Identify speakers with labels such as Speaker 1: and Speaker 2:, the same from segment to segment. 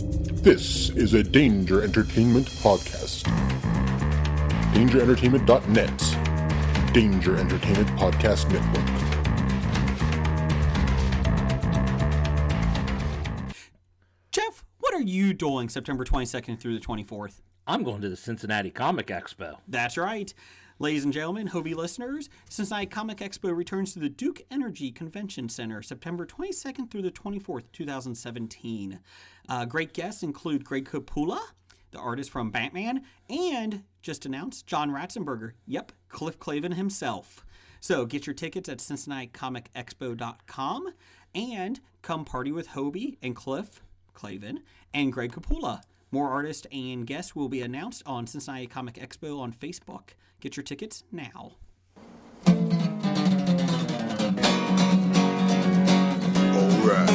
Speaker 1: This is a Danger Entertainment podcast. DangerEntertainment.net. Danger Entertainment Podcast Network.
Speaker 2: Jeff, what are you doing September 22nd through the 24th?
Speaker 3: I'm going to the Cincinnati Comic Expo.
Speaker 2: That's right. Ladies and gentlemen, Hobie listeners, Cincinnati Comic Expo returns to the Duke Energy Convention Center September 22nd through the 24th, 2017. Uh, great guests include Greg Capula, the artist from Batman, and just announced John Ratzenberger. Yep, Cliff Clavin himself. So get your tickets at CincinnatiComicExpo.com and come party with Hobie and Cliff Clavin and Greg Capula. More artists and guests will be announced on Cincinnati Comic Expo on Facebook. Get your tickets now.
Speaker 4: Alright.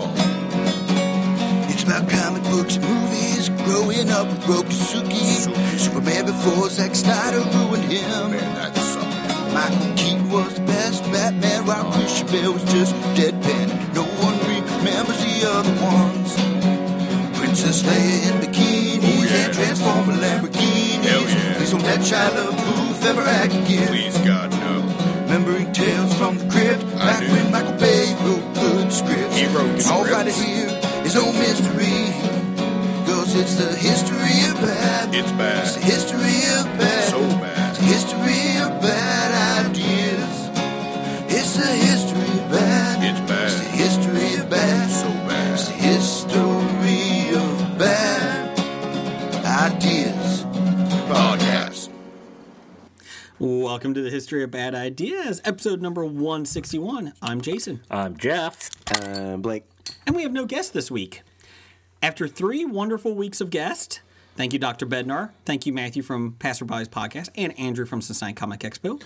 Speaker 4: Oh. It's about comic books, movies, growing up with Rokusuki. Superman before Zack Snyder ruined him.
Speaker 5: Man, that sucked.
Speaker 4: Michael Keaton was the best Batman. Rob Christian was just deadpan. No one remembers the other ones. Princess Leia in bikinis
Speaker 5: Oh, yeah.
Speaker 4: and Transformer Lamborghinis.
Speaker 5: Hell yeah.
Speaker 4: Please don't let Shia LaBeouf ever act again.
Speaker 5: Please, God, no.
Speaker 4: Remembering tales from the crypt Back
Speaker 5: do.
Speaker 4: when Michael Bay wrote good scripts
Speaker 5: He wrote
Speaker 4: And all
Speaker 5: scripts.
Speaker 4: right here is no mystery Cause it's the history of bad
Speaker 5: It's bad.
Speaker 4: It's the history of bad
Speaker 5: So
Speaker 4: It's
Speaker 5: bad.
Speaker 4: the history of bad ideas It's the history of bad
Speaker 5: It's bad.
Speaker 4: It's the history of bad
Speaker 5: So
Speaker 4: It's the
Speaker 5: bad.
Speaker 4: history of bad ideas
Speaker 5: Podcast.
Speaker 2: Welcome to the History of Bad Ideas, episode number 161. I'm Jason,
Speaker 3: I'm Jeff.
Speaker 6: Um, Blake.
Speaker 2: and we have no guest this week. After three wonderful weeks of guests, thank you, Dr. Bednar. Thank you, Matthew from Passerby's Podcast and Andrew from Cincinnati Comic Expo.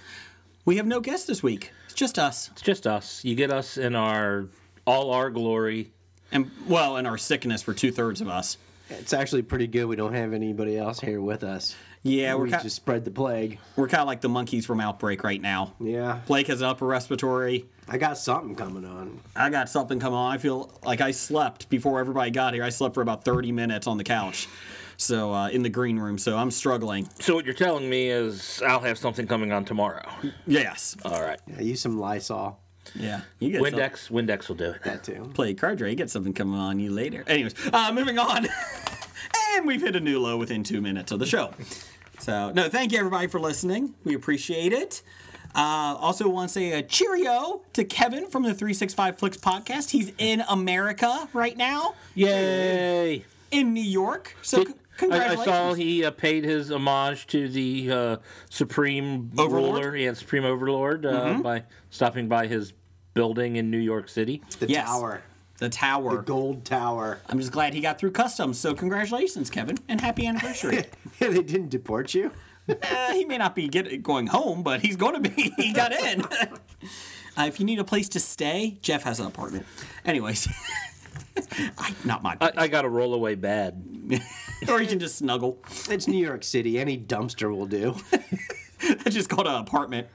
Speaker 2: We have no guest this week. It's just us.
Speaker 3: It's just us. You get us in our all our glory.
Speaker 2: And, well, and our sickness for two thirds of us.
Speaker 6: It's actually pretty good. We don't have anybody else here with us.
Speaker 2: Yeah, we're
Speaker 6: we
Speaker 2: ki-
Speaker 6: just spread the plague.
Speaker 2: We're kind of like the monkeys from Outbreak right now.
Speaker 6: Yeah.
Speaker 2: Blake has an upper respiratory.
Speaker 6: I got something coming on.
Speaker 2: I got something coming on. I feel like I slept before everybody got here. I slept for about 30 minutes on the couch, so uh, in the green room. So I'm struggling.
Speaker 3: So what you're telling me is I'll have something coming on tomorrow.
Speaker 2: Yes.
Speaker 6: Uh,
Speaker 3: All right.
Speaker 6: I use some Lysol.
Speaker 2: Yeah. You get some-
Speaker 3: Windex, Windex will do it.
Speaker 6: That too.
Speaker 2: play card draw. You get something coming on you later. Anyways, uh, moving on. and we've hit a new low within two minutes of the show. So, no, thank you everybody for listening. We appreciate it. Uh, also, want to say a cheerio to Kevin from the 365 Flicks podcast. He's in America right now,
Speaker 3: Yay!
Speaker 2: in New York. So, c-
Speaker 3: I, I
Speaker 2: congratulations.
Speaker 3: saw he uh, paid his homage to the uh, Supreme
Speaker 2: Overlord?
Speaker 3: Ruler and Supreme Overlord uh, by stopping by his building in New York City.
Speaker 6: The
Speaker 2: Yes.
Speaker 6: tower.
Speaker 2: the tower.
Speaker 6: The gold tower.
Speaker 2: I'm just glad he got through customs. So, congratulations, Kevin, and happy anniversary.
Speaker 6: they didn't deport you.
Speaker 2: Uh, he may not be get, going home, but he's going to be. He got in. uh, if you need a place to stay, Jeff has an apartment. Anyways, I, not my
Speaker 3: I,
Speaker 2: place.
Speaker 3: I got a rollaway bed.
Speaker 2: or you can just snuggle.
Speaker 6: It's New York City. Any dumpster will do.
Speaker 2: I just called an apartment.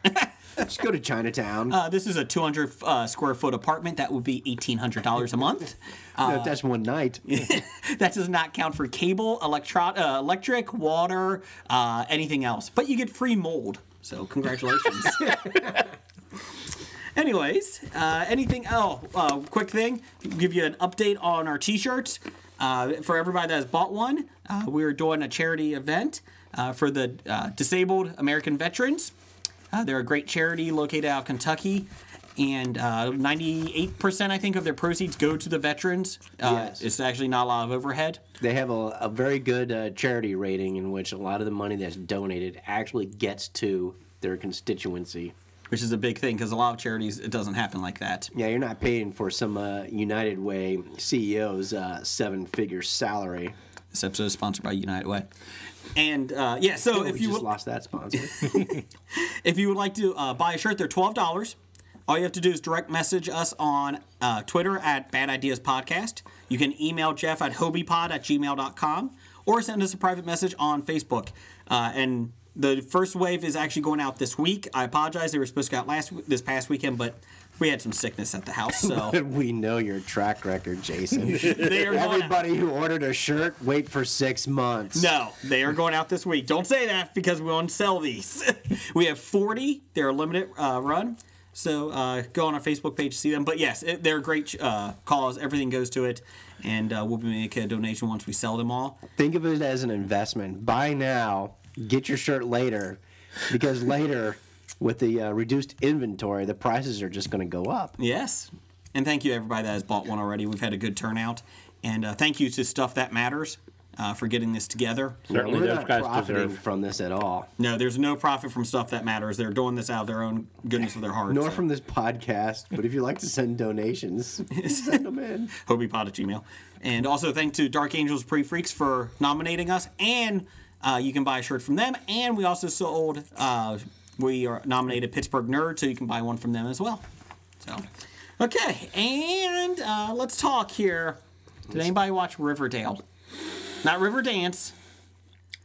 Speaker 6: Just go to Chinatown.
Speaker 2: Uh, this is a 200 uh, square foot apartment. That would be $1,800 a month. uh,
Speaker 6: No, that's one night.
Speaker 2: That does not count for cable, electro- uh, electric, water, uh, anything else. But you get free mold. So congratulations. Anyways, uh, anything? Oh, uh, quick thing. Give you an update on our T-shirts. Uh, for everybody that has bought one, uh, we are doing a charity event uh, for the uh, disabled American veterans. Uh, they're a great charity located out of Kentucky, and uh, 98% I think of their proceeds go to the veterans. Uh,
Speaker 6: Yes.
Speaker 2: It's actually not a lot of overhead.
Speaker 6: They have a, a very good uh, charity rating in which a lot of the money that's donated actually gets to their constituency.
Speaker 2: Which is a big thing because a lot of charities it doesn't happen like that.
Speaker 6: Yeah, you're not paying for some uh, United Way CEO's uh, seven-figure salary.
Speaker 2: This episode is sponsored by United Way, and uh, yeah. So if
Speaker 6: we
Speaker 2: you
Speaker 6: just
Speaker 2: would-
Speaker 6: lost that sponsor.
Speaker 2: If you would like to uh, buy a shirt, they're twelve dollars. All you have to do is direct message us on uh, Twitter at Bad Ideas Podcast. You can email Jeff at hobiepod at gmail.com or send us a private message on Facebook. Uh, and The first wave is actually going out this week. I apologize; they were supposed to go out last this past weekend, but we had some sickness at the house, so
Speaker 6: We know your track record, Jason.
Speaker 2: they are going out-
Speaker 6: Everybody who ordered a shirt, wait for six months.
Speaker 2: No, they are going out this week. Don't say that because we won't sell these. we have 40. They're a limited uh, run. So uh, go on our Facebook page to see them. But yes, it, they're a great uh, cause. Everything goes to it. And uh, we'll be making a donation once we sell them all.
Speaker 6: Think of it as an investment. Buy now, get your shirt later, because later, with the uh, reduced inventory, the prices are just going to go up.
Speaker 2: Yes. And thank you, everybody that has bought one already. We've had a good turnout. And uh, thank you to Stuff That Matters uh, for getting this together.
Speaker 3: Certainly,
Speaker 6: We're
Speaker 3: those
Speaker 6: not
Speaker 3: guys
Speaker 6: profiting
Speaker 3: deserve.
Speaker 6: from this at all,
Speaker 2: No, there's no profit from Stuff That Matters. They're doing this out of their own goodness of their heart.
Speaker 6: nor
Speaker 2: so.
Speaker 6: from this podcast. But if you like to send donations, send them in.
Speaker 2: hobiepod at gmail. And also thank to Dark Angels Pre Freaks for nominating us. And uh, you can buy a shirt from them. And we also sold, uh, we are nominated Pittsburgh Nerd, so you can buy one from them as well. So, okay. And uh, let's talk here. Did anybody watch Riverdale? Not River Dance.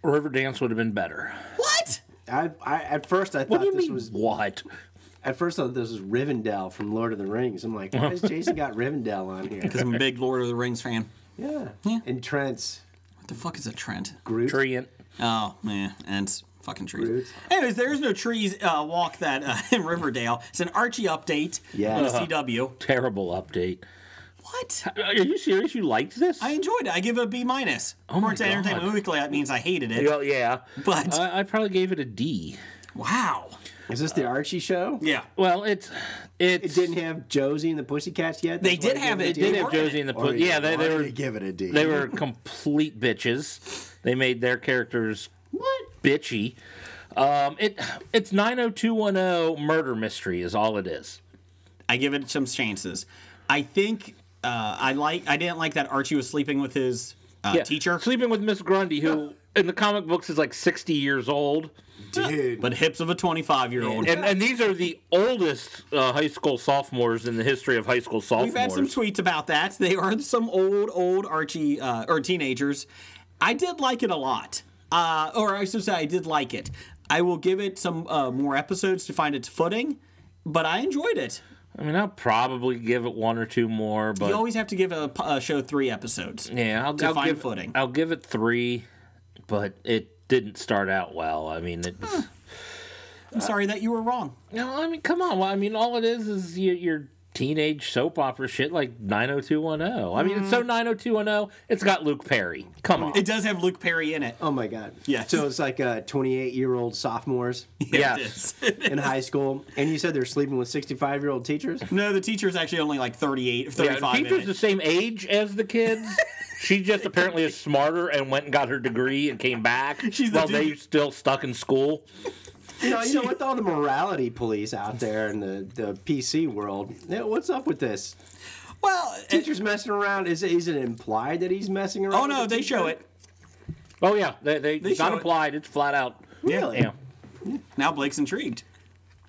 Speaker 3: Riverdance would have been better.
Speaker 2: What?
Speaker 6: I, I at first I
Speaker 3: What
Speaker 6: thought
Speaker 3: do you
Speaker 6: this
Speaker 3: mean?
Speaker 6: was
Speaker 3: what?
Speaker 6: at first I thought this was Rivendell from Lord of the Rings. I'm like, why has Jason got Rivendell on here?
Speaker 2: Because I'm a big Lord of the Rings fan.
Speaker 6: Yeah. And Trent's
Speaker 2: What the fuck is a trend?
Speaker 6: Groot.
Speaker 3: Treant.
Speaker 2: Oh man, and it's fucking trees.
Speaker 6: Roots.
Speaker 2: Anyways, there is no trees uh, walk that uh, in Riverdale. It's an Archie update.
Speaker 6: Yeah.
Speaker 2: on the
Speaker 6: Uh-huh.
Speaker 2: CW.
Speaker 3: Terrible update.
Speaker 2: What?
Speaker 3: Are you serious? You liked this?
Speaker 2: I enjoyed it. I give it a B minus.
Speaker 3: my
Speaker 2: According to
Speaker 3: God.
Speaker 2: Entertainment Weekly, that means I hated it.
Speaker 3: Well, yeah.
Speaker 2: But
Speaker 3: I, I probably gave it a D.
Speaker 2: wow.
Speaker 6: Is this the Archie show?
Speaker 2: Yeah.
Speaker 3: Well, it's it's
Speaker 6: It didn't have Josie and the Pussycats yet.
Speaker 2: They
Speaker 6: That's why
Speaker 2: did have
Speaker 6: gave
Speaker 2: it.
Speaker 6: a D?
Speaker 2: They
Speaker 3: did have
Speaker 2: weren't in
Speaker 3: Josie
Speaker 2: it.
Speaker 3: and the
Speaker 6: Or
Speaker 3: Pussycats. Yeah, they,
Speaker 6: why
Speaker 3: they
Speaker 6: did
Speaker 3: were
Speaker 6: give it a D.
Speaker 3: They were complete bitches. They made their characters what bitchy. Um, it it's 90210 murder mystery is all it is.
Speaker 2: I give it some chances. I think uh, I like. I didn't like that Archie was sleeping with his uh, teacher,
Speaker 3: sleeping with Miss Grundy, who in the comic books is like 60 years old,
Speaker 6: Dude.
Speaker 2: but hips of a twenty-five year old.
Speaker 3: and and these are the oldest uh, high school sophomores in the history of high school sophomores.
Speaker 2: We've had some tweets about that. They are some old, old Archie uh, or teenagers. I did like it a lot, uh, or I should say, I did like it. I will give it some uh, more episodes to find its footing, but I enjoyed it.
Speaker 3: I mean, I'll probably give it one or two more, but
Speaker 2: You always have to give a, p- a show three episodes.
Speaker 3: yeah, I'll,
Speaker 2: to
Speaker 3: I'll
Speaker 2: find
Speaker 3: give
Speaker 2: footing.
Speaker 3: I'll give it three, but it didn't start out well. I mean, it was.
Speaker 2: I'm sorry that you were wrong.
Speaker 3: No, I mean, come on. Well, I mean, all it is is your, your teenage soap opera shit like 90210. I mean, it's so 90210, it's got Luke Perry. Come on.
Speaker 2: It does have Luke Perry in it.
Speaker 6: Oh my god.
Speaker 2: Yes.
Speaker 6: So it's like uh, 28 year old sophomores
Speaker 3: yeah.
Speaker 6: in high school, and you said they're sleeping with 65 year old teachers.
Speaker 2: no, the teacher's actually only like 38,
Speaker 3: Yeah,
Speaker 2: 35. in
Speaker 3: teacher's
Speaker 2: it.
Speaker 3: the same age as the kids. she just apparently is smarter and went and got her degree and came back
Speaker 2: She's the
Speaker 3: while they
Speaker 2: dude-
Speaker 3: still stuck in school.
Speaker 6: You know, you know, with all the morality police out there in the, the PC world, yeah, what's up with this?
Speaker 2: well, it-
Speaker 6: Teachers messing around. Is is it implied that he's messing around?
Speaker 2: oh
Speaker 6: with
Speaker 2: no,
Speaker 6: the
Speaker 2: they show
Speaker 6: teacher?
Speaker 2: it.
Speaker 3: Oh, yeah. They, they, it's
Speaker 2: show
Speaker 3: not
Speaker 2: it.
Speaker 3: implied. It's flat out.
Speaker 6: Really?
Speaker 3: Yeah.
Speaker 2: Now Blake's intrigued.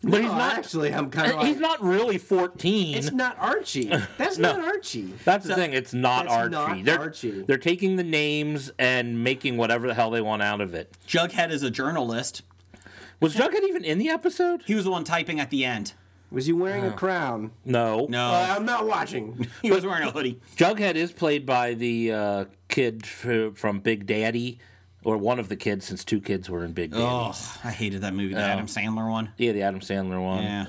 Speaker 3: But he's
Speaker 6: Oh,
Speaker 3: not. Uh,
Speaker 6: actually. I'm kind of like.
Speaker 3: He's not really 14.
Speaker 6: It's not Archie. That's
Speaker 3: No.
Speaker 6: not Archie.
Speaker 3: That's the thing. It's not
Speaker 6: That's
Speaker 3: Archie.
Speaker 6: not
Speaker 3: they're,
Speaker 6: Archie.
Speaker 3: They're taking the names and making whatever the hell they want out of it.
Speaker 2: Jughead is a journalist.
Speaker 3: Was Jughead even in the episode?
Speaker 2: He was the one typing at the end.
Speaker 6: Was he wearing
Speaker 3: Oh.
Speaker 6: a crown?
Speaker 3: No.
Speaker 2: No,
Speaker 6: Uh, I'm not watching.
Speaker 2: he was wearing a hoodie.
Speaker 3: Jughead is played by the uh, kid f- from Big Daddy, or one of the kids, since two kids were in Big Daddy.
Speaker 2: Oh, I hated that movie, the Adam Sandler one.
Speaker 3: Yeah, the Adam Sandler one.
Speaker 2: Yeah.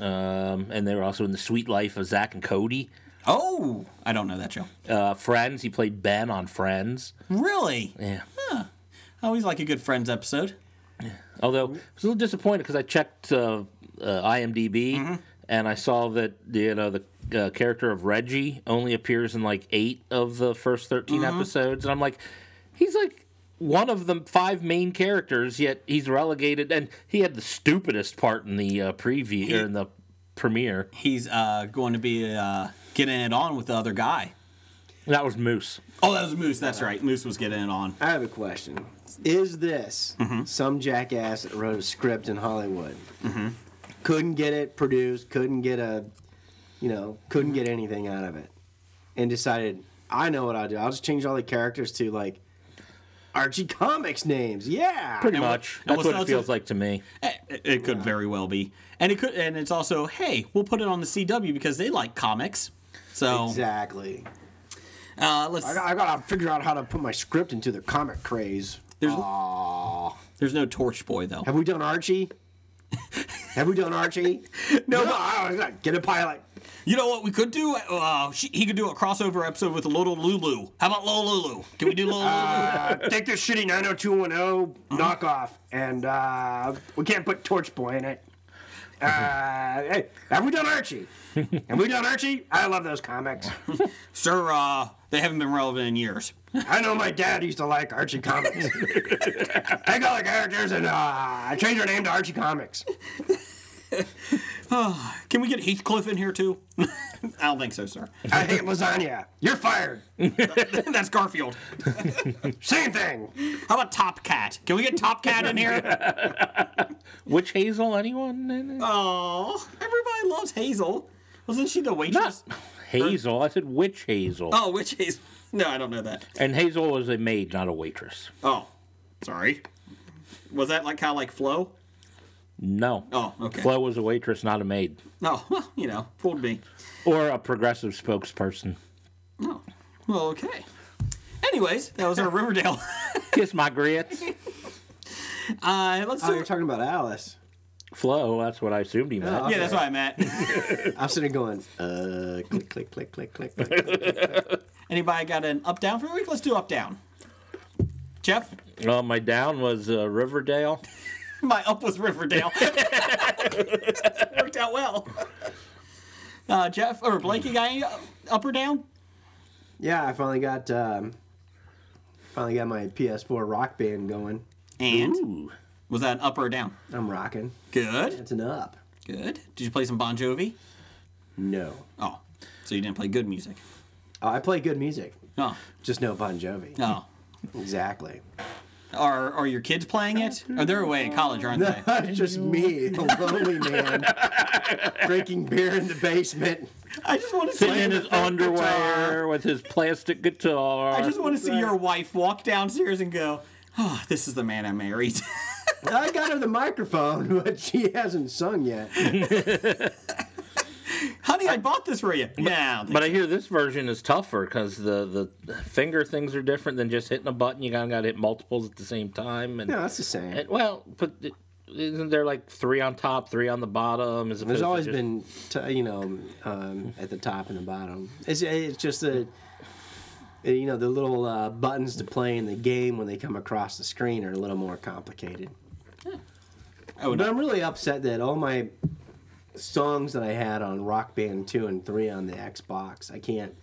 Speaker 3: Um, and they were also in The Sweet Life of Zach and Cody.
Speaker 2: Oh, I don't know that show.
Speaker 3: Uh, Friends. He played Ben on Friends.
Speaker 2: Really?
Speaker 3: Yeah.
Speaker 2: I always like a good Friends episode.
Speaker 3: Although I was a little disappointed because I checked uh, uh, IMDb
Speaker 2: Mm-hmm.
Speaker 3: and I saw that you know the uh, character of Reggie only appears in like eight of the first 13
Speaker 2: Mm-hmm.
Speaker 3: episodes, and I'm like, he's like one of the five main characters, yet he's relegated, and he had the stupidest part in the uh, preview or in the premiere.
Speaker 2: He's uh, going to be uh, getting it on with the other guy.
Speaker 3: That was Moose.
Speaker 2: Oh, that was Moose. That's right. Moose was getting it on.
Speaker 6: I have a question. Is this
Speaker 2: Mm-hmm.
Speaker 6: some jackass that wrote a script in Hollywood?
Speaker 2: Mm-hmm.
Speaker 6: Couldn't get it produced, couldn't get a, you know, couldn't get anything out of it, and decided, I know what I'll do. I'll just change all the characters to like Archie Comics names. Yeah.
Speaker 3: Pretty
Speaker 2: And what-
Speaker 3: much.
Speaker 2: and
Speaker 3: That's
Speaker 2: what's
Speaker 3: what
Speaker 2: the
Speaker 3: it
Speaker 2: other-
Speaker 3: feels like to me.
Speaker 2: Eh, It, it could very well be, and it could, and it's also, hey, we'll put it on the CW because they like comics. So
Speaker 6: Exactly.
Speaker 2: uh, let's.
Speaker 6: I, I gotta figure out how to put my script into the comic craze.
Speaker 2: There's-
Speaker 6: Aw.
Speaker 2: There's no Torch Boy though.
Speaker 6: Have we done Archie? Have we done Archie? no, no, I don't know. get a pilot.
Speaker 2: You know what we could do? Uh, she, he could do a crossover episode with Little Lulu. How about Little Lulu? Can we do Little Lulu?
Speaker 6: Uh, take this shitty 90210 knockoff, oh, and uh, we can't put Torch Boy in it. Uh, hey, have we done Archie? Have we done Archie? I love those comics.
Speaker 2: Sir, uh, they haven't been relevant in years.
Speaker 6: I know my dad used to like Archie comics. Take all the characters and uh, change their name to Archie Comics.
Speaker 2: Can we get Heathcliff in here too? I don't think so, sir.
Speaker 6: I hate lasagna. You're fired.
Speaker 2: That's Garfield.
Speaker 6: Same thing.
Speaker 2: How about Top Cat? Can we get Top Cat in here?
Speaker 3: Witch Hazel, anyone?
Speaker 2: Oh, everybody loves Hazel. Wasn't she the waitress?
Speaker 3: Hazel. I said Witch Hazel.
Speaker 2: Oh, which Hazel? No, I don't know that.
Speaker 3: And Hazel was a maid, not a waitress.
Speaker 2: Oh, sorry. Was that like kind of like Flo?
Speaker 3: No.
Speaker 2: Oh, okay.
Speaker 3: Flo was a waitress, not a maid.
Speaker 2: No, Oh, well, you know, fooled me.
Speaker 3: Or a progressive spokesperson.
Speaker 2: Oh, well, okay. Anyways, that was our Riverdale.
Speaker 3: Kiss my grits.
Speaker 2: Uh, let's do.
Speaker 6: Oh, talking about Alice.
Speaker 3: Flo, that's what I assumed he meant.
Speaker 2: yeah, that's what I meant.
Speaker 6: I'm sitting going, uh, click, click, click, click, click, click.
Speaker 2: Anybody got an up down for the week? Let's do up down. Jeff,
Speaker 3: Well, my down was uh, Riverdale.
Speaker 2: my up was Riverdale. Worked out well. Uh, Jeff or Blake, you got any up or down?
Speaker 6: yeah, I finally got, um, finally got my PS4 rock band going.
Speaker 2: And
Speaker 3: Ooh.
Speaker 2: was that an up or a down?
Speaker 6: I'm rocking.
Speaker 2: Good,
Speaker 6: It's an up.
Speaker 2: good. Did you play some Bon Jovi?
Speaker 6: No.
Speaker 2: Oh, so you didn't play good music.
Speaker 6: Oh, I play good music,
Speaker 2: Oh,
Speaker 6: just no Bon Jovi.
Speaker 2: no.
Speaker 6: Exactly.
Speaker 2: Are are your kids playing it? Or they're away at college, aren't they?
Speaker 6: just me, a lonely man, drinking beer in the basement.
Speaker 2: I just want to
Speaker 3: Sitting
Speaker 2: see.
Speaker 3: in his underwear with his plastic guitar.
Speaker 2: I just want to see your wife walk downstairs and go, "Oh, this is the man I married."
Speaker 6: I got her the microphone, but she hasn't sung yet.
Speaker 2: Honey, I bought this for you. Yeah,
Speaker 3: But I hear this version is tougher because the, the finger things are different than just hitting a button. You kind of got to hit multiples at the same time. And,
Speaker 6: No, that's the same.
Speaker 3: and- well, but it- isn't there like three on top, three on the bottom? as opposed
Speaker 6: There's
Speaker 3: to
Speaker 6: always
Speaker 3: just-
Speaker 6: been, t- you know, um, at the top and the bottom. It's, it's just the, you know, the little uh, buttons to play in the game when they come across the screen are a little more complicated.
Speaker 2: Oh,
Speaker 6: But
Speaker 2: no.
Speaker 6: I'm really upset that all my songs that I had on Rock Band 2 and 3 on the Xbox, I can't,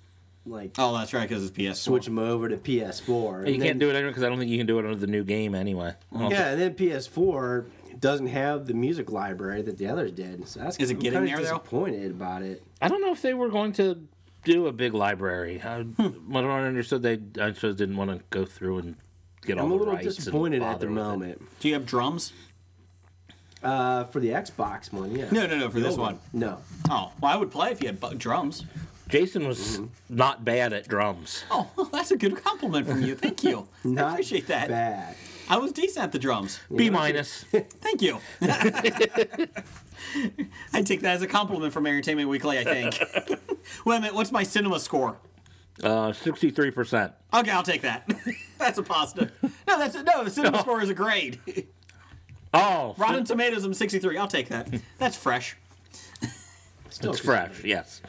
Speaker 6: like,
Speaker 2: oh, that's right, because it's PS.
Speaker 6: switch them over to PS4.
Speaker 3: You can't do it anyway because I don't think you can do it under the new game anyway. I don't
Speaker 6: Yeah, and then PS4 doesn't have the music library that the others did. So that's
Speaker 2: Is it
Speaker 6: I'm
Speaker 2: getting
Speaker 6: kinda
Speaker 2: there, though?
Speaker 6: disappointed about it.
Speaker 3: I don't know if they were going to do a big library. I,
Speaker 6: Hmm.
Speaker 3: I don't understood they. I just didn't want to go through and get all
Speaker 6: I'm a
Speaker 3: the
Speaker 6: little
Speaker 3: rights and
Speaker 6: disappointed at the
Speaker 3: bother with it.
Speaker 6: moment.
Speaker 2: Do you have drums?
Speaker 6: Uh, for the Xbox one, yeah.
Speaker 2: No, no, no, for this
Speaker 6: No.
Speaker 2: one.
Speaker 6: No.
Speaker 2: Oh, well, I would play if you had bu- drums.
Speaker 3: Jason was
Speaker 6: Mm-hmm.
Speaker 3: not bad at drums.
Speaker 2: Oh, well, that's a good compliment from you. Thank you. I
Speaker 6: Not
Speaker 2: appreciate that.
Speaker 6: Bad.
Speaker 2: I was decent at the drums.
Speaker 3: B minus.
Speaker 2: Thank you. I take that as a compliment from Entertainment Weekly, I think. Wait a minute, what's my cinema score?
Speaker 3: Uh, sixty-three percent.
Speaker 2: Okay, I'll take that. that's a positive. No, that's no. The cinema score is a grade.
Speaker 3: Oh,
Speaker 2: Rotten Tomatoes, I'm 63. I'll take that. That's fresh.
Speaker 6: Still
Speaker 3: it's fresh. Yes.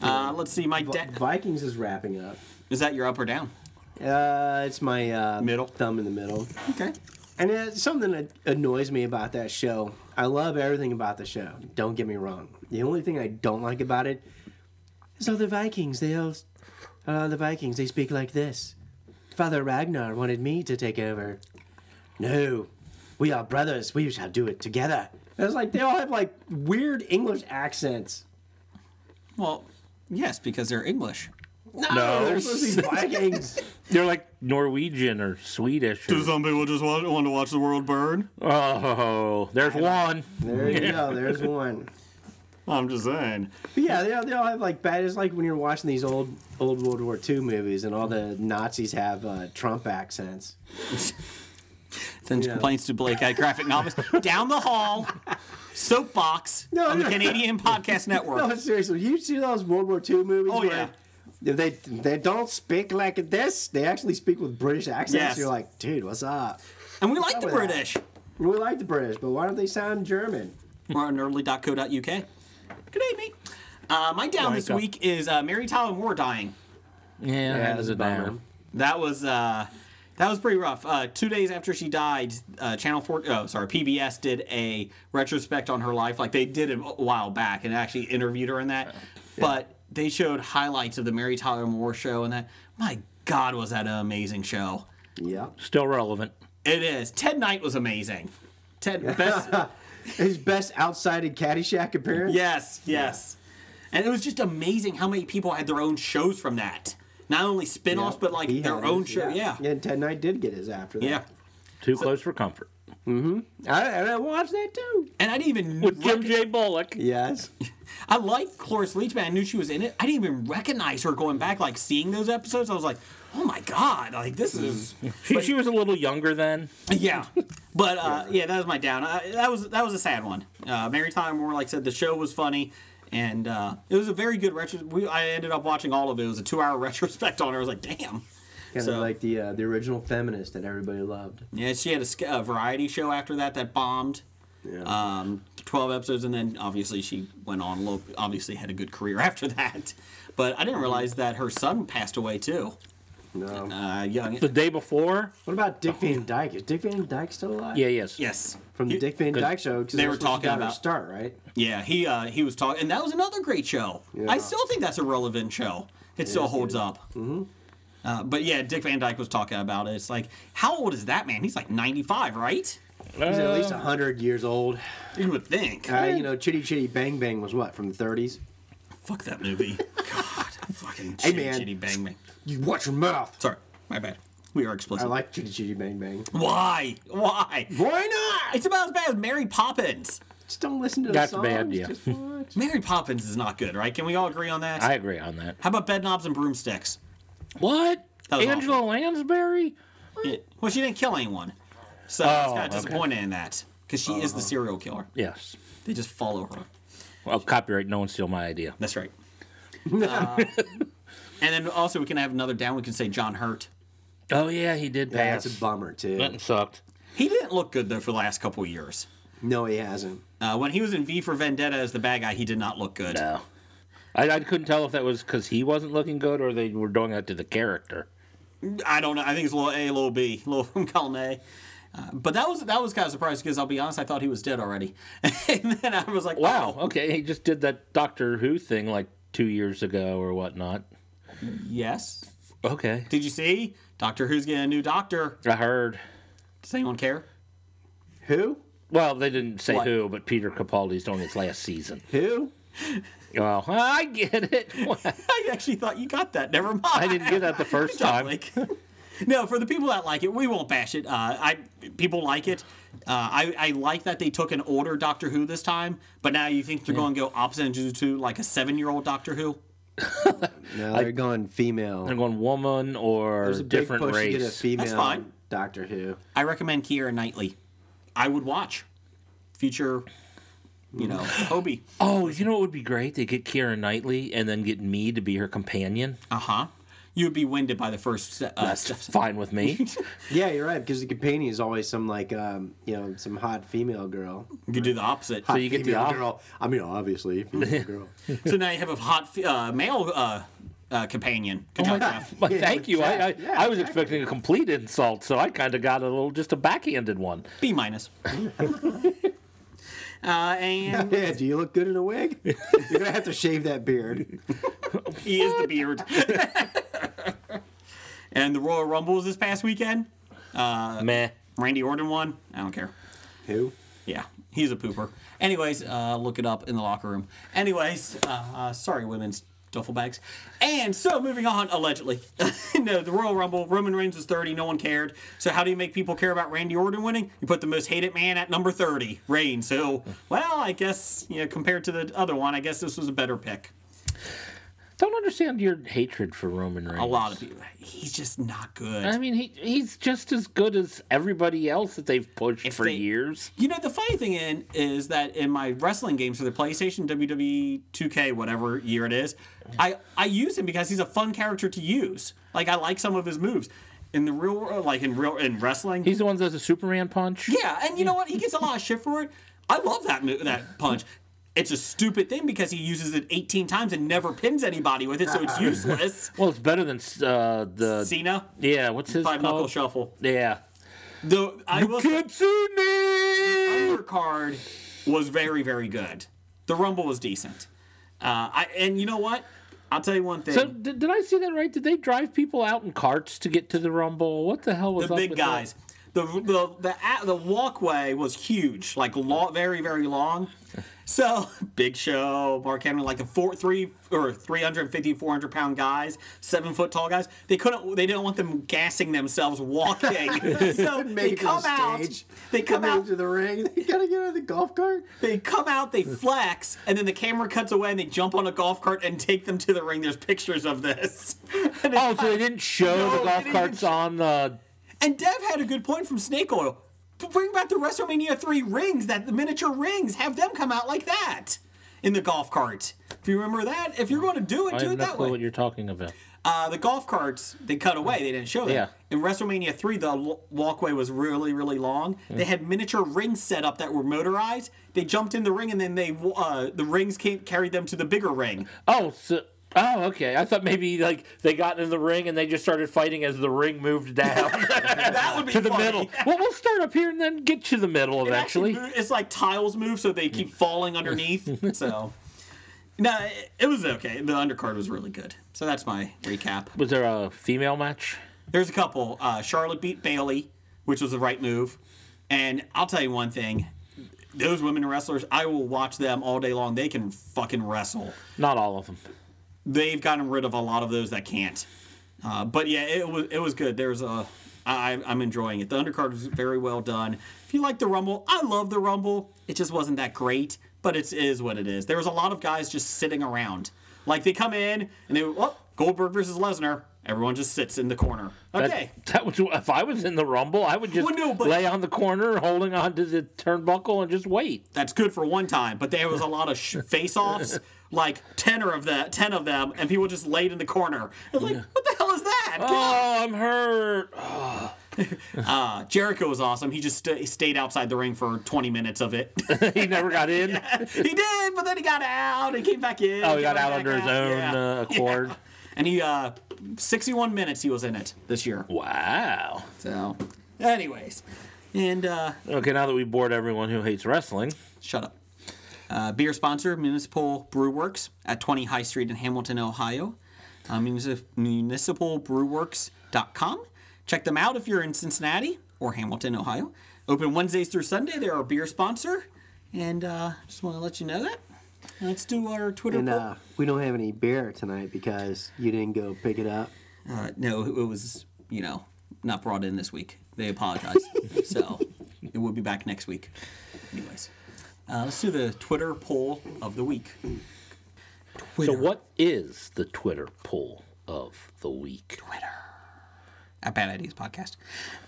Speaker 2: Uh, let's see. My
Speaker 6: Vi-
Speaker 2: dad
Speaker 6: Vikings is wrapping up.
Speaker 2: is that your up or down?
Speaker 6: Uh, it's my uh,
Speaker 2: Middle.
Speaker 6: thumb in the middle.
Speaker 2: Okay.
Speaker 6: And it's something that annoys me about that show. I love everything about the show. Don't get me wrong. The only thing I don't like about it is all the Vikings. They all, uh, the Vikings. They speak like this. Father Ragnar wanted me to take over. No, we are brothers. We shall do it together. And It's like they all have like weird English accents.
Speaker 2: Well, yes, because they're English.
Speaker 6: No, they're supposed to be Vikings.
Speaker 3: They're like Norwegian or Swedish. or-
Speaker 2: some people just want, want to watch the world burn?
Speaker 3: oh, there's one.
Speaker 6: there you go. There's one.
Speaker 2: I'm just saying.
Speaker 6: But yeah, they all, they all have like bad. It's like when you're watching these old old World War II movies, and all the Nazis have uh, Trump accents.
Speaker 2: Sends
Speaker 6: Yeah.
Speaker 2: complaints to Blake at Graphic Novice. Down the hall, soapbox
Speaker 6: No,
Speaker 2: on the
Speaker 6: no.
Speaker 2: Canadian Podcast Network.
Speaker 6: No, seriously, you see those World War II movies?
Speaker 2: Oh,
Speaker 6: where
Speaker 2: yeah.
Speaker 6: They they don't speak like this. They actually speak with British accents.
Speaker 2: Yes.
Speaker 6: You're like, dude, what's up?
Speaker 2: and we like the
Speaker 6: with that.
Speaker 2: British.
Speaker 6: We like the British, but why don't they sound German?
Speaker 2: We're on nerdly.co.uk. Good day, mate. Uh, my down this
Speaker 3: Wanka.
Speaker 2: week is uh, Mary Tyler Moore dying.
Speaker 3: Yeah, that is a
Speaker 6: bummer.
Speaker 3: bummer.
Speaker 2: That was uh, that was pretty rough. Uh, two days after she died, uh, Channel Four, oh sorry, PBS did a retrospect on her life, like they did it a while back, and actually interviewed her in that. But they showed highlights of the Mary Tyler Moore show, and that my God, was that an amazing show!
Speaker 6: Yeah,
Speaker 3: Still relevant.
Speaker 2: It is. Ted Knight was amazing. Ted best.
Speaker 6: his best outside of Caddyshack appearance.
Speaker 2: Yes, yes. And it was just amazing how many people had their own shows from that. Not only spin offs, but like
Speaker 6: He
Speaker 2: their
Speaker 6: had
Speaker 2: own
Speaker 6: his-
Speaker 2: show. Yeah. Yeah.
Speaker 6: and Ted Knight did get his after that.
Speaker 3: Too close for comfort.
Speaker 6: I, and I watched that too.
Speaker 2: And I didn't even.
Speaker 3: With Jim
Speaker 2: rec-
Speaker 3: J. Bullock.
Speaker 6: Yes.
Speaker 2: I liked Cloris Leachman. I knew she was in it. I didn't even recognize her going back, like seeing those episodes. I was like, oh my God, like this is.
Speaker 3: She, she was a little younger then.
Speaker 2: Yeah, but uh, yeah, that was my down. Uh, that was that was a sad one. Uh, Mary Tyler Moore, like I said, the show was funny, and uh, it was a very good retro. We, I ended up watching all of it. It was a two-hour retrospect on her. I was like, damn.
Speaker 6: Kind
Speaker 2: So-
Speaker 6: of like the uh, the original feminist that everybody loved.
Speaker 2: Yeah, she had a, sk- a variety show after that that bombed.
Speaker 6: Yeah.
Speaker 2: Um, Twelve episodes, and then obviously she went on. Low, obviously had a good career after that, but I didn't realize that her son passed away too.
Speaker 6: no.
Speaker 2: Uh, young.
Speaker 3: The day before.
Speaker 6: What about Dick Van Dyke? Is Dick Van Dyke still alive?
Speaker 3: Yeah, yes.
Speaker 2: Yes.
Speaker 6: From the
Speaker 2: He-
Speaker 6: Dick Van Dyke show, 'cause
Speaker 2: They were
Speaker 6: that's where she
Speaker 2: talking
Speaker 6: got her
Speaker 2: about-
Speaker 6: start, right?
Speaker 2: Yeah, he uh, he was talking, and that was another great show. I
Speaker 6: Yeah.
Speaker 2: still think that's a relevant show. It still holds up. Mm-hmm. Uh, but yeah, Dick Van Dyke was talking about it. It's like, how old is that man? He's like ninety five, right?
Speaker 6: He's at
Speaker 3: Uh,
Speaker 2: Uh,
Speaker 6: least 100 years old.
Speaker 2: You would think.
Speaker 6: Uh, you know, Chitty Chitty Bang Bang was what, from the 30s?
Speaker 2: Fuck that movie. God, fucking
Speaker 6: Hey,
Speaker 2: shitty,
Speaker 6: man.
Speaker 2: shitty bang me.
Speaker 6: You watch your mouth!
Speaker 2: Sorry, my bad. We are
Speaker 6: I
Speaker 2: explicit.
Speaker 6: like Chitty Chitty Bang Bang.
Speaker 2: Why? Why? Ah,
Speaker 6: Why not?
Speaker 2: It's about as bad as Mary Poppins.
Speaker 6: Just don't listen to the
Speaker 3: That's
Speaker 6: songs.
Speaker 3: bad, yeah.
Speaker 6: Just watch.
Speaker 2: Mary Poppins is not good, right? Can we all agree on that?
Speaker 3: I agree on that.
Speaker 2: How about Bed Knobs and Broomsticks?
Speaker 3: What?
Speaker 2: That was
Speaker 3: Angela
Speaker 2: awful.
Speaker 3: Lansbury?
Speaker 2: Yeah. Well, she didn't kill anyone, so I was kind of disappointed in that because she is the serial killer.
Speaker 3: Yes.
Speaker 2: They just follow her.
Speaker 3: Well, copyright. No one steal my idea.
Speaker 2: That's right. Uh, and then also we can have another down. We can say John Hurt.
Speaker 3: Oh yeah, he did
Speaker 6: Yeah,
Speaker 3: pass.
Speaker 6: That's a bummer, too.
Speaker 3: That sucked.
Speaker 2: He didn't look good though for the last couple of years.
Speaker 6: No, he hasn't.
Speaker 2: Uh, when he was in V for Vendetta as the bad guy, he did not look good.
Speaker 3: No. Oh. I, I couldn't tell if that was because he wasn't looking good or they were doing that to the character.
Speaker 2: I don't know. I think it's a little A, a little B, a little from column A. Uh, but that was that was kind of surprised because I'll be honest, I thought he was dead already, and then I was like,
Speaker 3: Wow. Okay, he just did that Doctor Who thing like two years ago or whatnot.
Speaker 2: yes."
Speaker 3: Okay.
Speaker 2: Did you see Doctor Who's getting a new doctor?
Speaker 3: I heard.
Speaker 2: Does anyone care?
Speaker 6: Who?
Speaker 3: Well, they didn't say
Speaker 2: What?
Speaker 3: who, but Peter Capaldi's doing his last season.
Speaker 6: Who?
Speaker 3: Oh, I get it.
Speaker 2: I actually thought you got that. Never mind.
Speaker 3: I didn't get that the first time.
Speaker 2: Like, no, for the people that like it, we won't bash it. Uh, I people like it. Uh, I, I like that they took an older Doctor Who this time, but now you think they're going to go opposite and to like a seven year old Doctor Who.
Speaker 6: No, they're going female.
Speaker 3: I'm going woman or
Speaker 6: There's a big
Speaker 3: different
Speaker 6: push to get a
Speaker 3: race.
Speaker 6: female
Speaker 2: fine.
Speaker 6: Doctor Who.
Speaker 2: I recommend Kiera Knightley. I would watch future, you know, Hobie.
Speaker 3: Oh, you know what would be great? They get Kira Knightley and then get me to be her companion.
Speaker 2: Uh huh. You would be winded by the first. Uh,
Speaker 3: That's fine with me.
Speaker 6: Yeah, you're right because the companion is always some like um, you know some hot female girl.
Speaker 2: you could do the opposite.
Speaker 3: you get the
Speaker 6: female
Speaker 3: op-
Speaker 6: girl. I mean, obviously, female girl.
Speaker 2: so now you have a hot fe- uh, male uh, uh, companion. Good
Speaker 3: Oh
Speaker 2: job, Jeff.
Speaker 3: But
Speaker 6: Yeah,
Speaker 3: thank
Speaker 6: but
Speaker 3: you. I, I,
Speaker 6: Jack- yeah,
Speaker 3: I was expecting a complete insult, so I kind of got a little just a backhanded one.
Speaker 2: B minus. uh, and
Speaker 6: yeah, do you look good in a wig? You're gonna have to shave that beard.
Speaker 2: he is the beard. and the Royal Rumble was this past weekend. Uh,
Speaker 3: Meh.
Speaker 2: Randy Orton won. I don't care.
Speaker 6: Who?
Speaker 2: Yeah, he's a pooper. Anyways, uh, look it up in the locker room. Anyways, uh, uh, sorry, women's duffel bags. And so, moving on, allegedly. no, the Royal Rumble, Roman Reigns was 30, no one cared. So, how do you make people care about Randy Orton winning? You put the most hated man at number 30, Reigns. So, well, I guess, you know, compared to the other one, I guess this was a better pick.
Speaker 3: Don't understand your hatred for Roman Reigns.
Speaker 2: A lot of people. He's just not good.
Speaker 3: I mean, he he's just as good as everybody else that they've pushed for
Speaker 2: they-
Speaker 3: years.
Speaker 2: You know, the funny thing in is that in my wrestling games for the PlayStation, WWE 2K, whatever year it is, I, I use him because he's a fun character to use. Like I like some of his moves. In the real world, like in real in wrestling,
Speaker 3: He's the one that does a Superman punch.
Speaker 2: yeah, and you know what? He gets a lot of shit for it. I love that move, that punch. It's a stupid thing because he uses it 18 times and never pins anybody with it, so it's useless.
Speaker 3: Well, it's better than uh, the
Speaker 2: Cena,
Speaker 3: yeah. What's his
Speaker 2: five knuckle
Speaker 3: called?
Speaker 2: shuffle.
Speaker 3: Yeah.
Speaker 2: Though I will say-
Speaker 3: Katsune!
Speaker 2: undercard was very, very good. The Rumble was decent. Uh, I and you know what? I'll tell you one thing.
Speaker 3: So did, did I see that right? Did they drive people out in carts to get to the Rumble? What the hell was
Speaker 2: the
Speaker 3: up
Speaker 2: big
Speaker 3: with that?
Speaker 2: guys. The, the the a- the walkway was huge, like long, very very long. So Big Show, Mark Henry, like the four three or 350, 400 pound guys, seven foot tall guys. They couldn't. They didn't want them gassing themselves walking. so they
Speaker 6: Make it to
Speaker 2: come
Speaker 6: the
Speaker 2: out.
Speaker 6: stage,
Speaker 2: They come
Speaker 6: in
Speaker 2: out.
Speaker 6: to the ring. They gotta get out of the golf cart.
Speaker 2: They come out, they flex, and then the camera cuts away and they jump on a golf cart and take them to the ring. There's pictures of this. And,
Speaker 3: Oh, so they didn't show
Speaker 2: No,
Speaker 3: the
Speaker 2: they
Speaker 3: golf
Speaker 2: didn't
Speaker 3: carts
Speaker 2: even-
Speaker 3: on the.
Speaker 2: and Dev had a good point from Snake Oil. B- Bring back the WrestleMania 3 rings, that the miniature rings, have them come out like that in the golf cart. If you remember that, if you're going to do it,
Speaker 3: I
Speaker 2: do
Speaker 3: have
Speaker 2: it
Speaker 3: no
Speaker 2: that
Speaker 3: clue
Speaker 2: way.
Speaker 3: what you're talking about.
Speaker 2: Uh, the golf carts, they cut away. They didn't show that.
Speaker 3: Yeah.
Speaker 2: In WrestleMania 3, the l- walkway was really, really long. They had miniature rings set up that were motorized. They jumped in the ring, and then they w- uh, the rings came, carried them to the bigger ring.
Speaker 3: Oh, so. Oh, okay. I thought maybe like they got in the ring and they just started fighting as the ring moved down
Speaker 2: That would be
Speaker 3: to the
Speaker 2: funny.
Speaker 3: middle. Well, we'll start up here and then get to the middle
Speaker 2: It
Speaker 3: eventually.
Speaker 2: move- it's like tiles move, so they keep falling underneath. so, no, it, it was okay. The undercard was really good. So that's my recap.
Speaker 3: Was there a female match?
Speaker 2: There's a couple. Uh, Charlotte beat Bailey, which was the right move. And I'll tell you one thing: those women wrestlers, I will watch them all day long. They can fucking wrestle.
Speaker 3: Not all of them.
Speaker 2: They've gotten rid of a lot of those that can't. Uh, but yeah, it was it was good. There's a I, I- I'm enjoying it. The undercard was very well done. If you like the Rumble, I love the Rumble. It just wasn't that great, but it is what it is. There was a lot of guys just sitting around. Like they come in and they oh, Goldberg versus Lesnar. Everyone just sits in the corner.
Speaker 3: That-
Speaker 2: Okay.
Speaker 3: That, was if I was in the rumble, I would just
Speaker 2: Well, no, but-
Speaker 3: lay on the corner, holding on to the turnbuckle, and just wait.
Speaker 2: that's good for one time, but there was a lot of sh- face-offs, like ten or of the ten of them, and people just laid in the corner. It's like, what the hell is that?
Speaker 3: Oh, I'm hurt.
Speaker 2: Uh, Jericho was awesome. He just sta stayed outside the ring for twenty minutes of it.
Speaker 3: he never got in.
Speaker 2: he did, but then he got out and came back in.
Speaker 3: Oh,
Speaker 2: came
Speaker 3: he got out
Speaker 2: back
Speaker 3: under his
Speaker 2: out.
Speaker 3: own
Speaker 2: Yeah.
Speaker 3: uh, accord.
Speaker 2: And he, uh, sixty-one minutes he was in it this year.
Speaker 3: Wow.
Speaker 2: So, anyways, and uh,
Speaker 3: Okay, now that we bored everyone who hates wrestling,
Speaker 2: Shut up. Uh, beer sponsor, Municipal Brew Works at 20 High Street in Hamilton, Ohio. Uh, munis- municipalbrewworks.com. Check them out if you're in Cincinnati or Hamilton, Ohio. Open Wednesdays through Sunday. They're our beer sponsor. And uh, just want to let you know that. Let's do our Twitter.
Speaker 6: And
Speaker 2: poll.
Speaker 6: uh, we don't have any beer tonight because you didn't go pick it up.
Speaker 2: Uh, no, it was, you know, not brought in this week. They apologize. so it will be back next week. Anyways, uh, let's do the Twitter poll of the week.
Speaker 3: so what is the Twitter poll of the week?
Speaker 2: at Bad Ideas Podcast.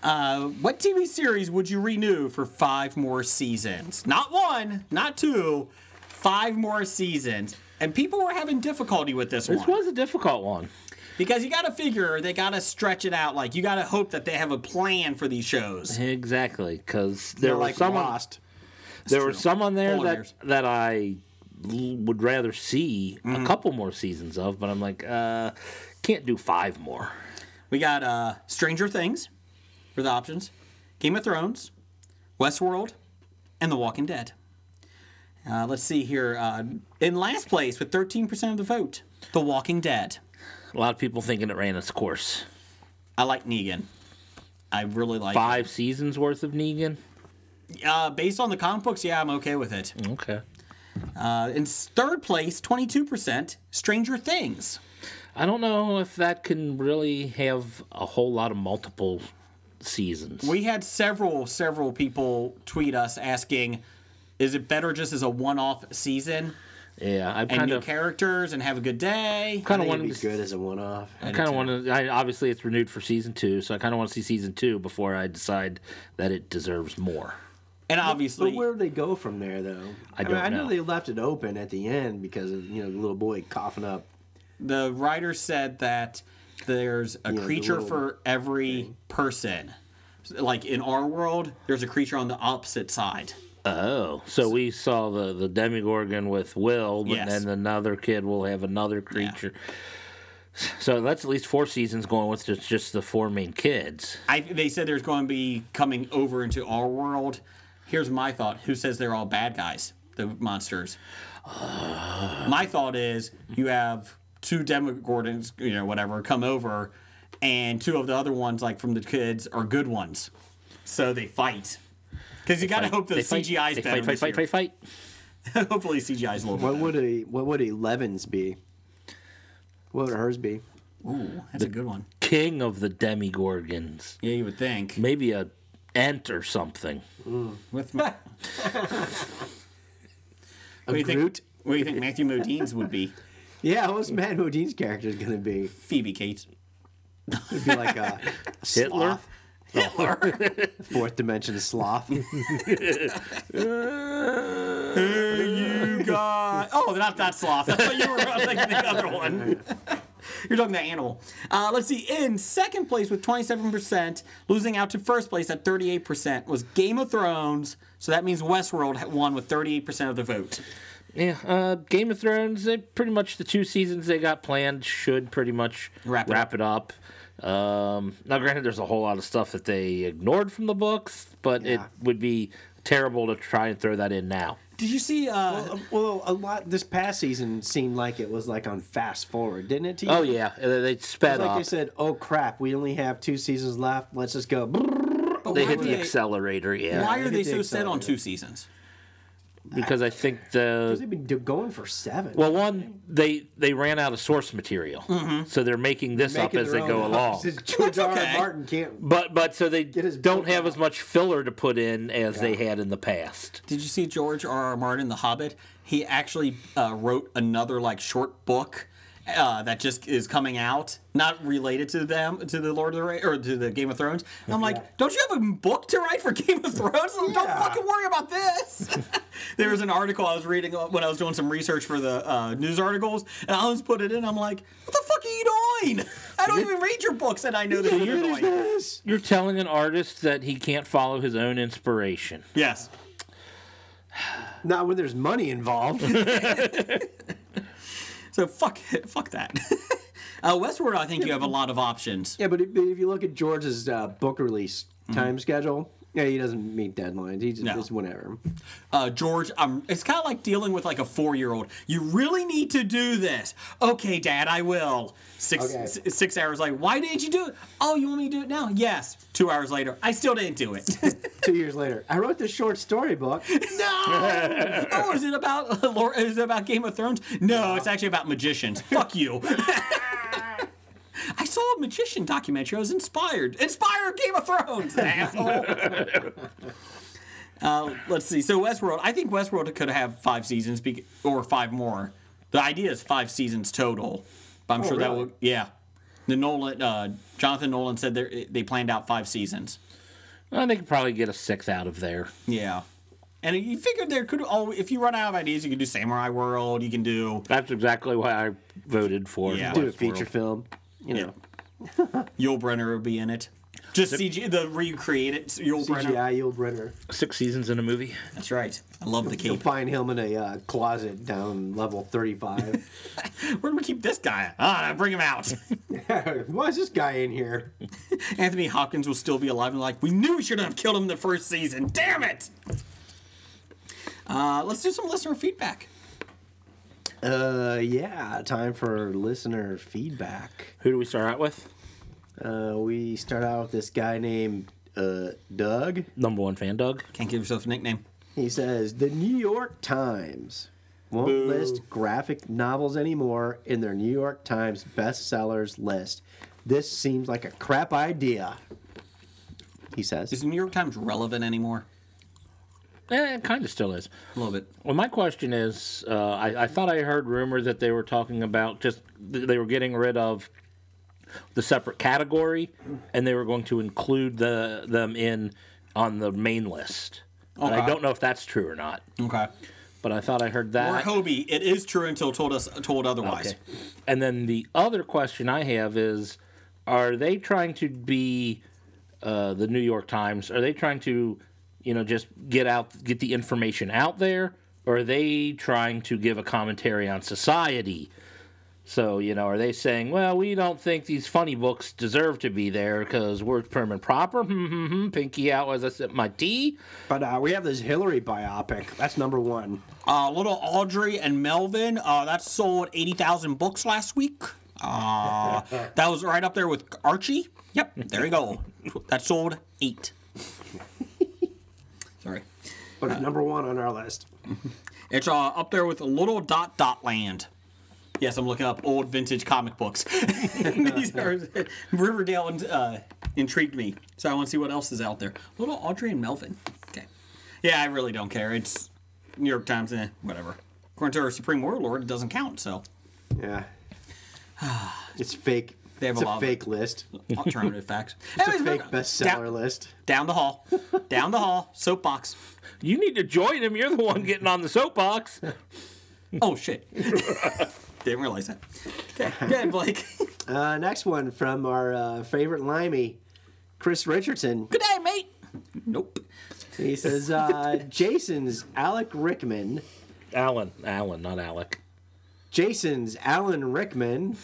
Speaker 2: Uh, what TV series would you renew for five more seasons? Not one, not two, five more seasons. And people were having difficulty with this,
Speaker 3: This
Speaker 2: one
Speaker 3: was a difficult one.
Speaker 2: because you got to figure they got to stretch it out. Like you got to hope that they have a plan for these shows.
Speaker 3: Exactly, because there
Speaker 6: They're
Speaker 3: were
Speaker 6: like
Speaker 3: some on-
Speaker 6: lost.
Speaker 3: there were some on there
Speaker 2: Polar
Speaker 3: that
Speaker 2: bears.
Speaker 3: that I l- would rather see a couple more seasons of, but I'm like, uh, can't do five more.
Speaker 2: We got uh, Stranger Things for the options, Game of Thrones, Westworld, and The Walking Dead. Uh, let's see here. Uh, in last place with 13% of the vote, The Walking Dead.
Speaker 3: A lot of people thinking it ran its course.
Speaker 2: I like Negan. I really like him.
Speaker 3: Five seasons worth of Negan. Mm.
Speaker 2: Uh, based on the comic books, yeah, I'm okay with it.
Speaker 3: Okay.
Speaker 2: Uh, in s- third place, 22%, Stranger Things.
Speaker 3: I don't know if that can really have a whole lot of multiple seasons.
Speaker 2: We had several, several people tweet us asking, is it better just as a one off season
Speaker 3: yeah, I
Speaker 2: and
Speaker 3: kind
Speaker 2: new
Speaker 3: of
Speaker 2: characters and have a good day?
Speaker 3: kind
Speaker 6: I
Speaker 3: of
Speaker 6: think it'd
Speaker 3: wanted
Speaker 6: be
Speaker 3: to
Speaker 6: good as a one-off.
Speaker 3: I kind of want to. I, obviously, it's renewed for season two, so I kind of want to see season two before I decide that it deserves more.
Speaker 2: And
Speaker 6: But
Speaker 2: obviously,
Speaker 6: where do they go from there, though?
Speaker 3: I don't
Speaker 6: I know
Speaker 3: know.
Speaker 6: they left it open at the end because of you know the little boy coughing up.
Speaker 2: the writer said that there's a
Speaker 6: the
Speaker 2: creature
Speaker 6: little
Speaker 2: for every person. So, Like in our world, there's a creature on the opposite side.
Speaker 3: Oh, so we saw the the Demigorgon with Will, but
Speaker 2: Yes.
Speaker 3: then another kid will have another creature. So that's at least four seasons going with just, just the four main kids.
Speaker 2: I, they said there's going to be coming over into our world. Here's my thought: Who says they're all bad guys? The monsters.
Speaker 3: Uh.
Speaker 2: my thought is you have two Demogorgons, you know, whatever, come over, and two of the other ones, like from the kids, are good ones. So they fight. Because you got to hope the
Speaker 3: They fight-
Speaker 2: CGI is
Speaker 3: they
Speaker 2: better.
Speaker 3: Fight, fight,
Speaker 2: this
Speaker 3: fight,
Speaker 2: year.
Speaker 3: fight, fight.
Speaker 2: Hopefully CGI is a little
Speaker 6: What
Speaker 2: bit.
Speaker 6: would a what would elevens be? What would hers be?
Speaker 2: Ooh, that's a good one.
Speaker 3: King of the Demigorgons,
Speaker 2: Yeah, you would think.
Speaker 3: maybe a ant or something.
Speaker 2: With my, what do you think?
Speaker 6: Groot?
Speaker 2: What do you think Matthew Modine's would be?
Speaker 6: Yeah, what's Matt Modine's character going to be?
Speaker 2: Phoebe Cates.
Speaker 6: It'd be like a
Speaker 3: Hitler?
Speaker 6: sloth, fourth dimension sloth.
Speaker 2: You got oh, not that sloth. I thought you were thinking the other one. You're talking that animal. Uh, let's see. In second place with 27%, losing out to first place at 38% was Game of Thrones. So that means Westworld had won with 38% of the vote.
Speaker 3: Yeah, uh, Game of Thrones. They pretty much the two seasons they got planned should pretty much
Speaker 2: Wrap
Speaker 3: wrap
Speaker 2: it
Speaker 3: it up. Um, now, granted, there's a whole lot of stuff that they ignored from the books, but it
Speaker 6: Yeah.
Speaker 3: would be terrible to try and throw that in now.
Speaker 2: Did you see? Uh,
Speaker 6: well, a lot this past season seemed like it was like on fast forward, didn't it? To you?
Speaker 3: Oh yeah, uh, they sped
Speaker 6: It's like
Speaker 3: up.
Speaker 6: they said, "Oh crap, we only have two seasons left. Let's just go."
Speaker 3: They
Speaker 2: why
Speaker 3: hit
Speaker 2: were
Speaker 3: the
Speaker 2: they-
Speaker 3: accelerator, yeah,
Speaker 2: why are
Speaker 6: they
Speaker 2: they
Speaker 6: did
Speaker 2: so
Speaker 6: take
Speaker 2: set
Speaker 6: some
Speaker 2: on
Speaker 6: of it.
Speaker 2: two seasons?
Speaker 3: because I think the
Speaker 6: They've been do- going for seven.
Speaker 3: well one they they ran out of source material, so they're making this
Speaker 6: Making
Speaker 3: up as they
Speaker 6: their own
Speaker 3: go
Speaker 6: up.
Speaker 3: along.
Speaker 6: Since George R. R.
Speaker 2: okay.
Speaker 6: Martin can't.
Speaker 3: But but so they
Speaker 6: his
Speaker 3: don't
Speaker 6: book
Speaker 3: have as much filler to put in as they had in the past.
Speaker 2: Did you see George R. R. Martin, The Hobbit? He actually uh, wrote another like short book uh, that just is coming out, not related to them, to the Lord of the Ra- or to the Game of Thrones. And I'm like, don't you have a book to write for Game of Thrones? Don't fucking worry about this. there was an article I was reading when I was doing some research for the uh, news articles, and I almost put it in. I'm like, what the fuck are you doing? I don't even read your books, and I know that you're doing.
Speaker 3: You're telling an artist that he can't follow his own inspiration.
Speaker 2: Yes.
Speaker 6: Not when there's money involved.
Speaker 2: So fuck, fuck that. uh, Westward, I think you have a lot of options.
Speaker 6: yeah, but if, if you look at George's uh, book release time schedule, yeah, he doesn't meet deadlines. He just
Speaker 2: No.
Speaker 6: it's whenever.
Speaker 2: uh, George, um, it's kind of like dealing with like a four-year-old. You really need to do this. Okay, Dad, I will. Six
Speaker 6: Okay.
Speaker 2: s- six hours later, why didn't you do it? Oh, you want me to do it now? Yes. Two hours later, I still didn't do it.
Speaker 6: Two years later, I wrote this short story book.
Speaker 2: no. oh, is it about Lord? Is it about Game of Thrones? No, it's actually about magicians. Fuck you. I saw a magician documentary. I was inspired. Inspired Game of Thrones, asshole. Uh, let's see. So Westworld, I think Westworld could have five seasons be- or five more. The idea is five seasons total, but I'm sure that
Speaker 6: really?
Speaker 2: will. Yeah, the Nolan, uh, Jonathan Nolan said they they planned out five seasons.
Speaker 3: Well, they could probably get a sixth out of there.
Speaker 2: Yeah. And you figured there could oh if you run out of ideas you can do Samurai World, you can do
Speaker 3: That's exactly why I voted for.
Speaker 2: Yeah.
Speaker 6: Do a
Speaker 3: Westworld.
Speaker 6: feature film. You know,
Speaker 2: Yul Brenner would be in it. Just CG the recreated Yul Brenner.
Speaker 6: CGI Yul Brenner.
Speaker 3: Six seasons in a movie.
Speaker 2: That's right. I love the
Speaker 6: You'll
Speaker 2: cape.
Speaker 6: find him in a uh, closet down level thirty-five.
Speaker 2: Where do we keep this guy? Ah, bring him out.
Speaker 6: Why is this guy in here?
Speaker 2: Anthony Hopkins will still be alive and like, we knew we shouldn't have killed him the first season. Damn it. Uh, let's do some listener feedback.
Speaker 6: Uh, yeah, time for listener feedback.
Speaker 3: Who do we start out with?
Speaker 6: Uh, we start out with this guy named uh, Doug.
Speaker 3: Number one fan, Doug.
Speaker 2: Can't give yourself a nickname.
Speaker 6: He says, The New York Times. won't list graphic novels anymore in their New York Times bestsellers list. This seems like a crap idea, he
Speaker 2: Is
Speaker 6: says.
Speaker 2: the New York Times relevant anymore?
Speaker 3: Eh, it kind of still is.
Speaker 2: A little bit.
Speaker 3: Well, my question is, uh, I, I thought I heard rumor that they were talking about just th- they were getting rid of the separate category, and they were going to include the them in on the main list. And I
Speaker 2: Okay.
Speaker 3: don't know if that's true or not,
Speaker 2: Okay.
Speaker 3: but I thought I heard
Speaker 2: Or
Speaker 3: that.
Speaker 2: Hobie, it is true until told us told otherwise.
Speaker 3: Okay. And then the other question I have is, are they trying to be uh, the New York Times? Are they trying to, you know, just get out, get the information out there, or are they trying to give a commentary on society? So you know, are they saying, well, we don't think these funny books deserve to be there because we're prim and proper, Hmm, hmm, hmm. pinky out as I sip my tea.
Speaker 6: But uh, we have this Hillary biopic. That's number one.
Speaker 2: Uh, little Audrey and Melvin, uh, that sold 80,000 books last week. Uh, that was right up there with Archie. Yep, there you go. That sold eight. Sorry.
Speaker 6: But it's number one on our list.
Speaker 2: It's uh, up there with Little Dot Dot Land. Yes, I'm looking up old vintage comic books. These are Riverdale uh, intrigued me, so I want to see what else is out there. Little Audrey and Melvin. Okay. Yeah, I really don't care. It's New York Times, eh, whatever. According to our Supreme Warlord, it doesn't count, so
Speaker 6: Yeah. It's fake.
Speaker 2: They have
Speaker 6: it's
Speaker 2: a lot
Speaker 6: a
Speaker 2: of
Speaker 6: fake list.
Speaker 2: alternative facts.
Speaker 6: It's a
Speaker 2: Anyways,
Speaker 6: fake
Speaker 2: moving on.
Speaker 6: bestseller
Speaker 2: Down,
Speaker 6: list.
Speaker 2: down the hall, down the hall, soapbox.
Speaker 3: You need to join him. You're the one getting on the soapbox.
Speaker 2: Oh shit! Didn't realize that. Okay, good, Blake.
Speaker 6: Uh, next one from our uh, favorite Limey, Chris Richardson.
Speaker 2: Good day, mate. Nope.
Speaker 6: He says, uh, Jason's Alec Rickman.
Speaker 3: Alan, Alan, not Alec.
Speaker 6: Jason's Alan Rickman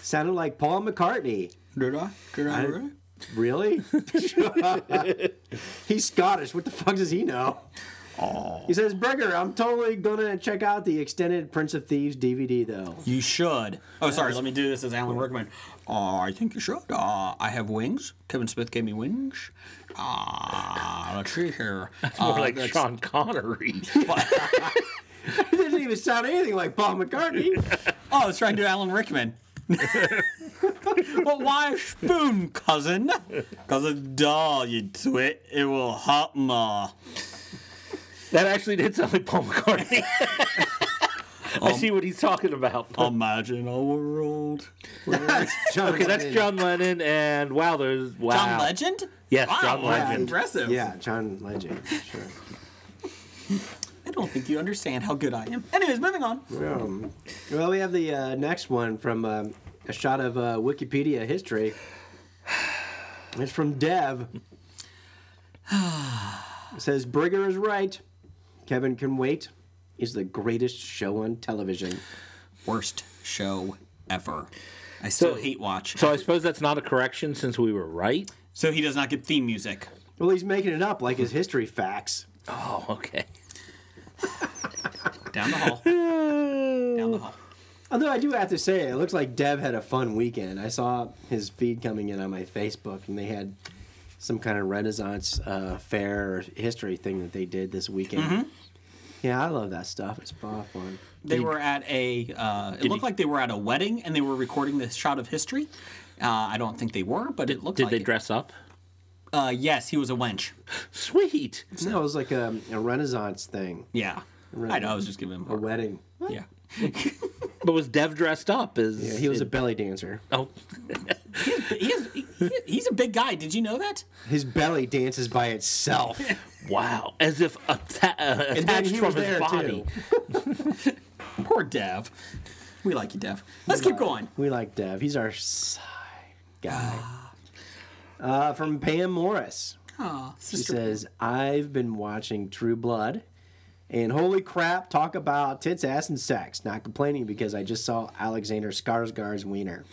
Speaker 6: sounded like Paul McCartney.
Speaker 2: Did I? Did I? really?
Speaker 6: Really? He's Scottish. What the fuck does he know? He says, Burger, I'm totally gonna check out the extended Prince of Thieves DVD though.
Speaker 2: You should. Oh, sorry. Let me do this as Alan Rickman. Uh, I think you should. Uh, I have wings. Kevin Smith gave me wings. Ah, let's see here.
Speaker 3: More
Speaker 2: Uh,
Speaker 3: like
Speaker 2: that's-
Speaker 3: Sean Connery.
Speaker 6: He doesn't even sound anything like Paul McCartney.
Speaker 2: Oh, let's try and do Alan Rickman. well, why a spoon, cousin? Cause it's dull, you twit. It will hot ma.
Speaker 3: That actually did sound like Paul McCartney. I see what he's talking about.
Speaker 2: Imagine a world.
Speaker 6: John
Speaker 3: okay, that's
Speaker 6: Lennon.
Speaker 3: John Lennon, and wow, there's wow.
Speaker 2: John Legend?
Speaker 3: Yes,
Speaker 2: wow,
Speaker 3: John
Speaker 2: that's
Speaker 3: Legend.
Speaker 2: Impressive.
Speaker 6: Yeah, John Legend. Sure.
Speaker 2: I don't think you understand how good I am. Anyways, moving on.
Speaker 6: Um, well, we have the uh, next one from um, a shot of uh, Wikipedia history. It's from Dev. It says Brigger is right. Kevin can wait. Is the greatest show on television.
Speaker 2: Worst show ever. I still hate watch.
Speaker 3: So I suppose that's not a correction since we were right.
Speaker 2: So he does not get theme music.
Speaker 6: Well, he's making it up like his history facts.
Speaker 3: Oh, okay.
Speaker 2: Down the hall. Down the hall.
Speaker 6: Although I do have to say, it looks like Dev had a fun weekend. I saw his feed coming in on my Facebook, and they had some kind of Renaissance uh, fair or history thing that they did this weekend.
Speaker 3: Mm-hmm.
Speaker 6: Yeah, I love that stuff. It's a lot of fun.
Speaker 2: They were at a. Uh, it looked like they were at a wedding, and they were recording this shot of history. Uh, I don't think they were, but it looked
Speaker 3: Did
Speaker 2: like
Speaker 3: they
Speaker 2: it.
Speaker 3: dress up?
Speaker 2: Uh, yes, he was a wench.
Speaker 3: Sweet.
Speaker 6: No, it was like a, a Renaissance thing,
Speaker 2: Yeah, I know. I was just giving him.
Speaker 6: a wedding.
Speaker 2: Yeah,
Speaker 3: But was Dev dressed up? Is
Speaker 6: Yeah, he was a belly dancer.
Speaker 3: oh,
Speaker 2: But he is, he, he's a big guy. Did you know that?
Speaker 6: His belly dances by itself.
Speaker 3: wow, as if a ta- uh,
Speaker 6: then
Speaker 3: attached
Speaker 6: he
Speaker 3: from
Speaker 6: was
Speaker 3: his
Speaker 6: there
Speaker 3: body.
Speaker 6: too.
Speaker 2: Poor Dev. We like you, Dev. Let's keep going.
Speaker 6: We like Dev. He's our side guy. Uh, from Pam Morris.
Speaker 2: Aw,
Speaker 6: She
Speaker 2: sister.
Speaker 6: says, I've been watching True Blood, and holy crap, talk about tits, ass, and sex. Not complaining because I just saw Alexander Skarsgård's wiener.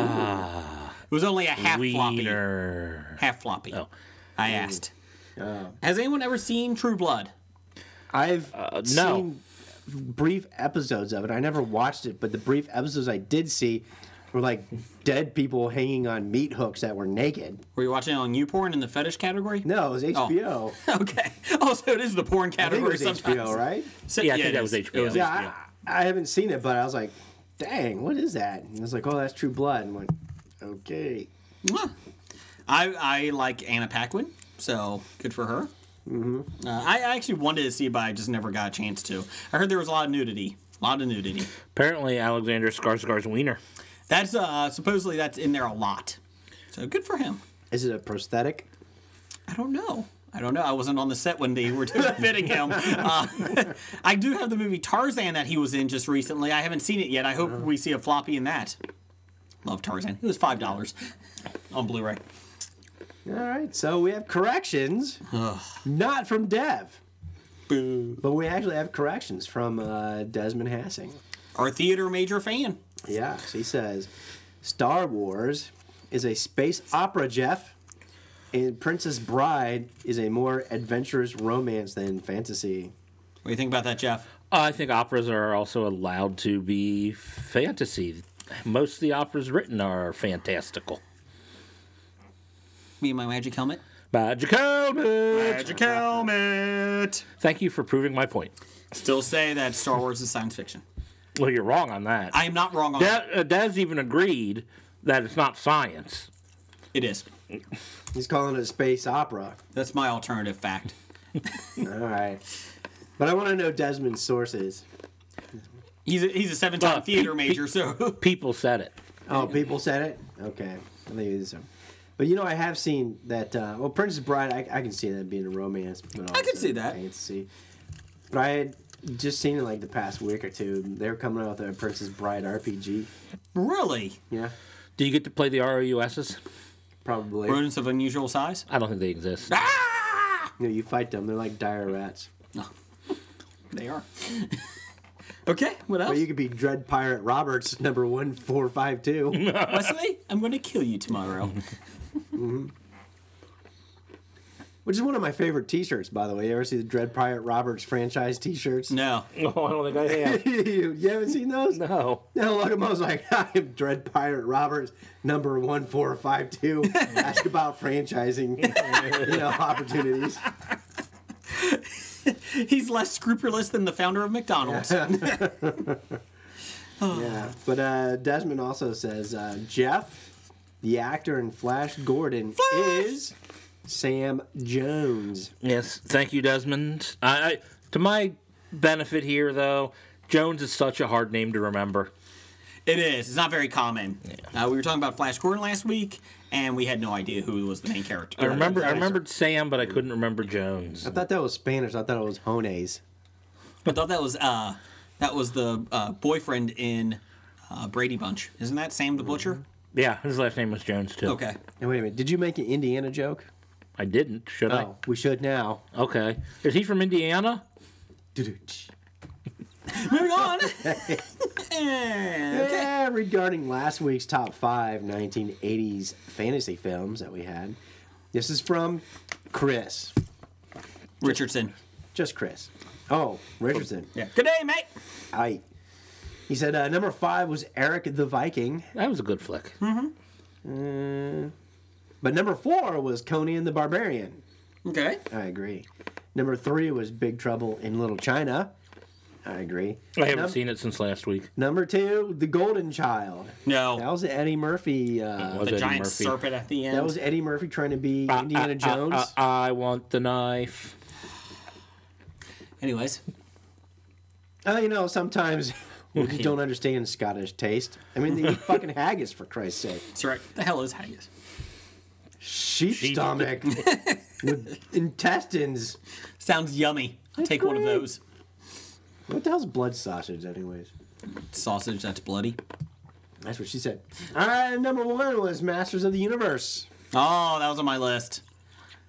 Speaker 2: It was only a half floppy.
Speaker 3: Wiener.
Speaker 2: Half floppy. Oh, I asked. Has anyone ever seen True Blood?
Speaker 6: I've
Speaker 3: no.
Speaker 2: Uh,
Speaker 6: seen brief episodes of it. I never watched it, but the brief episodes I did see, Or like dead people hanging on meat hooks that were naked.
Speaker 2: Were you watching it on YouPorn in the fetish category?
Speaker 6: No, it was HBO.
Speaker 2: Okay. Also, it is the porn
Speaker 6: I think it
Speaker 2: Oh. category
Speaker 6: was
Speaker 2: sometimes.
Speaker 6: HBO, right?
Speaker 2: So-
Speaker 3: Yeah, I think
Speaker 2: it
Speaker 3: that
Speaker 2: is.
Speaker 3: was HBO.
Speaker 2: It was
Speaker 6: Yeah,
Speaker 2: HBO.
Speaker 6: I, I haven't seen it, but I was like, dang, what is that? And I was like, oh, that's True Blood. And I went, okay.
Speaker 2: Mwah. I I like Anna Paquin, so good for her. Mm-hmm. Uh, I, I actually wanted to see it, but I just never got a chance to. I heard there was a lot of nudity, a lot of nudity.
Speaker 3: Apparently, Alexander Skarsgård's wiener.
Speaker 2: That's uh, supposedly that's in there a lot. So good for him.
Speaker 6: Is it a prosthetic?
Speaker 2: I don't know. I don't know. I wasn't on the set when they were fitting him. Uh, I do have the movie Tarzan that he was in just recently. I haven't seen it yet. I hope we see a floppy in that. Love Tarzan. It was five dollars on Blu-ray.
Speaker 6: All right, so we have corrections, not from Dev,
Speaker 2: Boo.
Speaker 6: but we actually have corrections from uh, Desmond Hassing.
Speaker 2: Our theater major fan.
Speaker 6: Yeah, she says Star Wars is a space opera, Jeff, and Princess Bride is a more adventurous romance than fantasy.
Speaker 2: What do you think about that, Jeff?
Speaker 3: I think operas are also allowed to be fantasy. Most of the operas written are fantastical.
Speaker 2: Me and my magic helmet.
Speaker 3: Magic helmet.
Speaker 2: Magic helmet.
Speaker 3: Thank you for proving my point.
Speaker 2: Still say that Star Wars is science fiction.
Speaker 3: Well, you're wrong on that.
Speaker 2: I am not wrong on that.
Speaker 3: Dad, uh, Dad's even agreed that it's not science.
Speaker 2: It is.
Speaker 6: He's calling it space opera.
Speaker 2: That's my alternative fact.
Speaker 6: All right, but I want to know Desmond's sources.
Speaker 2: He's a, he's a seven-time
Speaker 3: Well,
Speaker 2: theater
Speaker 3: pe-
Speaker 2: major, so
Speaker 3: People said it.
Speaker 6: Oh, people said it. Okay, I think it is. But you know, I have seen that. Uh, well, Princess Bride, I, I can see that being a romance. But
Speaker 2: I can
Speaker 6: also
Speaker 2: see that.
Speaker 6: fantasy. But I had just seen it like the past week or two. They were coming out with a Princess Bride RPG.
Speaker 2: really,
Speaker 6: Yeah,
Speaker 3: Do you get to play the ROUSs?
Speaker 6: probably. You
Speaker 2: rodents of unusual size.
Speaker 3: I don't think they exist.
Speaker 2: Ah!
Speaker 6: know, you fight them. They're like dire rats.
Speaker 2: They are. okay, what else?
Speaker 6: But you could be Dread Pirate Roberts, number one four five two.
Speaker 2: Wesley, I'm going to kill you tomorrow.
Speaker 6: Which is one of my favorite T-shirts, by the way. You ever see the Dread Pirate Roberts franchise T-shirts?
Speaker 2: no.
Speaker 3: No, I don't think I have.
Speaker 6: you, you haven't seen those?
Speaker 3: no.
Speaker 6: Now look at him, I was like, I am Dread Pirate Roberts, number one four five two. Ask about franchising, you know, opportunities.
Speaker 2: He's less scrupulous than the founder of McDonald's.
Speaker 6: Yeah, but uh, Desmond also says uh, Jeff, the actor in Flash Gordon, is Sam Jones.
Speaker 3: Yes, thank you, Desmond. I, I to my benefit here, though, Jones is such a hard name to remember.
Speaker 2: It is. It's not very common. Uh, we were talking about Flash Gordon last week, and we had no idea who was the main character.
Speaker 3: I remember, I remembered Sam, but I couldn't remember Jones.
Speaker 6: I thought that was Spanish. I thought it was Jones.
Speaker 2: I thought that was uh, that was the uh, boyfriend in uh, Brady Bunch. Isn't that Sam the Butcher?
Speaker 3: Yeah, his last name was Jones too.
Speaker 2: Okay.
Speaker 6: And wait a minute, did you make an Indiana joke?
Speaker 3: I didn't. Should
Speaker 6: Oh, we should now.
Speaker 3: I? Okay. Is he from Indiana?
Speaker 6: Doo-doo-tsh.
Speaker 2: Moving on. okay.
Speaker 6: Yeah, regarding last week's top five 1980s fantasy films that we had, this is from Chris.
Speaker 2: Richardson.
Speaker 6: Just Chris. Oh, Richardson.
Speaker 2: Yeah. Good day, mate.
Speaker 6: I. He said uh, number five was Eric the Viking,
Speaker 3: That was a good flick.
Speaker 2: Hmm.
Speaker 6: but number four was Conan the Barbarian.
Speaker 2: Okay.
Speaker 6: I agree. Number three was Big Trouble in Little China. I agree.
Speaker 3: I haven't
Speaker 6: Num-
Speaker 3: seen it since last week.
Speaker 6: Number two, The Golden Child.
Speaker 2: No.
Speaker 6: That was Eddie Murphy. Uh,
Speaker 3: Was
Speaker 2: the
Speaker 3: Eddie
Speaker 2: giant
Speaker 3: Murphy.
Speaker 2: serpent at the end.
Speaker 6: that was Eddie Murphy trying to be Indiana Jones.
Speaker 3: Uh, I want the knife.
Speaker 2: Anyways,
Speaker 6: Oh, you know, sometimes we just don't understand Scottish taste. I mean, they eat fucking haggis for Christ's sake.
Speaker 2: that's right. The hell is haggis?
Speaker 6: Sheep, stomach with intestines.
Speaker 2: Sounds yummy. I'll take one of
Speaker 6: great.
Speaker 2: those.
Speaker 6: What the hell's blood sausage, anyways?
Speaker 2: Sausage that's bloody.
Speaker 6: That's what she said. All right, number one was Masters of the Universe.
Speaker 2: Oh, that was on my list.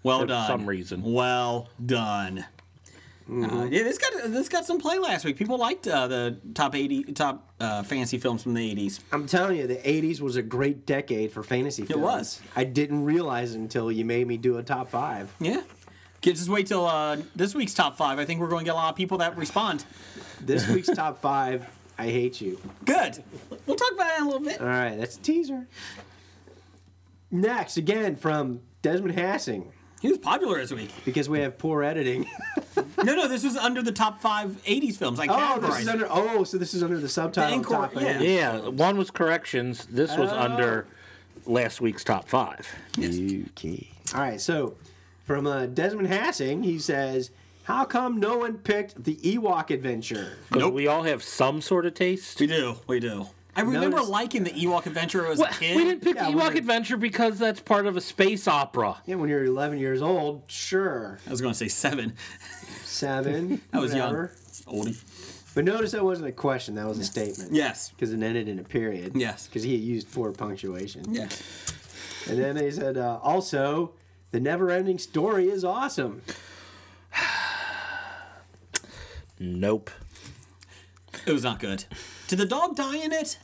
Speaker 2: Well
Speaker 3: For
Speaker 2: done.
Speaker 3: some reason.
Speaker 2: Well done. Uh,
Speaker 6: Mm-hmm.
Speaker 2: yeah, this got this got some play last week. People liked uh, the top eighty top uh, fancy films from the eighties.
Speaker 6: I'm telling you, the 80s was a great decade for fantasy films.
Speaker 2: was.
Speaker 6: I didn't realize it until you made me do a top five.
Speaker 2: Yeah. Kids, just wait till uh, this week's top five. I think we're going to get a lot of people that respond.
Speaker 6: This week's top five I hate you.
Speaker 2: Good. We'll talk about it in a little bit.
Speaker 6: All right, that's a teaser. Next, again from Desmond Hassing,
Speaker 2: He was popular this week.
Speaker 6: because we have poor editing.
Speaker 2: No, no, this was under the top five 80s films. I
Speaker 6: oh,
Speaker 2: categorized
Speaker 6: this is
Speaker 2: it.
Speaker 6: under. Oh, so this is under the subtitle.
Speaker 2: The Incor-
Speaker 6: top,
Speaker 2: yeah.
Speaker 6: yeah.
Speaker 3: Yeah, one was corrections. This was
Speaker 2: Oh.
Speaker 3: under last week's top five.
Speaker 6: Okay. All right, so from uh, Desmond Hassing, he says, "How come no one picked the Ewok Adventure?"
Speaker 3: Because
Speaker 2: Nope.
Speaker 3: we all have some sort of taste.
Speaker 2: We do. We do. I remember
Speaker 6: Notice-
Speaker 2: liking the Ewok Adventure as
Speaker 3: Well,
Speaker 2: a kid.
Speaker 3: we didn't pick
Speaker 6: Yeah,
Speaker 3: the
Speaker 6: we
Speaker 3: Ewok
Speaker 6: didn't.
Speaker 3: Adventure because that's part of a space opera.
Speaker 6: Yeah, when you're 11 years old, sure,
Speaker 2: I was going to say seven.
Speaker 6: seven.
Speaker 2: I was young.
Speaker 6: whatever.
Speaker 2: Oldie.
Speaker 6: But notice that wasn't a question; that was a statement.
Speaker 2: Yes.
Speaker 6: Because it ended in a period.
Speaker 2: Yes.
Speaker 6: Because he had used four punctuation.
Speaker 2: Yes.
Speaker 6: And then they said, uh, also, the never ending story is awesome.
Speaker 3: Nope.
Speaker 2: It was not good. Did the dog die in it?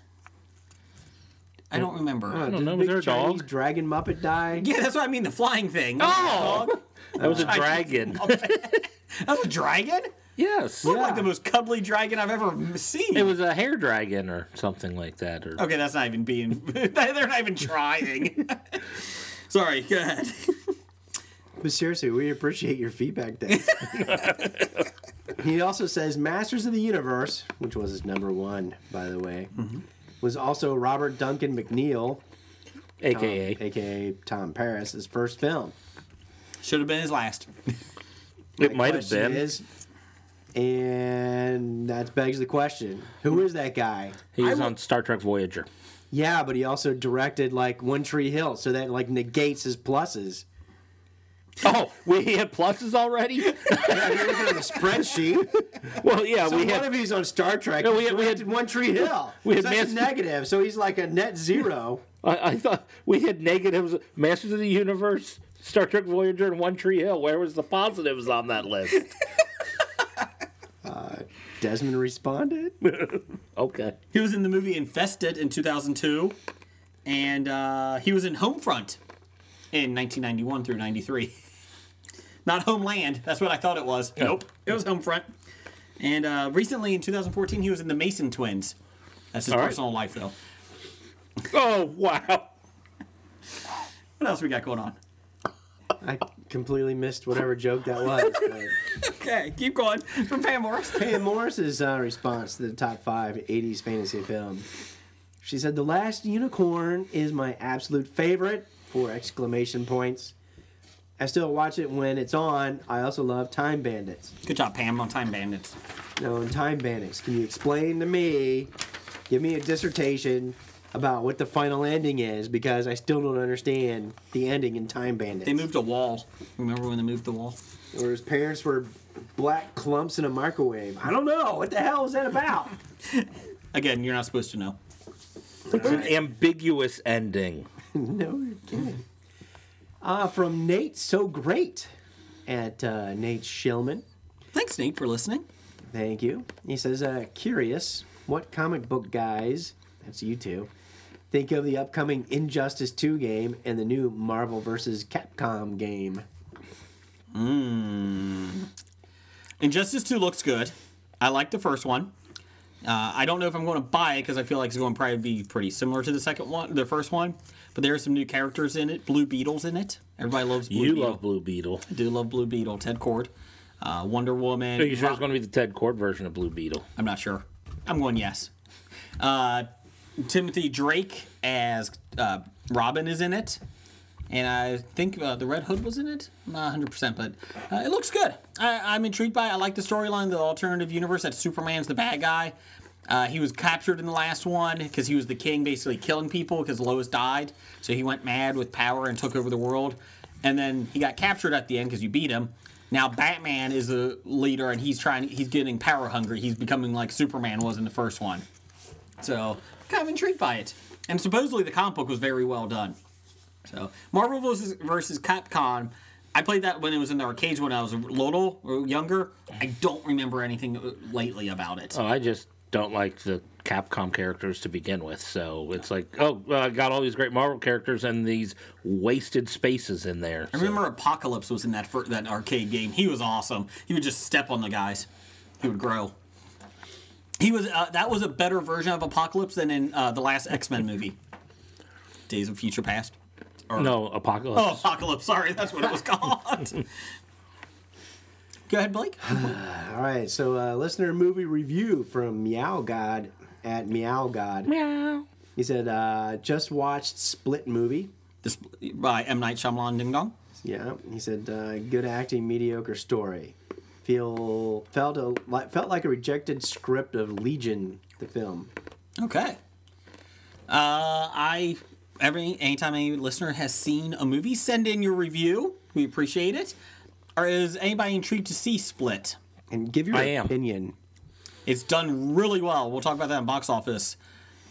Speaker 2: I don't remember.
Speaker 3: don't
Speaker 6: Uh, Did
Speaker 3: know,
Speaker 6: the
Speaker 3: was
Speaker 6: big
Speaker 3: there a
Speaker 6: Chinese
Speaker 3: dog?
Speaker 6: Dragon Muppet die?
Speaker 2: Yeah, that's what I mean. The flying thing.
Speaker 3: Oh! That was a dragon.
Speaker 2: That was a dragon?
Speaker 3: yes.
Speaker 2: Looked like the most cuddly dragon I've ever seen.
Speaker 3: It was a hair dragon or something like that. Or
Speaker 2: Okay, that's not even being. They're not even trying. Sorry, go ahead.
Speaker 6: But seriously, we appreciate your feedback, Dave. he also says Masters of the Universe, which was his number one, by the way,
Speaker 3: Mm-hmm.
Speaker 6: was also Robert Duncan McNeil, um,
Speaker 3: AKA.
Speaker 6: aka Tom Paris, his first film.
Speaker 2: Should have been his last.
Speaker 3: it might have been.
Speaker 6: Question is- and that begs the question who is that guy?
Speaker 3: he was
Speaker 2: will-
Speaker 3: on Star Trek Voyager.
Speaker 6: Yeah, but he also directed like One Tree Hill, so that like negates his pluses.
Speaker 3: Oh, we had pluses already?
Speaker 6: Yeah, if you're looking at the spreadsheet.
Speaker 3: well, yeah,
Speaker 6: So
Speaker 3: we
Speaker 6: one
Speaker 3: had.
Speaker 6: of these on Star Trek.
Speaker 3: No,
Speaker 6: No,
Speaker 3: we
Speaker 6: we,
Speaker 3: had- we had-
Speaker 6: had One Tree Hill.
Speaker 3: we had
Speaker 6: so that's
Speaker 3: Mas-
Speaker 6: a negative, so he's like a net zero.
Speaker 3: I, I thought we had negatives. Masters of the Universe, Star Trek Voyager, and One Tree Hill. Where was the positives on that list?
Speaker 6: Desmond responded.
Speaker 3: Okay.
Speaker 2: He was in the movie Infested in 2002, and uh, he was in Homefront in 1991 through 93. Not Homeland, that's what I thought it was. Nope, it was Homefront. And uh, recently in 2014, he was in The Mason Twins. That's his
Speaker 3: All right.
Speaker 2: personal life, though.
Speaker 3: Oh wow.
Speaker 2: What else we got going on?
Speaker 6: I completely missed whatever joke that was. But
Speaker 2: Okay, keep going. From Pam Morris.
Speaker 6: Pam Morris's uh, response to the top five 80s fantasy film. She said, The Last Unicorn is my absolute favorite, four exclamation points. I still watch it when it's on. I also love Time Bandits.
Speaker 2: Good job, Pam, on Time Bandits.
Speaker 6: No, in time bandits. Can you explain to me, give me a dissertation about what the final ending is because I still don't understand the ending in Time Bandits.
Speaker 2: They moved a wall. Remember when they moved the wall?
Speaker 6: Where his parents were black clumps in a microwave. I don't know. What the hell is that about?
Speaker 2: Again, you're not supposed to know.
Speaker 3: It's an ambiguous ending.
Speaker 6: no, you're kidding. Uh, from Nate So Great at uh, Nate Shillman.
Speaker 2: Thanks, Nate, for listening.
Speaker 6: Thank you. He says, uh, curious, what comic book guys, that's you two, think of the upcoming Injustice 2 game and the new Marvel vs. Capcom game?
Speaker 2: Injustice 2 looks good. I like the first one. Uh, I don't know if I'm going to buy it because I feel like it's going to probably be pretty similar to the second one, the first one. But there are some new characters in it. Blue Beetle's in it. Everybody loves Blue
Speaker 3: You
Speaker 2: Beetle.
Speaker 3: love Blue Beetle.
Speaker 2: I do love Blue Beetle. Ted Cord, uh, Wonder Woman.
Speaker 3: Are you sure it's going to be the Ted Cord version of Blue Beetle?
Speaker 2: I'm not sure. I'm going yes. Uh, Timothy Drake as uh, Robin is in it. And I think uh, the Red Hood was in it. I'm not 100%, but uh, it looks good. I, I'm intrigued by it. I like the storyline, the alternative universe that Superman's the bad guy. Uh, he was captured in the last one because he was the king, basically killing people because Lois died. So he went mad with power and took over the world. And then he got captured at the end because you beat him. Now Batman is the leader, and he's trying. He's getting power hungry. He's becoming like Superman was in the first one. So kind of intrigued by it. And supposedly the comic book was very well done. So Marvel versus, versus Capcom. I played that when it was in the arcades when I was little or younger. I don't remember anything lately about it.
Speaker 3: Oh, I just don't like the Capcom characters to begin with. So it's like, oh, well, I got all these great Marvel characters and these wasted spaces in there.
Speaker 2: I
Speaker 3: So-
Speaker 2: remember Apocalypse was in that fir- that arcade game. He was awesome. He would just step on the guys. He would grow. He was uh, that was a better version of Apocalypse than in uh, the last X Men movie, Days of Future Past.
Speaker 3: No,
Speaker 2: Oh,
Speaker 3: Apocalypse.
Speaker 2: Apocalypse. Sorry, that's what it was called. Go ahead, Blake.
Speaker 6: All right, so uh, listener movie review from Meow God at Meow God. Meow. He said, uh, just watched Split movie.
Speaker 2: This by M Night Shyamalan Ding Dong.
Speaker 6: Yeah, he said, uh, good acting, mediocre story. Feel felt a, li- felt like a rejected script of Legion, the film.
Speaker 2: Okay. Uh, I every anytime any listener has seen a movie, send in your review. We appreciate it. Or is anybody intrigued to see Split?
Speaker 6: And give your
Speaker 3: I am.
Speaker 6: opinion.
Speaker 2: It's done really well. We'll talk about that in box office,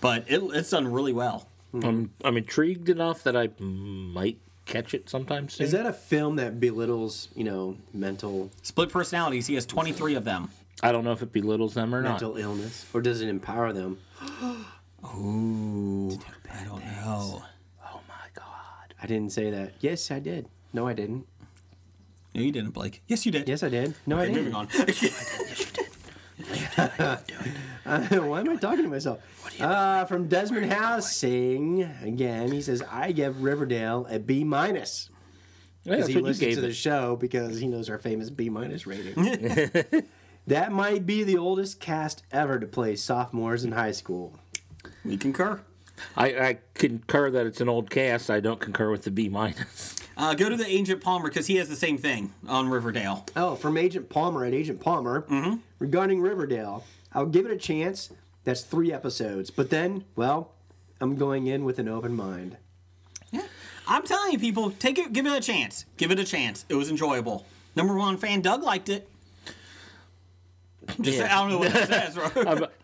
Speaker 2: but it, it's done really well.
Speaker 3: I'm, I'm intrigued enough that I might catch it sometime soon.
Speaker 6: Is that a film that belittles, you know, mental
Speaker 2: Split personalities. He has 23 of them.
Speaker 3: I don't know if it belittles them or not.
Speaker 6: mental illness, or does it empower them?
Speaker 2: Ooh, I don't know.
Speaker 3: Oh my god.
Speaker 6: I didn't say that. Yes, I did. No, I didn't.
Speaker 2: No, you didn't, Blake. Yes, you did.
Speaker 6: Yes, I did. No, I didn't.
Speaker 2: Moving on.
Speaker 6: Why am I talking to myself? Uh, from Desmond Housing again. He says I give Riverdale a B minus
Speaker 3: Yeah,
Speaker 6: because
Speaker 3: that's
Speaker 6: he
Speaker 3: what you
Speaker 6: listens
Speaker 3: gave
Speaker 6: to the
Speaker 3: it.
Speaker 6: show because he knows our famous B minus rating. that might be the oldest cast ever to play sophomores in high school.
Speaker 2: we concur.
Speaker 3: I, I concur that it's an old cast. I don't concur with the B minus.
Speaker 2: Uh, go to the Agent Palmer because he has the same thing on Riverdale.
Speaker 6: Oh, from Agent Palmer at Agent Palmer
Speaker 3: Mm-hmm.
Speaker 6: regarding Riverdale. I'll give it a chance. That's three episodes, but then, well, I'm going in with an open mind.
Speaker 2: Yeah. I'm telling you, people, take it, give it a chance. Give it a chance. It was enjoyable. Number one fan Doug liked it. Just I don't know what that says. Bro.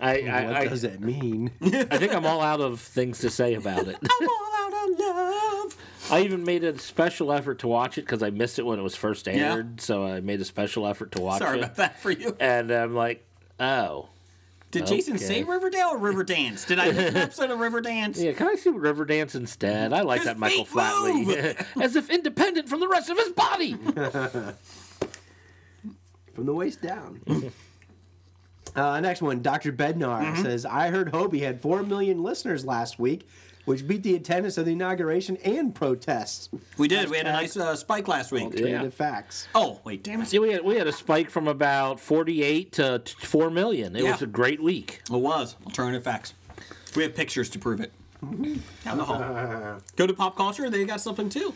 Speaker 3: I, I,
Speaker 6: What
Speaker 3: I,
Speaker 6: does that mean?
Speaker 3: I think I'm all out of things to say about it.
Speaker 2: All out of love.
Speaker 3: I even made a special effort to watch it because I missed it when it was first
Speaker 2: Yeah.
Speaker 3: aired. So I made a special effort to watch
Speaker 2: Sorry
Speaker 3: it.
Speaker 2: about that for you.
Speaker 3: And I'm like, oh.
Speaker 2: Did Jason
Speaker 3: Okay.
Speaker 2: say Riverdale or Riverdance? Did I miss an episode of Riverdance?
Speaker 3: Yeah, can I see Riverdance instead? I like
Speaker 2: His
Speaker 3: that Michael
Speaker 2: feet
Speaker 3: Flatley. As if independent from the rest of his body.
Speaker 6: From the waist down. uh, next one, Dr. Bednar
Speaker 3: Mm-hmm.
Speaker 6: says, I heard Hobie had 4 million listeners last week, which beat the attendance of the inauguration and protests.
Speaker 2: We did. We had a nice uh, spike last week.
Speaker 6: Alternative
Speaker 3: Yeah.
Speaker 6: facts.
Speaker 2: Oh, wait, damn it.
Speaker 3: See, we had, we had a spike from about 48 to t- 4 million. It
Speaker 2: Yeah.
Speaker 3: was a great week.
Speaker 2: It was alternative facts. We have pictures to prove it. Down the hall. Go to pop culture. They got something too.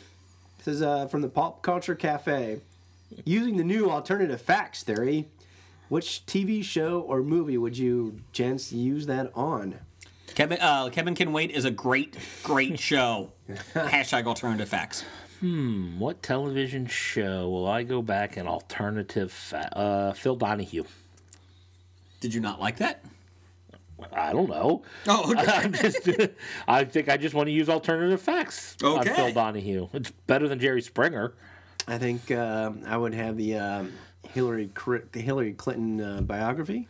Speaker 6: This is uh, from the Pop Culture Cafe. Using the new alternative facts theory, which TV show or movie would you, gents, use that on?
Speaker 2: Kevin uh, Kevin Can Wait is a great, great show. Hashtag alternative facts.
Speaker 3: What television show will I go back and alternative? Fa- uh, Phil Donahue.
Speaker 2: Did you not like that?
Speaker 3: I don't know.
Speaker 2: Oh, okay.
Speaker 3: I'm just, I think I just want to use alternative facts on
Speaker 2: Okay.
Speaker 3: Phil Donahue. It's better than Jerry Springer.
Speaker 6: I think uh, I would have the um, Hillary, Cri- the Hillary Clinton uh, biography.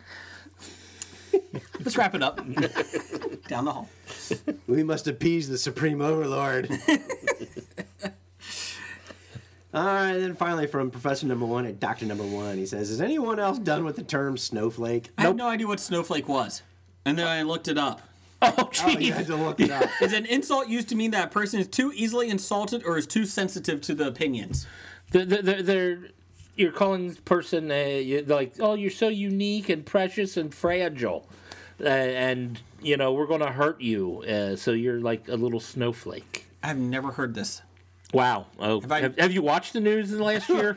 Speaker 2: let's wrap it up. Down the hall.
Speaker 6: We must appease the supreme overlord. All right, then finally from Professor Number One at Doctor Number One, he says, "Is anyone else done with the term snowflake?"
Speaker 2: I had no idea what snowflake was, and then I looked it up.
Speaker 3: Oh,
Speaker 6: Oh, you
Speaker 3: jeez.
Speaker 6: had to look it up.
Speaker 2: It's an insult used to mean that a person is too easily insulted or is too sensitive to the opinions.
Speaker 3: they're, they're, they're, they're- you're calling this person uh, you- they're like, oh, you're so unique and precious and fragile, uh, and you know we're gonna hurt you, uh, so you're like a little snowflake.
Speaker 2: I've never heard this.
Speaker 3: Wow. Oh, have,
Speaker 2: I-
Speaker 3: have, you watched the news in the last year?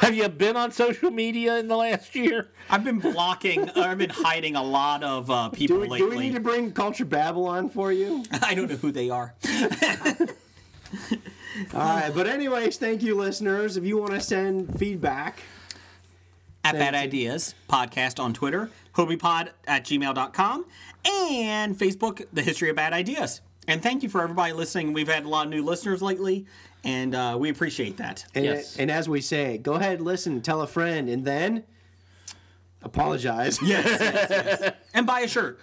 Speaker 3: have you been on social media in the last year?
Speaker 2: I've been blocking. or I've been hiding a lot of uh, people
Speaker 6: Do we, do
Speaker 2: lately.
Speaker 6: we need to bring Culture Babylon for you?
Speaker 2: I don't know who they are.
Speaker 6: All right, but anyways, thank you, listeners. If you want to send feedback,
Speaker 2: at Bad Ideas Podcast on Twitter, hobiepod at gmail.com, and Facebook, The History of Bad Ideas. And thank you for everybody listening. We've had a lot of new listeners lately, and uh, we appreciate that.
Speaker 6: and,
Speaker 3: Yes.
Speaker 6: and as we say, go ahead, listen, tell a friend, and then apologize.
Speaker 2: And buy a shirt.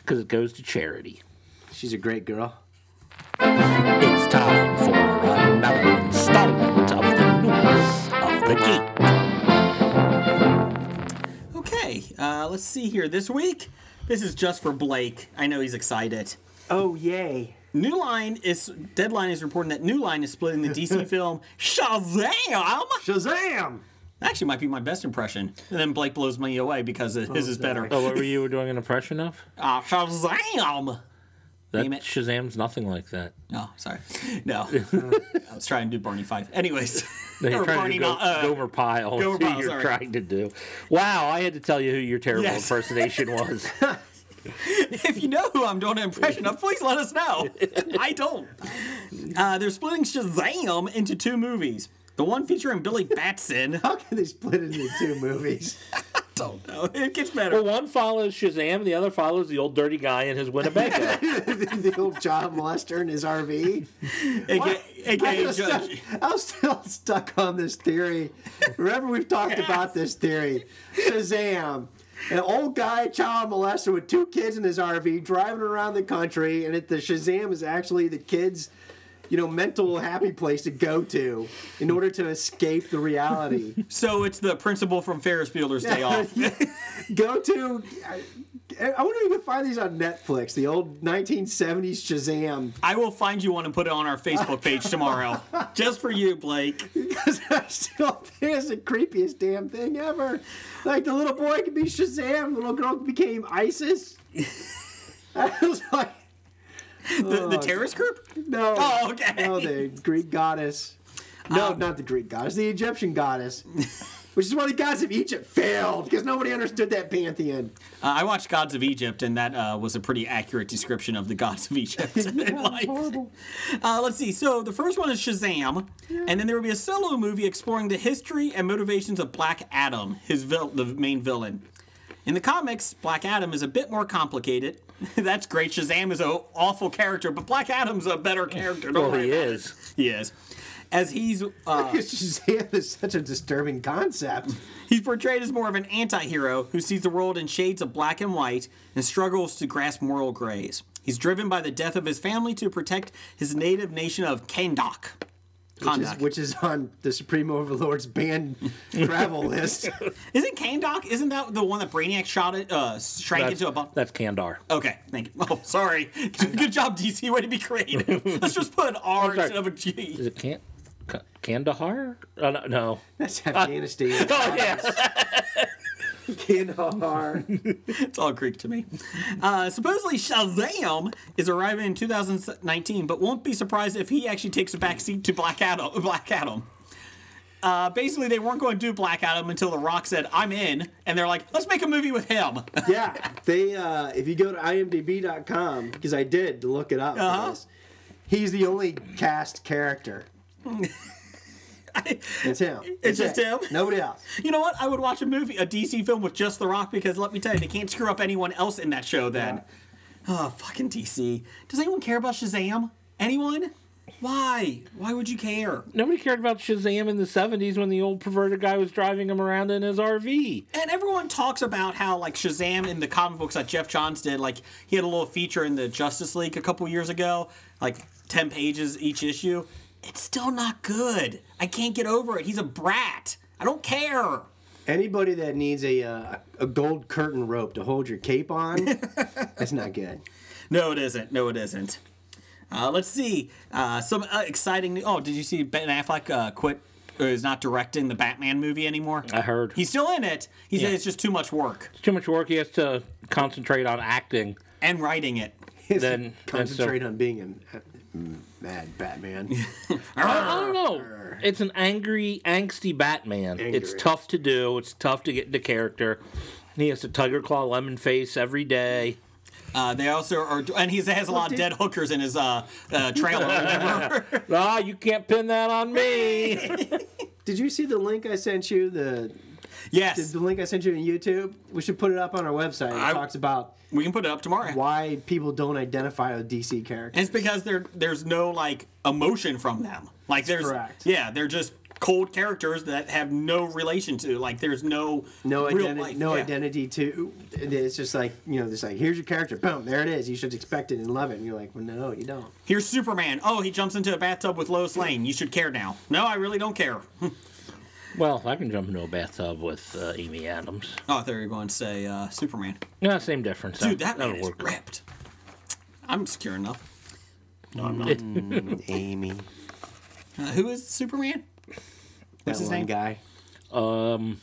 Speaker 3: Because it goes to charity.
Speaker 6: She's a great girl.
Speaker 3: It's time for another installment of the news of the geek.
Speaker 2: Okay. Okay, uh, let's see here. This week, this is just for Blake. I know he's excited.
Speaker 6: Oh yay!
Speaker 2: New Line is Deadline is reporting that New Line is splitting the DC film Shazam.
Speaker 6: Shazam!
Speaker 2: That actually might be my best impression. And then Blake blows me away because his is better.
Speaker 3: Oh, what were you doing an impression of?
Speaker 2: Ah, Shazam!
Speaker 3: That
Speaker 2: Name it.
Speaker 3: Shazam's nothing like that.
Speaker 2: No, sorry, no. I was trying to do Barney Five. Anyways,
Speaker 3: No, you're
Speaker 2: Or
Speaker 3: trying
Speaker 2: Barney
Speaker 3: to do Go-
Speaker 2: Mo- uh,
Speaker 3: Gomer Pyle. is
Speaker 2: Gomer
Speaker 3: who
Speaker 2: Pyle,
Speaker 3: you're
Speaker 2: sorry.
Speaker 3: trying to do. Wow, I had to tell you who your terrible
Speaker 2: Yes.
Speaker 3: impersonation was.
Speaker 2: if you know who I'm doing an impression of, please let us know. I don't. Uh, they're splitting Shazam into two movies. The one featuring Billy Batson. I
Speaker 6: How can they split it into two movies?
Speaker 2: don't know. Oh, It gets better.
Speaker 3: well, one follows Shazam, the other follows the old dirty guy in his Winnebago.
Speaker 6: the old child molester in his RV.
Speaker 2: AKA,
Speaker 6: I
Speaker 2: AKA
Speaker 6: was, stuck,
Speaker 2: Judge.
Speaker 6: I was still stuck on this theory. Remember, we've talked about this theory. Shazam. An old guy, child molester, with two kids in his RV, driving around the country, and it, the Shazam is actually the kid's, you know, mental happy place to go to in order to escape the reality.
Speaker 2: So it's the principal from Ferris Bueller's Day Off.
Speaker 6: go to. I, I wonder if you can find these on Netflix. The old 1970s Shazam.
Speaker 2: I will find you one and put it on our Facebook page tomorrow. Just for you, Blake.
Speaker 6: Because I still think it's the creepiest damn thing ever. Like the little boy could be Shazam, the little girl became ISIS. I was like,
Speaker 2: The,
Speaker 3: Oh,
Speaker 2: the terrorist group?
Speaker 6: no.
Speaker 2: Oh, okay.
Speaker 6: No, the Greek goddess. No, not the Greek goddess, the Egyptian goddess. Which is why the gods of Egypt failed, because nobody understood that pantheon.
Speaker 2: Uh, I watched Gods of Egypt, and that uh, was a pretty accurate description of the gods of Egypt in life. Uh, let's see. So the first one is Shazam, and then there will be a solo movie exploring the history and motivations of Black Adam, his vil- the main villain. In the comics, Black Adam is a bit more complicated. That's great. Shazam is an awful character, but Black Adam's a better character. Don't
Speaker 3: well,
Speaker 2: worry
Speaker 3: he
Speaker 2: about it.
Speaker 3: is.
Speaker 2: He is. As he's uh,
Speaker 6: Shazam is such a disturbing concept.
Speaker 2: He's portrayed as more of an anti-hero who sees the world in shades of black and white and struggles to grasp moral grays. He's driven by the death of his family to protect his native nation of Kandak.
Speaker 6: Which is,
Speaker 2: Kandak.
Speaker 6: which is on the Supreme Overlord's banned travel list.
Speaker 2: Isn't Kandak? Isn't that the one that Brainiac shot it, uh, shrank
Speaker 3: That's,
Speaker 2: into a bump?
Speaker 3: that's Kandar.
Speaker 2: Okay, thank you. Oh, sorry. Good job, DC. Way to be creative. Let's just put an R
Speaker 3: sorry.
Speaker 2: instead of a G.
Speaker 3: Is it Kan- Ka- Kandahar? Oh, no, no.
Speaker 6: That's Afghanistan.
Speaker 3: Oh, yeah.
Speaker 6: Kandahar.
Speaker 2: It's all Greek to me. Uh, supposedly, Shazam is arriving in 2019, but won't be surprised if he actually takes a backseat to Black Adam. Black Adam. Uh, basically, they weren't going to do Black Adam until The Rock said, "I'm in," and they're like, "Let's make a movie with him."
Speaker 6: yeah, they. Uh, if you go to imdb.com, because I did to look it up, for
Speaker 2: Uh-huh.
Speaker 6: this, he's the only cast character. it's him.
Speaker 2: It's just him?
Speaker 6: Nobody else.
Speaker 2: you know what? I would watch a movie, a DC film with just The Rock, because let me tell you, they can't screw up anyone else in that show. Then, oh fucking DC. Does anyone care about Shazam? Anyone? Why? Why would you care?
Speaker 3: Nobody cared about Shazam in the 70s when the old perverted guy was driving him around in his RV.
Speaker 2: And everyone talks about how like Shazam in the comic books that Jeff Johns did, like he had a little feature in the Justice League a couple years ago, like ten pages each issue. It's still not good. I can't get over it. He's a brat. I don't care.
Speaker 6: Anybody that needs a uh, a gold curtain rope to hold your cape on, that's not good.
Speaker 2: No, it isn't. No, it isn't. Uh, let's see uh, some uh, exciting. new- Oh, did you see Ben Affleck uh, quit? Or is not directing the Batman movie anymore.
Speaker 3: I heard.
Speaker 2: he's still in it. He said
Speaker 3: Yeah.
Speaker 2: it's just too much work
Speaker 3: It's too much work. He has to concentrate on acting.
Speaker 2: and writing it.
Speaker 3: Then
Speaker 6: Concentrate on being a- a mad Batman.
Speaker 3: I don't know. It's an angry, angsty Batman. It's
Speaker 6: Angry.
Speaker 3: tough to do. It's tough to get into character. And he has to tiger claw lemon face every day.
Speaker 2: Uh, they also are, and he has a lot of dead hookers in his uh, uh, trailer. remember?
Speaker 3: Ah, you can't pin that on me.
Speaker 6: Did you see the link I sent you? The
Speaker 2: yes,
Speaker 6: the link I sent you on YouTube. We should put it up on our website. It
Speaker 2: I-
Speaker 6: talks about
Speaker 2: we can put it up tomorrow.
Speaker 6: why people don't identify with DC characters.
Speaker 2: And it's because there there's no like emotion from them. Like there's
Speaker 6: correct.
Speaker 2: yeah, they're just cold characters that have no relation to like there's no
Speaker 6: No
Speaker 2: real
Speaker 6: identity,
Speaker 2: life.
Speaker 6: no
Speaker 2: Yeah.
Speaker 6: identity to. and It's just like you know, just like here's your character, boom, there it is. You should expect it and love it. And you're like, well, no, you don't.
Speaker 2: Here's Superman. Oh, he jumps into a bathtub with Lois Lane. You should care now. No, I really don't care.
Speaker 3: Well, I can jump into a bathtub with uh, Amy Adams.
Speaker 2: Oh, there you're going to say uh, Superman.
Speaker 3: No, same difference.
Speaker 2: Dude, that
Speaker 3: That'll
Speaker 2: man is ripped. I'm secure enough.
Speaker 6: Amy.
Speaker 2: Uh, who is Superman?
Speaker 6: That
Speaker 2: What's his name?
Speaker 6: one guy. Um,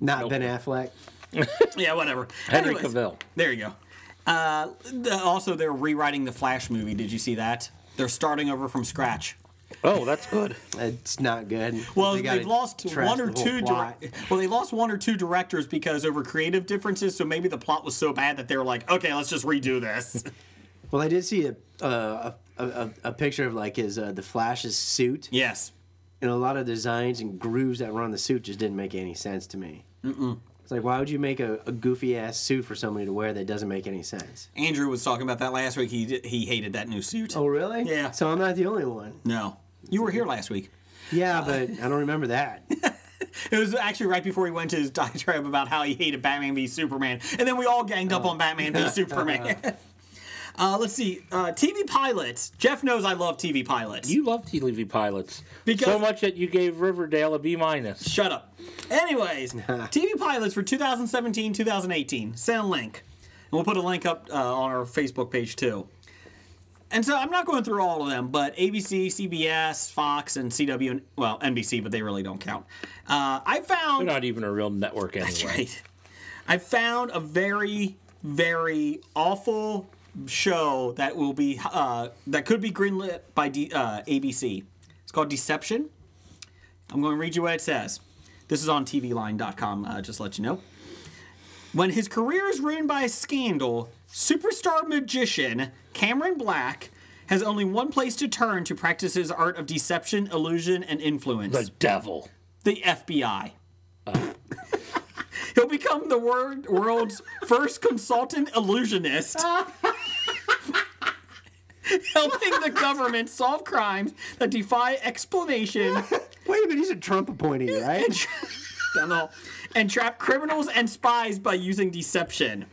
Speaker 6: not Ben Affleck.
Speaker 2: Yeah, whatever.
Speaker 3: Henry
Speaker 2: Anyways,
Speaker 3: Cavill.
Speaker 2: There you go. Uh, the, also, they're rewriting the Flash movie. Did you see that? They're starting over from scratch.
Speaker 3: Oh, that's good.
Speaker 6: It's not good.
Speaker 2: Well,
Speaker 6: They
Speaker 2: they
Speaker 6: gotta
Speaker 2: have lost
Speaker 6: trash
Speaker 2: one or
Speaker 6: the whole
Speaker 2: two. Dire-
Speaker 6: plot.
Speaker 2: well, they lost one or two directors because over creative differences. So maybe the plot was so bad that they were like, okay, let's just redo this.
Speaker 6: Well, I did see a uh, a, a, a picture of like his uh, the Flash's suit
Speaker 2: yes.
Speaker 6: and a lot of designs and grooves that were on the suit just didn't make any sense to me. Mm-mm. It's like why would you make a, a goofy ass suit for somebody to wear that doesn't make any sense?
Speaker 2: Andrew was talking about that last week. He did, he hated that new suit.
Speaker 6: Oh really?
Speaker 2: Yeah.
Speaker 6: So I'm not the only one.
Speaker 2: No, you were here last week.
Speaker 6: Yeah, but I don't remember that.
Speaker 2: It was actually right before he went to his diatribe about how he hated Batman v Superman, and then we all ganged up on Batman v Superman. Uh, let's see. Uh, TV pilots. Jeff knows I love TV pilots.
Speaker 3: You love TV pilots so
Speaker 2: Because-
Speaker 3: much that you gave Riverdale a B minus.
Speaker 2: Shut up. Anyways, TV pilots for 2017 2018. Send a link. And we'll put a link up uh, on our Facebook page too. And so I'm not going through all of them, but ABC, CBS, Fox, and CW, and, well, NBC, but they really don't count. Uh, I
Speaker 3: They're
Speaker 2: found.
Speaker 3: not even a real network anyway.
Speaker 2: That's right. I found a very, very awful show that will be uh, that could be greenlit by D, uh, ABC. It's called Deception. I'm going to read you what it says. This is on TVLine.com. Uh, just to let you know. When his career is ruined by a scandal, superstar magician Cameron Black has only one place to turn to practice his art of deception, illusion, and influence
Speaker 3: The devil.
Speaker 2: the FBI. He'll become the wor- world's first consultant illusionist. Helping the government solve crimes that defy explanation
Speaker 6: Wait a minute, he's a Trump appointee, right?
Speaker 2: and, tra- Don't know. and trap criminals and spies by using deception.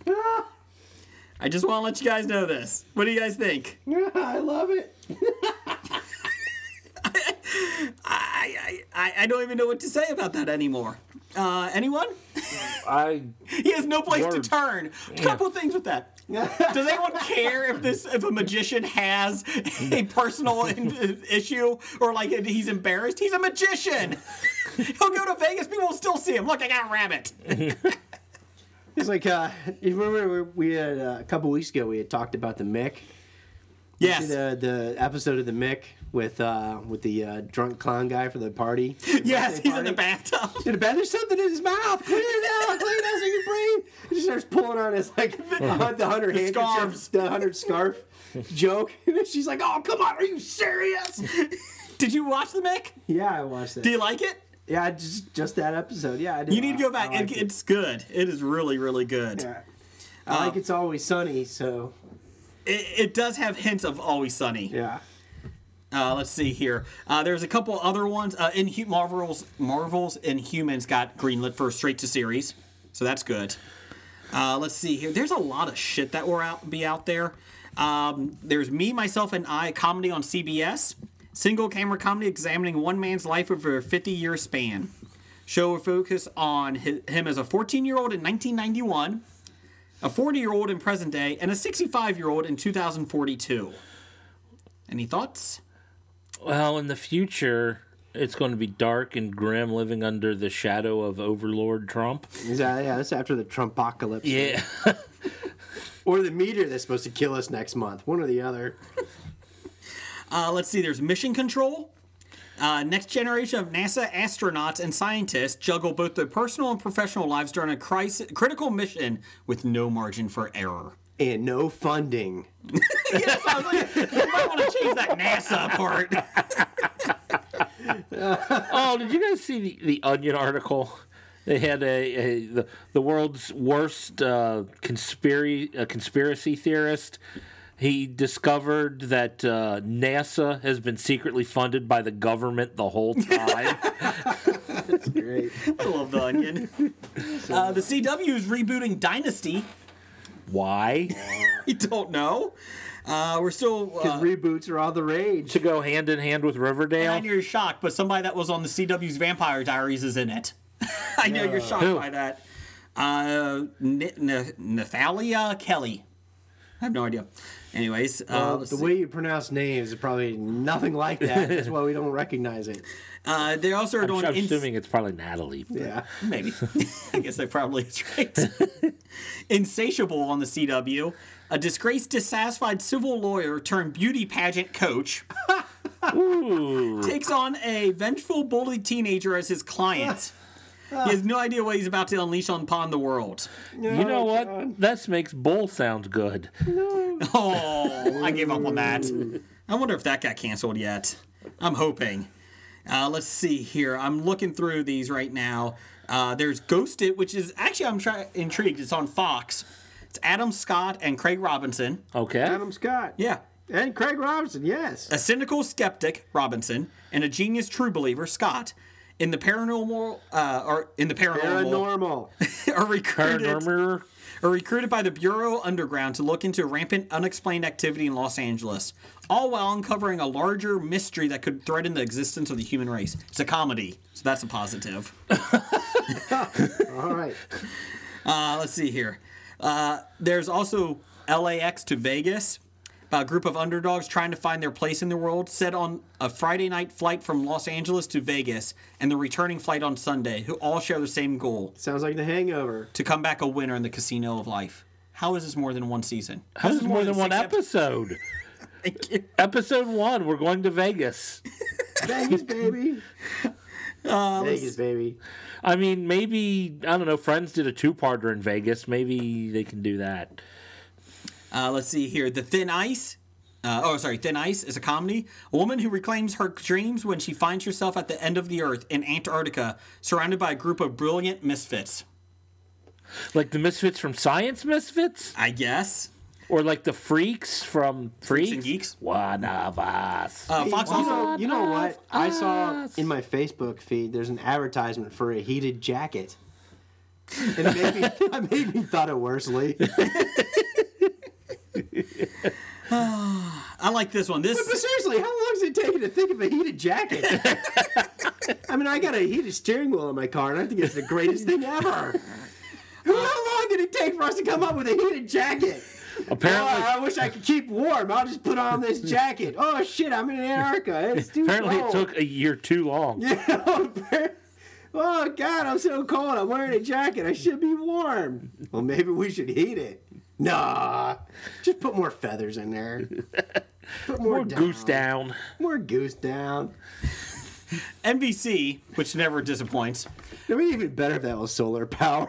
Speaker 2: I just want to let you guys know this. What do you guys think?
Speaker 6: I love it.
Speaker 2: I, I, I don't even know what to say about that anymore. Uh, anyone?
Speaker 3: I
Speaker 2: He has no place
Speaker 3: Words.
Speaker 2: to turn. Couple things with that. Does anyone care if this if a magician has a personal in- issue or like he's embarrassed? He's a magician. He'll go to Vegas. People will still see him. Look, I got a rabbit.
Speaker 6: It's like uh, you remember we we had uh, a couple weeks ago we had talked about the Mick.
Speaker 2: Yes.
Speaker 6: The the episode of the Mick with uh with the uh, drunk clown guy for the party.
Speaker 2: Yes,
Speaker 6: birthday
Speaker 2: he's in the
Speaker 6: party.
Speaker 2: bathtub.
Speaker 6: Dude, man, there's something in his mouth. Clean it out. Clean it out so you can breathe. He just starts pulling on his like uh, the hundred handkerchief,
Speaker 2: scarves.
Speaker 6: the hundred scarf joke. And then she's like, "Oh, come on, are you serious?"
Speaker 2: Did you watch the Mick?
Speaker 6: yeah, I watched
Speaker 2: Do
Speaker 6: it.
Speaker 2: you like it?
Speaker 6: Yeah, I just just that episode. Yeah, I did.
Speaker 2: You need to go back.
Speaker 6: I like
Speaker 2: it,
Speaker 6: it.
Speaker 2: It's good. It is really, really good.
Speaker 6: Yeah.
Speaker 2: Uh,
Speaker 6: I like it's always sunny. So
Speaker 2: It, it does have hints of Always Sunny.
Speaker 6: yeah.
Speaker 2: Uh, let's see here. Uh, there's a couple other ones. Uh, in Marvels, Marvels Inhumans got greenlit for straight to series, so that's good. Uh, let's see here. There's a lot of shit that will out, be out there. Um, there's me, myself, and I comedy on CBS. Single camera comedy examining one man's life over a 50 year span. Show will focus on hi him as a 14 year old in 1991, a 40 year old in present day, and a 65 year old in 2042. Any thoughts?
Speaker 3: well in the future it's going to be dark and grim living under the shadow of Overlord Trump.
Speaker 6: Is that- yeah, that's after the Trumpocalypse.
Speaker 3: Yeah.
Speaker 6: Or the meteor that's supposed to kill us next month. One or the other.
Speaker 2: Uh, let's see, there's Mission Control. Uh, next generation of NASA astronauts and scientists juggle both their personal and professional lives during a crisis, critical mission with no margin for error.
Speaker 6: And no funding.
Speaker 2: yes, I was like, you might want to change that NASA part.
Speaker 3: Oh, did you guys see the, the Onion article? They had a, a the, the world's worst uh, conspiracy uh, conspiracy theorist. He discovered that uh, NASA has been secretly funded by the government the whole time.
Speaker 6: Great.
Speaker 2: I love the onion. Uh, the CW is rebooting Dynasty.
Speaker 3: Why?
Speaker 2: I don't know. Uh, we're still.
Speaker 6: Because
Speaker 2: Uh,
Speaker 6: reboots are all the rage.
Speaker 3: to go hand in hand with
Speaker 2: I
Speaker 3: Riverdale.
Speaker 2: know you're shocked, but somebody that was on the CW's Vampire Diaries is in it. I know you're shocked
Speaker 3: Who?
Speaker 2: by that. Uh, N- N- Nathalia Kelly. I have no idea. Anyways, uh,
Speaker 6: Uh,
Speaker 2: let's
Speaker 6: the
Speaker 2: see.
Speaker 6: way you pronounce names is probably nothing like that. That's why we don't recognize it.
Speaker 2: uh, they also are doing
Speaker 3: I'm
Speaker 2: Ins-
Speaker 3: assuming it's probably Natalie. but-
Speaker 6: Yeah.
Speaker 2: maybe. I guess that probably is right. Insatiable on the CW, a disgraced, dissatisfied civil lawyer turned beauty pageant coach
Speaker 3: Ooh.
Speaker 2: takes on a vengeful, bullied teenager as his client. He has no idea what he's about to unleash upon the world.
Speaker 3: you know what? This makes Bull sound good.
Speaker 2: Oh, I gave up on that. I wonder if that got canceled yet. I'm hoping. Uh, let's see here. I'm looking through these right now. Uh, there's Ghosted, which is actually I'm try- intrigued. It's on Fox. It's Adam Scott and Craig Robinson.
Speaker 3: Okay.
Speaker 6: Adam Scott.
Speaker 2: Yeah,
Speaker 6: And Craig Robinson, yes.
Speaker 2: a cynical skeptic Robinson and a genius true believer Scott. In the paranormal, uh, or in the paranormal,
Speaker 6: Paranormal.
Speaker 2: are recruited
Speaker 3: Paranormal.
Speaker 2: are recruited by the Bureau Underground to look into rampant unexplained activity in Los Angeles, all while uncovering a larger mystery that could threaten the existence of the human race. It's a comedy, so that's a positive.
Speaker 6: all right.
Speaker 2: Uh, let's see here. Uh, there's also LAX to Vegas, about a group of underdogs trying to find their place in the world, set on a Friday night flight from Los Angeles to Vegas and the returning flight on Sunday, who all share the same goal
Speaker 6: Sounds like The Hangover.
Speaker 2: to come back a winner in the casino of life. How is this more than one season?
Speaker 3: How is more than one
Speaker 2: six episodes.
Speaker 3: episode? Episode one, we're going to Vegas.
Speaker 6: Vegas, baby.
Speaker 2: Uh,
Speaker 6: Vegas, baby.
Speaker 3: I mean, maybe I don't know. Friends did a two-parter in Vegas. Maybe they can do that.
Speaker 2: Uh, let's see here. The Thin Ice. Uh, oh, sorry. Thin Ice is a comedy. A woman who reclaims her dreams when she finds herself at the end of the earth in Antarctica, surrounded by a group of brilliant misfits.
Speaker 3: Like the Misfits from Science Misfits,
Speaker 2: I guess.
Speaker 3: or like the Freaks from Freaks,
Speaker 2: and Geeks?
Speaker 3: One of us.
Speaker 2: Uh, Fox
Speaker 6: you, know,
Speaker 2: also.
Speaker 6: you know what? I saw in my Facebook feed there's an advertisement for a heated jacket. And it made me, it made me thought it worsely.
Speaker 2: I like this one.
Speaker 6: But
Speaker 2: This.
Speaker 6: seriously, how long does it take you to think of a heated jacket? I mean, I got a heated steering wheel in my car, and I think it's the greatest thing ever. How long did it take for us to come up with a heated jacket?
Speaker 3: apparently,
Speaker 6: Oh, I wish I could keep warm. I'll just put on this jacket. Oh shit, I'm in Antarctica. It's too
Speaker 3: apparently it
Speaker 6: cold.
Speaker 3: took a year too long.
Speaker 6: oh god, I'm so cold. I'm wearing a jacket. I should be warm. Well, maybe we should heat it. Nah, just put more feathers in there. Put more,
Speaker 3: More goose down.
Speaker 6: More goose down.
Speaker 2: NBC, which never disappoints.
Speaker 6: It'd be even better if that was solar powered.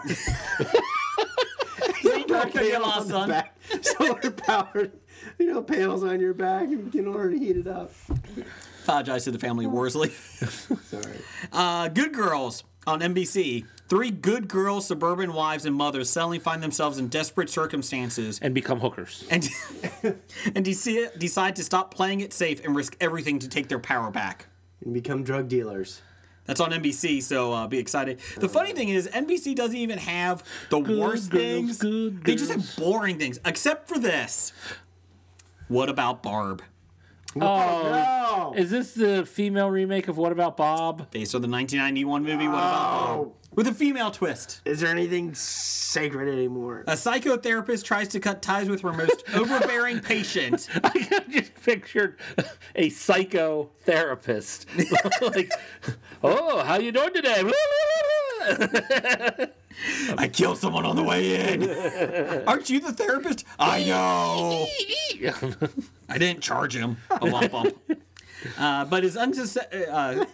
Speaker 2: Think I could be a lost son.
Speaker 6: On the back. Solar powered, you know, panels on your back in order to heat it up.
Speaker 2: Apologize to the family Worsley.
Speaker 6: Sorry.
Speaker 2: Uh, good Girls on NBC. Three good girls, suburban wives, and mothers suddenly find themselves in desperate circumstances
Speaker 3: and become hookers.
Speaker 2: and and deci- decide to stop playing it safe and risk everything to take their power back.
Speaker 6: And become drug dealers.
Speaker 2: That's on NBC, so uh, be excited. The funny thing is, NBC doesn't even have the worst
Speaker 3: girls,
Speaker 2: things.
Speaker 3: good
Speaker 2: they just
Speaker 3: girls.
Speaker 2: have boring things, except for this. What about Barb?
Speaker 6: Oh,
Speaker 3: Is this the female remake of What About Bob?
Speaker 2: Based on the 1991 movie What About Barb? With a female twist.
Speaker 6: Is there anything sacred anymore?
Speaker 2: A psychotherapist tries to cut ties with her most overbearing patient.
Speaker 3: I just pictured a psychotherapist. like, oh, how you doing today?
Speaker 2: I killed someone on the way in. Aren't you the therapist? I know. I didn't charge him a lump bump. Uh, but is unsus- uh,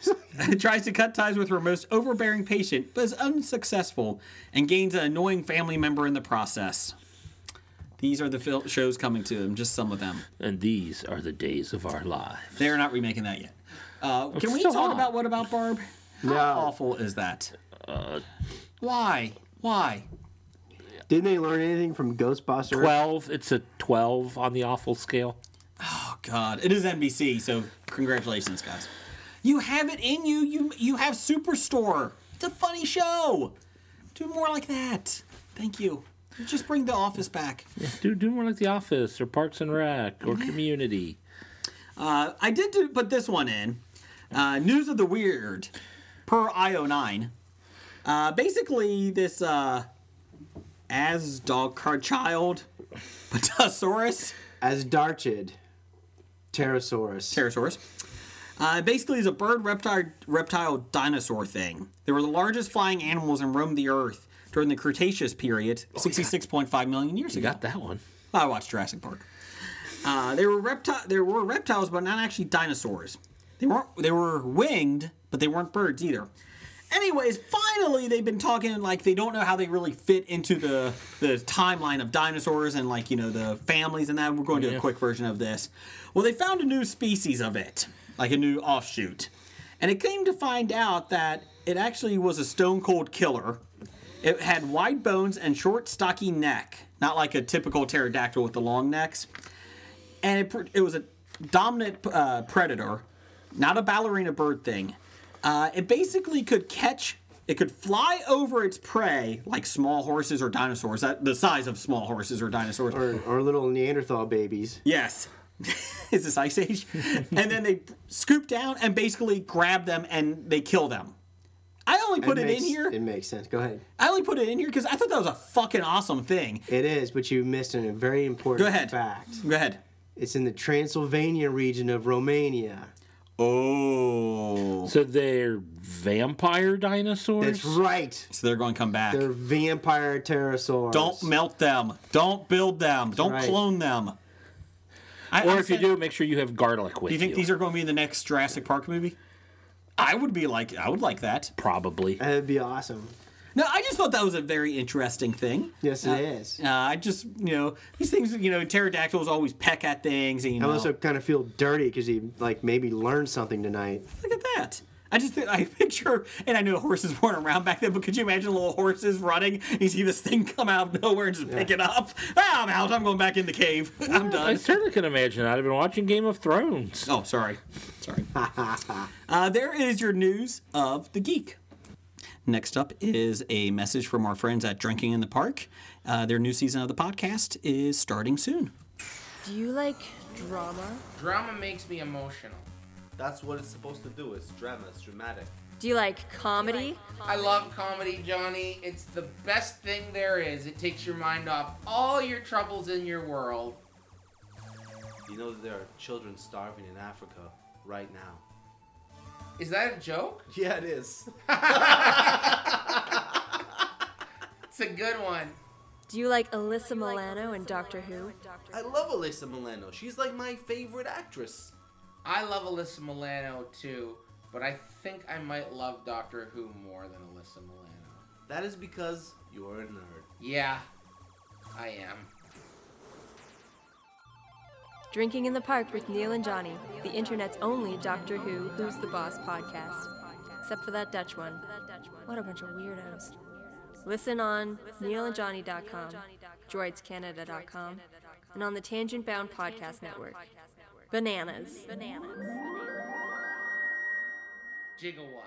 Speaker 2: tries to cut ties with her most overbearing patient, but is unsuccessful and gains an annoying family member in the process. These are the fil- shows coming to them, just some of them.
Speaker 3: and these are the days of our lives.
Speaker 2: They're not remaking that yet. Uh, can we
Speaker 3: still
Speaker 2: talk
Speaker 3: on.
Speaker 2: about What About Barb? How
Speaker 6: Uh,
Speaker 2: awful is that? Why? Why?
Speaker 6: Didn't they learn anything from Ghostbusters?
Speaker 3: Twelve. It's a twelve on the awful scale.
Speaker 2: Oh God! It is NBC, so congratulations, guys. You have it in you. You you have Superstore. It's a funny show. Do more like that. Thank you. Just bring The Office back.
Speaker 3: Do do more like The Office or Parks and Rec or Community.
Speaker 2: Uh, I did do, put this one in. Uh, News of the Weird, per IO9. Uh, basically, this uh, as dog card child, Patasaurus,
Speaker 6: As Darchid, Pterosaurus.
Speaker 2: Pterosaurus, uh, basically is a bird reptile, reptile dinosaur thing. They were the largest flying animals and roamed the earth during the Cretaceous period, 66.5 million years ago.
Speaker 3: Oh, Got that one.
Speaker 2: I watched Jurassic Park. Uh, there were repti- There were reptiles, but not actually dinosaurs. They weren't. They were winged, but they weren't birds either. Anyways, finally, they've been talking like they don't know how they really fit into the the timeline of dinosaurs and like you know the families and that. We're going to do a quick version of this. Well, they found a new species of it, like a new offshoot, and it came to find out that it actually was a stone cold killer. It had wide bones and short, stocky neck, not like a typical pterodactyl with the long necks. And it, pr- it was a dominant uh, predator, not a ballerina bird thing. Uh, it basically could catch, it could fly over its prey like small horses or dinosaurs, that, the size of small horses or dinosaurs.
Speaker 6: Or, or little Neanderthal babies.
Speaker 2: Yes. Is this Ice Age? and then they scoop down and basically grab them and they kill them. I only put it,
Speaker 6: makes,
Speaker 2: in here.
Speaker 6: It makes sense. Go ahead.
Speaker 2: I only put it in here because I thought that was a fucking awesome thing.
Speaker 6: It is, but you missed a very
Speaker 2: Go
Speaker 6: important
Speaker 2: ahead.
Speaker 6: fact.
Speaker 2: Go ahead.
Speaker 6: It's in the Transylvania region of Romania.
Speaker 2: Oh.
Speaker 3: So they're vampire dinosaurs.
Speaker 6: That's right.
Speaker 2: So they're going to come back.
Speaker 6: They're vampire pterosaurs.
Speaker 2: Don't melt them. Don't build them. Don't
Speaker 6: right.
Speaker 2: clone them. I,
Speaker 3: Or
Speaker 2: I
Speaker 3: if you
Speaker 2: said-
Speaker 3: do, make sure you have garlic with
Speaker 2: do you think these are going to be the next Jurassic Park movie? I would be like, I would like that.
Speaker 3: probably?
Speaker 6: That'd be awesome.
Speaker 2: No, I just thought that was a very interesting thing.
Speaker 6: Yes, it is.
Speaker 2: Uh, I just, you know, these things, you know, pterodactyls always peck at things. And, you
Speaker 6: I
Speaker 2: know,
Speaker 6: also kind of feel dirty because he like maybe learned something tonight.
Speaker 2: look at that. I just, think, I picture, and I know horses weren't around back then, but could you imagine little horses running? You see this thing come out of nowhere and just pick it up. Ah, I'm out. I'm going back in the cave. I'm
Speaker 3: I
Speaker 2: done.
Speaker 3: certainly can imagine that. I've been watching Game of Thrones.
Speaker 2: Oh, sorry. Sorry. uh, there is your news of the geek. Next up is a message from our friends at Drinking in the Park. Uh, their new season of the podcast is starting soon.
Speaker 7: Do you like drama?
Speaker 8: Drama makes me emotional.
Speaker 9: That's what it's supposed to do. It's drama. It's dramatic.
Speaker 7: Do you like comedy?
Speaker 8: I love comedy, Johnny. It's the best thing there is. It takes your mind off all your troubles in your world.
Speaker 9: You know that there are children starving in Africa right now.
Speaker 8: Is that a joke?
Speaker 9: Yeah, it is.
Speaker 8: It's a good one.
Speaker 7: Do you like Alyssa Milano and Doctor Who?
Speaker 9: I love Alyssa Milano. She's like my favorite actress.
Speaker 8: I love Alyssa Milano too, but I think I might love Doctor Who more than Alyssa Milano.
Speaker 9: That is because you're a nerd.
Speaker 8: Yeah, I am.
Speaker 7: Drinking in the Park with Neil and Johnny, the internet's only Doctor Who Who's the Boss podcast. Except for that Dutch one. What a bunch of weirdos. Listen on neilandjohnny.com, droidscanada.com, and on the Tangent Bound Podcast Network. Bananas.
Speaker 8: Jigawa.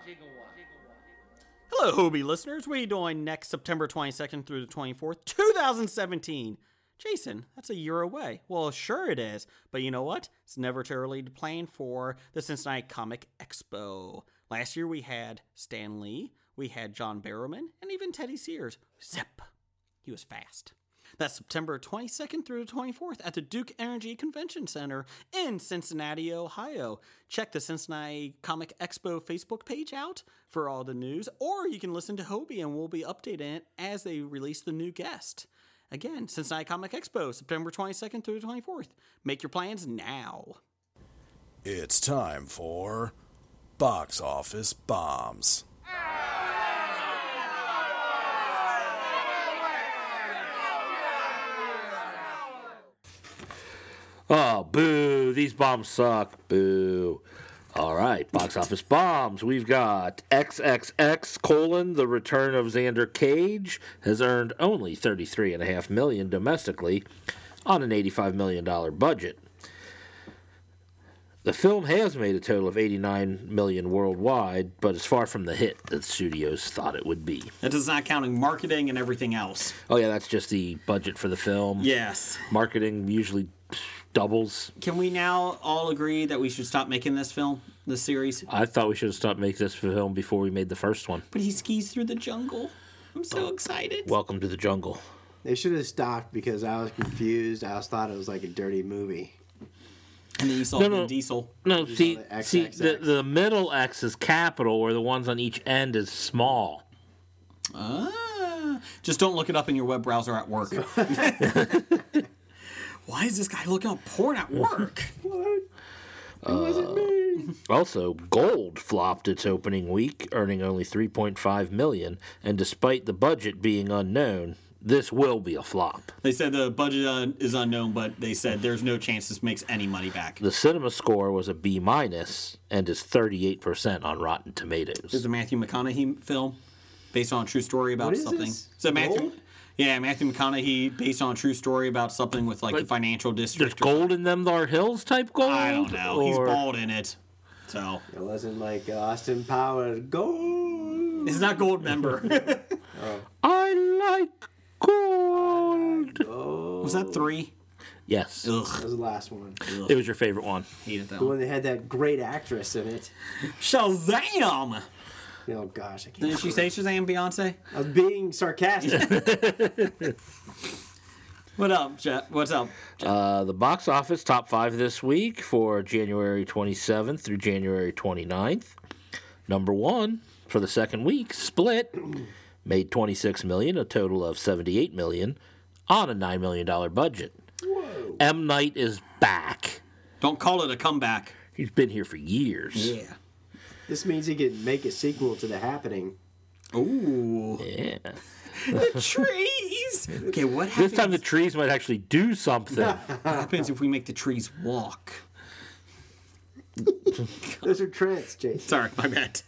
Speaker 2: Hello, Hobie listeners. What are you doing next September 22nd through the 24th, 2017? Jason, that's a year away. Well, sure it is. But you know what? It's never too early to plan for the Cincinnati Comic Expo. Last year we had Stan Lee, we had John Barrowman, and even Teddy Sears. Zip. He was fast. That's September 22nd through the 24th at the Duke Energy Convention Center in Cincinnati, Ohio. Check the Cincinnati Comic Expo Facebook page out for all the news, or you can listen to Hobie and we'll be updating it as they release the new guest. Again, Cincinnati Comic Expo, September 22nd through the 24th. Make your plans now.
Speaker 5: It's time for box office bombs.
Speaker 3: Oh, boo! These bombs suck. Boo. All right, box office bombs. We've got XXX colon The Return of Xander Cage has earned only thirty-three and a half million domestically on an eighty-five million dollar budget. The film has made a total of 89 million worldwide, but it's far from the hit that studios thought it would be.
Speaker 2: That is not counting marketing and everything else.
Speaker 3: Oh yeah, that's just the budget for the film.
Speaker 2: Yes.
Speaker 3: Marketing usually doubles.
Speaker 2: Can we now all agree that we should stop making this film, this series?
Speaker 3: I thought we should have stopped making this film before we made the first one.
Speaker 2: But he skis through the jungle. I'm so excited.
Speaker 3: Welcome to the jungle.
Speaker 6: They should have stopped because I was confused. I was thought it was like a dirty movie.
Speaker 2: and then you saw
Speaker 3: No,
Speaker 2: Vin
Speaker 3: no.
Speaker 2: Diesel.
Speaker 3: No, see,
Speaker 6: the X,
Speaker 3: see,
Speaker 6: X,
Speaker 3: the,
Speaker 6: X.
Speaker 3: the middle X is capital, where the ones on each end is small.
Speaker 2: Ah, just don't look it up in your web browser at work. Why is this guy looking up porn at work?
Speaker 3: Also, Gold flopped its opening week, earning only 3.5 million, and despite the budget being unknown, this will be a flop.
Speaker 2: They said the budget uh, is unknown, but they said there's no chance this makes any money back.
Speaker 3: The cinema score was a B minus and is 38% on Rotten
Speaker 2: This is
Speaker 3: Tomatoes.
Speaker 2: a Matthew McConaughey film based on a true story about
Speaker 6: What is
Speaker 2: something.
Speaker 6: this?
Speaker 2: So Matthew,
Speaker 6: Gold?
Speaker 2: yeah, Matthew McConaughey based on a true story about something with like the financial
Speaker 3: There's
Speaker 2: district. or-
Speaker 3: gold in them, there hills type gold.
Speaker 2: I don't know. He's
Speaker 3: or-
Speaker 2: bald in it, so
Speaker 6: It wasn't like uh, Austin Powers. Go.
Speaker 2: it's not gold member.
Speaker 3: I like gold.
Speaker 2: Was that three?
Speaker 3: Yes,
Speaker 6: That was the last one.
Speaker 3: it was your favorite one.
Speaker 2: Hated that
Speaker 6: The
Speaker 2: one.
Speaker 6: one that had that great actress in it.
Speaker 2: Shazam!
Speaker 6: Oh gosh, I can't.
Speaker 2: Didn't she say Shazam, Beyonce?
Speaker 6: I was being sarcastic.
Speaker 2: What up, Jeff? What's up?
Speaker 3: Uh, the box office top five this week for January 27th through January 29th. Number one for the second week, Split made 26 million, a total of 78 million on a nine million dollar budget. M Night is back.
Speaker 2: Don't call it a comeback.
Speaker 3: He's been here for years.
Speaker 2: Yeah.
Speaker 6: this means he could make a sequel to The Happening.
Speaker 2: Ooh.
Speaker 3: Yeah.
Speaker 2: The trees. Okay, what happens,
Speaker 3: This time the trees might actually do something.
Speaker 2: what happens if we make the trees walk?
Speaker 6: Those are trends, Jason.
Speaker 2: Sorry, my bad.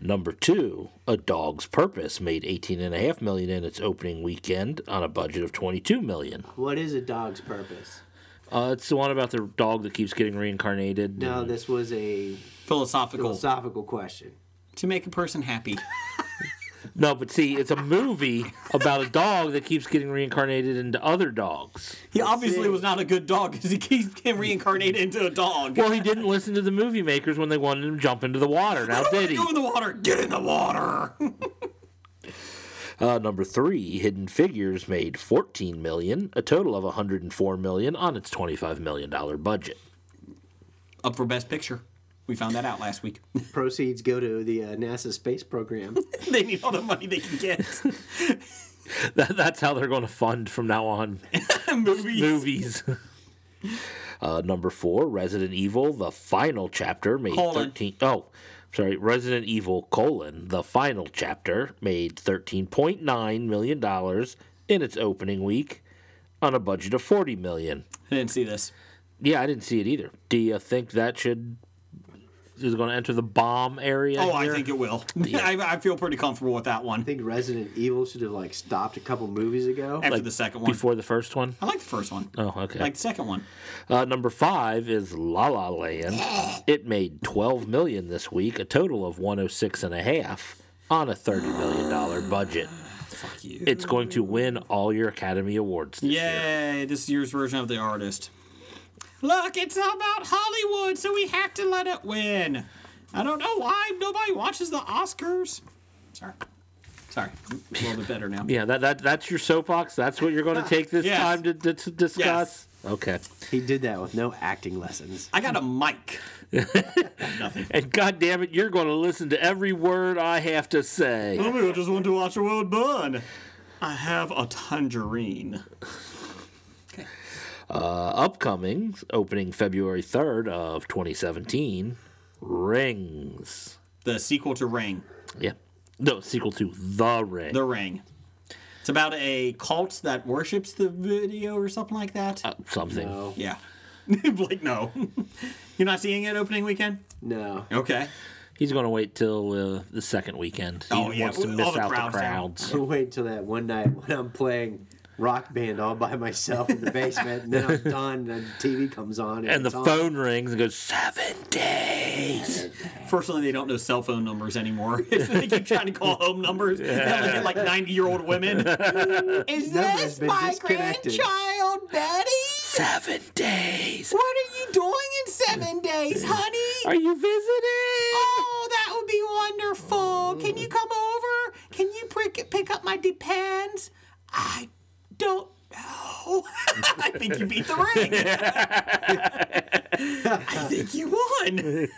Speaker 3: Number two, A Dog's Purpose made 18.5 million in its opening weekend on a budget of 22 million.
Speaker 6: What is a dog's purpose?
Speaker 3: Uh, it's the one about the dog that keeps getting reincarnated.
Speaker 6: No,
Speaker 2: Mm-hmm.
Speaker 6: this was a
Speaker 2: Philosophical.
Speaker 6: philosophical question.
Speaker 2: to make a person happy.
Speaker 3: No, but see, it's a movie about a dog that keeps getting reincarnated into other dogs.
Speaker 2: He obviously
Speaker 6: see.
Speaker 2: was not a good dog because he keeps getting reincarnated into a dog.
Speaker 3: Well, he didn't listen to the movie makers when they wanted him to jump into the water. Now, did he?
Speaker 2: Go in the water. Get in the water.
Speaker 3: Uh, number three, Hidden Figures made 14 million, a total of 104 million on its 25 million dollar budget.
Speaker 2: Up for best picture. We found that out last week.
Speaker 6: Proceeds go to the uh, NASA space program.
Speaker 2: they need all the money they can get.
Speaker 3: That, that's how they're going to fund from now on
Speaker 2: Movies.
Speaker 3: movies. uh, number four, Resident Evil, the final chapter made
Speaker 2: Colon.
Speaker 3: thirteen. Oh, sorry, Resident Evil colon the final chapter made thirteen point nine million dollars in its opening week on a budget of forty million.
Speaker 2: I didn't see this.
Speaker 3: Yeah, I didn't see it either. Do you think that should is going to enter the bomb area?
Speaker 2: Oh, I
Speaker 3: here?
Speaker 2: think it will. I, I feel pretty comfortable with that one
Speaker 6: I think Resident Evil should have like stopped a couple movies ago.
Speaker 2: after the second one.
Speaker 3: before the first one.
Speaker 2: I like the first one.
Speaker 3: Oh, okay.
Speaker 2: Like the second one.
Speaker 3: Uh, number five is La La Land. It made twelve million this week, a total of one hundred six and a half on a thirty million dollar budget.
Speaker 2: Fuck you.
Speaker 3: It's going to win all your Academy Awards. This year.
Speaker 2: Yay, this year's version of The Artist. Look, it's about Hollywood, so we have to let it win. I don't know why nobody watches the Oscars. Sorry. Sorry. A little bit better now.
Speaker 3: Yeah, that, that that's your soapbox. That's what you're going to take this
Speaker 2: Uh, Yes.
Speaker 3: time to, to, to discuss. Okay.
Speaker 6: He did that with no acting lessons.
Speaker 2: I got a mic. Nothing.
Speaker 3: And God damn it, you're going to listen to every word I have to say.
Speaker 2: I just want to watch the world burn. I have a tangerine.
Speaker 3: Uh, upcoming, opening February 3rd of 2017, Rings.
Speaker 2: The sequel to Ring.
Speaker 3: Yeah. No, sequel to The Ring.
Speaker 2: The Ring. It's about a cult that worships the video or something like that.
Speaker 3: Something.
Speaker 6: No,
Speaker 2: yeah. Blake, no. You're not seeing it opening weekend?
Speaker 6: no.
Speaker 2: Okay.
Speaker 3: He's going to wait till uh, the second weekend. He
Speaker 2: Oh, yeah,
Speaker 3: wants to
Speaker 2: all
Speaker 3: miss
Speaker 2: the
Speaker 3: out the
Speaker 2: crowds down.
Speaker 3: crowds.
Speaker 6: Don't wait until that one night when I'm playing rock band all by myself in the basement, and then I'm done, and the TV comes on. And,
Speaker 3: And the
Speaker 6: it's on.
Speaker 3: phone rings and goes, seven days.
Speaker 2: Fortunately, they don't know cell phone numbers anymore. they keep trying to call home numbers. They only get like 90 year old women. Mm, Is
Speaker 6: Number's
Speaker 2: this
Speaker 6: been
Speaker 2: my
Speaker 6: disconnected.
Speaker 2: grandchild, Betty?
Speaker 3: Seven days.
Speaker 2: What are you doing in seven days, honey?
Speaker 3: Are you visiting?
Speaker 2: Oh, that would be wonderful. Can you come over? Can you prick, pick up my depends? I don't know. I think you beat the ring. I think you won.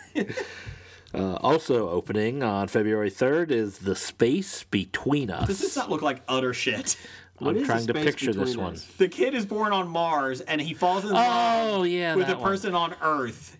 Speaker 3: Uh, also opening on February 3rd is The Space Between Us.
Speaker 2: Does this not look like utter shit?
Speaker 6: What
Speaker 3: I'm
Speaker 6: is the
Speaker 3: trying to
Speaker 6: space
Speaker 3: picture this
Speaker 6: between
Speaker 3: one.
Speaker 6: us?
Speaker 2: The kid is born on Mars and he falls in love
Speaker 3: Oh, yeah.
Speaker 2: with a
Speaker 3: that one.
Speaker 2: person on Earth.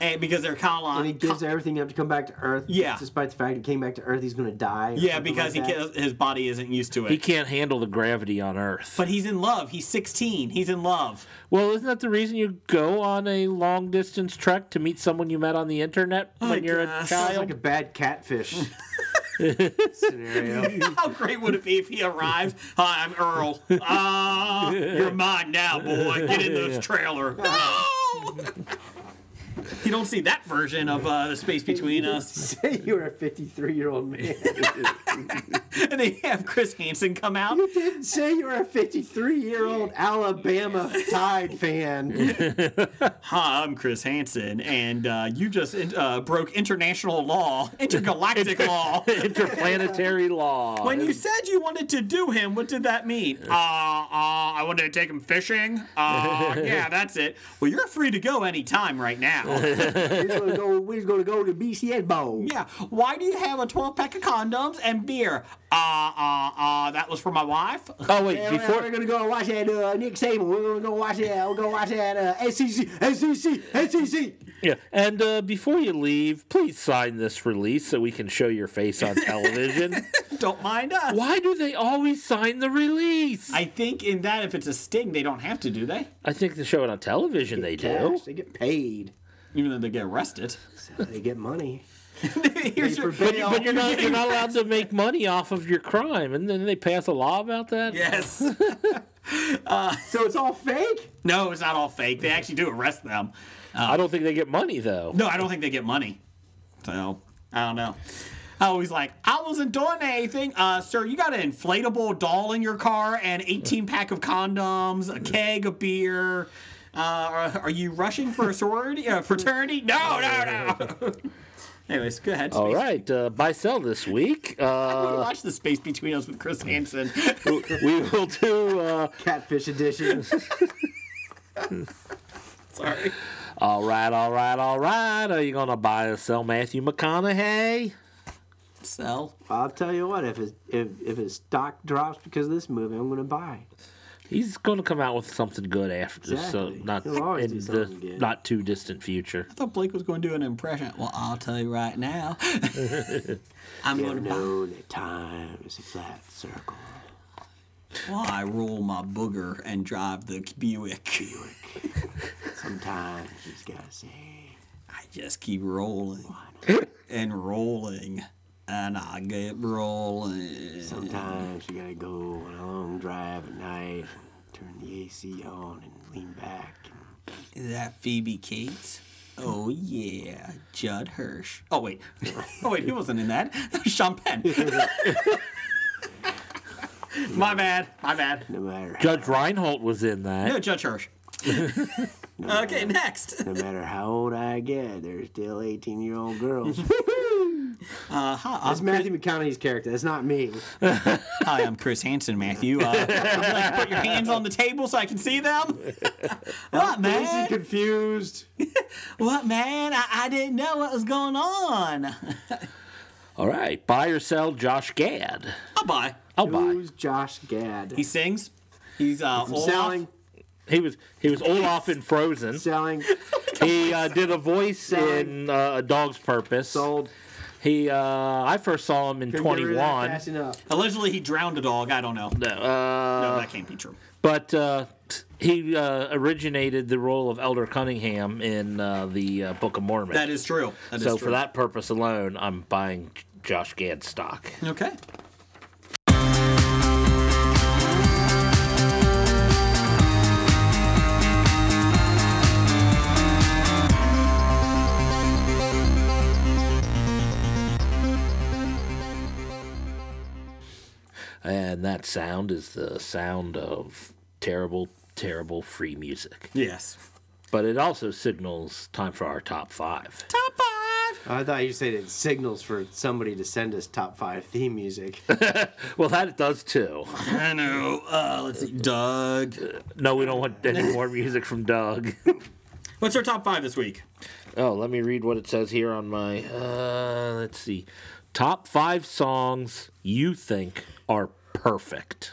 Speaker 2: And because they're colonized.
Speaker 6: And he gives everything up to come back to Earth.
Speaker 2: Yeah.
Speaker 6: Despite the fact he came back to Earth, he's going to die. or
Speaker 2: yeah,
Speaker 6: something
Speaker 2: because
Speaker 6: like
Speaker 2: he
Speaker 6: that.
Speaker 2: can't, his body isn't used to it.
Speaker 3: He can't handle the gravity on Earth.
Speaker 2: but he's in love. He's 16. He's in love.
Speaker 3: Well, isn't that the reason you go on a long distance trek to meet someone you met on the internet when you're
Speaker 2: guess.
Speaker 3: a
Speaker 6: Sounds
Speaker 3: child?
Speaker 6: like a bad catfish scenario.
Speaker 2: How great would it be if he arrived? Hi, I'm Earl. Ah, you're mine now, boy. Get in this trailer. No! you don't see that version of uh, the space between us.
Speaker 6: Say you were a 53 year old man.
Speaker 2: And they have Chris Hansen come out.
Speaker 6: Say you were a 53 year old Alabama Tide fan.
Speaker 2: Hi, I'm Chris Hansen, and uh, you just uh, broke international law, intergalactic law.
Speaker 3: Interplanetary law.
Speaker 2: When you said you wanted to do him, what did that mean? Uh, uh, I wanted to take him fishing. Uh, yeah, that's it. Well, you're free to go anytime right now.
Speaker 6: We're going to go. We're going to go to BCN Bowl.
Speaker 2: Yeah. Why do you have a 12 pack of condoms and beer? Uh, uh, uh, that was for my wife.
Speaker 3: oh wait,
Speaker 6: Yeah, we're-
Speaker 3: before
Speaker 6: we're gonna go watch that uh, Nick Saban. We're gonna go watch that. We're gonna watch that uh, SEC, SEC, SEC.
Speaker 3: yeah, and uh, before you leave, please sign this release so we can show your face on television.
Speaker 2: Don't mind us.
Speaker 3: Why do they always sign the release? I,
Speaker 2: I think in that, if it's a sting, they don't have to, do they?
Speaker 3: think they show it on television. They do.
Speaker 6: Gosh, they get paid.
Speaker 2: Even though they get arrested.
Speaker 6: They get money.
Speaker 2: Here's your.
Speaker 6: For bail.
Speaker 3: But you're not you're not allowed to make money off of your crime, and then they pass a law about that.
Speaker 2: Yes.
Speaker 6: so it's all fake.
Speaker 2: No, it's not all fake. They actually do arrest them.
Speaker 3: I don't think they get money though.
Speaker 2: No, I don't think they get money. So I don't know. I always like, I wasn't doing anything. Uh, sir, you got an inflatable doll in your car and 18 pack of condoms, a keg of beer. Uh, are, are you rushing for a sorority, uh, fraternity? No, no, no. Anyways, go ahead.
Speaker 3: All
Speaker 2: Space.
Speaker 3: right, uh, buy sell this week.
Speaker 2: I
Speaker 3: Uh,
Speaker 2: want to watch the space between us with Chris Hansen.
Speaker 3: we will do. Uh,
Speaker 6: Catfish edition.
Speaker 2: Sorry.
Speaker 3: all right, all right, all right. Are you gonna buy or sell Matthew McConaughey?
Speaker 2: Sell.
Speaker 6: I'll tell you what. If it, if if his stock drops because of this movie, I'm gonna buy.
Speaker 3: He's gonna come out with something good after, so
Speaker 6: Exactly.
Speaker 3: not
Speaker 6: He'll always
Speaker 3: in
Speaker 6: do
Speaker 3: the
Speaker 6: something good.
Speaker 3: not too distant future.
Speaker 2: I thought Blake was going to do an impression. Well, I'll tell you right now. I'm
Speaker 6: You
Speaker 2: going to buy.
Speaker 6: know that time is a flat circle.
Speaker 2: Well, I roll my booger and drive the Buick.
Speaker 6: Sometimes you just gotta say.
Speaker 2: I just keep rolling and rolling, and I get rolling.
Speaker 6: Sometimes you gotta go on a long drive at night. Turn the AC on and lean back. And
Speaker 2: Is that Phoebe Cates? Oh yeah, Judd Hirsch. Oh wait, oh wait, he wasn't in that. That was Sean Penn. my bad, my bad.
Speaker 6: no matter how,
Speaker 3: Judge Reinhold was in that.
Speaker 2: No, Judge Hirsch. okay, next.
Speaker 6: no matter how old I get, there's still 18 year old girls.
Speaker 3: Uh-huh,
Speaker 2: Uh, hi,
Speaker 6: That's
Speaker 2: I'm,
Speaker 6: Matthew McConaughey's character. That's not me.
Speaker 2: hi, I'm Chris Hansen, Matthew. Uh, would you like to put your hands on the table so I can see them. what
Speaker 3: Eh?
Speaker 2: man?
Speaker 6: confused?
Speaker 2: What man? I, I didn't know what was going on.
Speaker 3: All right, buy or sell Josh Gad.
Speaker 2: I'll buy.
Speaker 3: I'll buy.
Speaker 6: Who's Josh Gad?
Speaker 2: He sings. He's uh, Olaf.
Speaker 6: selling,
Speaker 3: He was he was Olaf in Frozen.
Speaker 6: selling,
Speaker 3: He uh, did a voice
Speaker 6: Selling.
Speaker 3: in uh, A Dog's Purpose.
Speaker 6: sold.
Speaker 3: He uh, I first saw him in
Speaker 6: Couldn't get rid of that
Speaker 3: 21.
Speaker 6: fast enough.
Speaker 2: Allegedly, he drowned a dog. I don't know.
Speaker 3: No, uh,
Speaker 2: No, that can't be true.
Speaker 3: But uh, he uh, originated the role of Elder Cunningham in uh, the uh, Book of Mormon.
Speaker 2: That is true. That is
Speaker 3: so
Speaker 2: true.
Speaker 3: for that purpose alone, I'm buying Josh Gad stock.
Speaker 2: Okay.
Speaker 3: And that sound is the sound of terrible, terrible free music.
Speaker 2: Yes.
Speaker 3: But it also signals time for our top five.
Speaker 2: Top five.
Speaker 6: Oh, I thought you said it signals for somebody to send us top five theme music.
Speaker 3: Well, that does too.
Speaker 2: I know. Uh, let's see. Doug.
Speaker 3: No, we don't want any more music from Doug.
Speaker 2: What's our top five this week?
Speaker 3: Oh, let me read what it says here on my. Uh, let's see. Top five songs you think are perfect.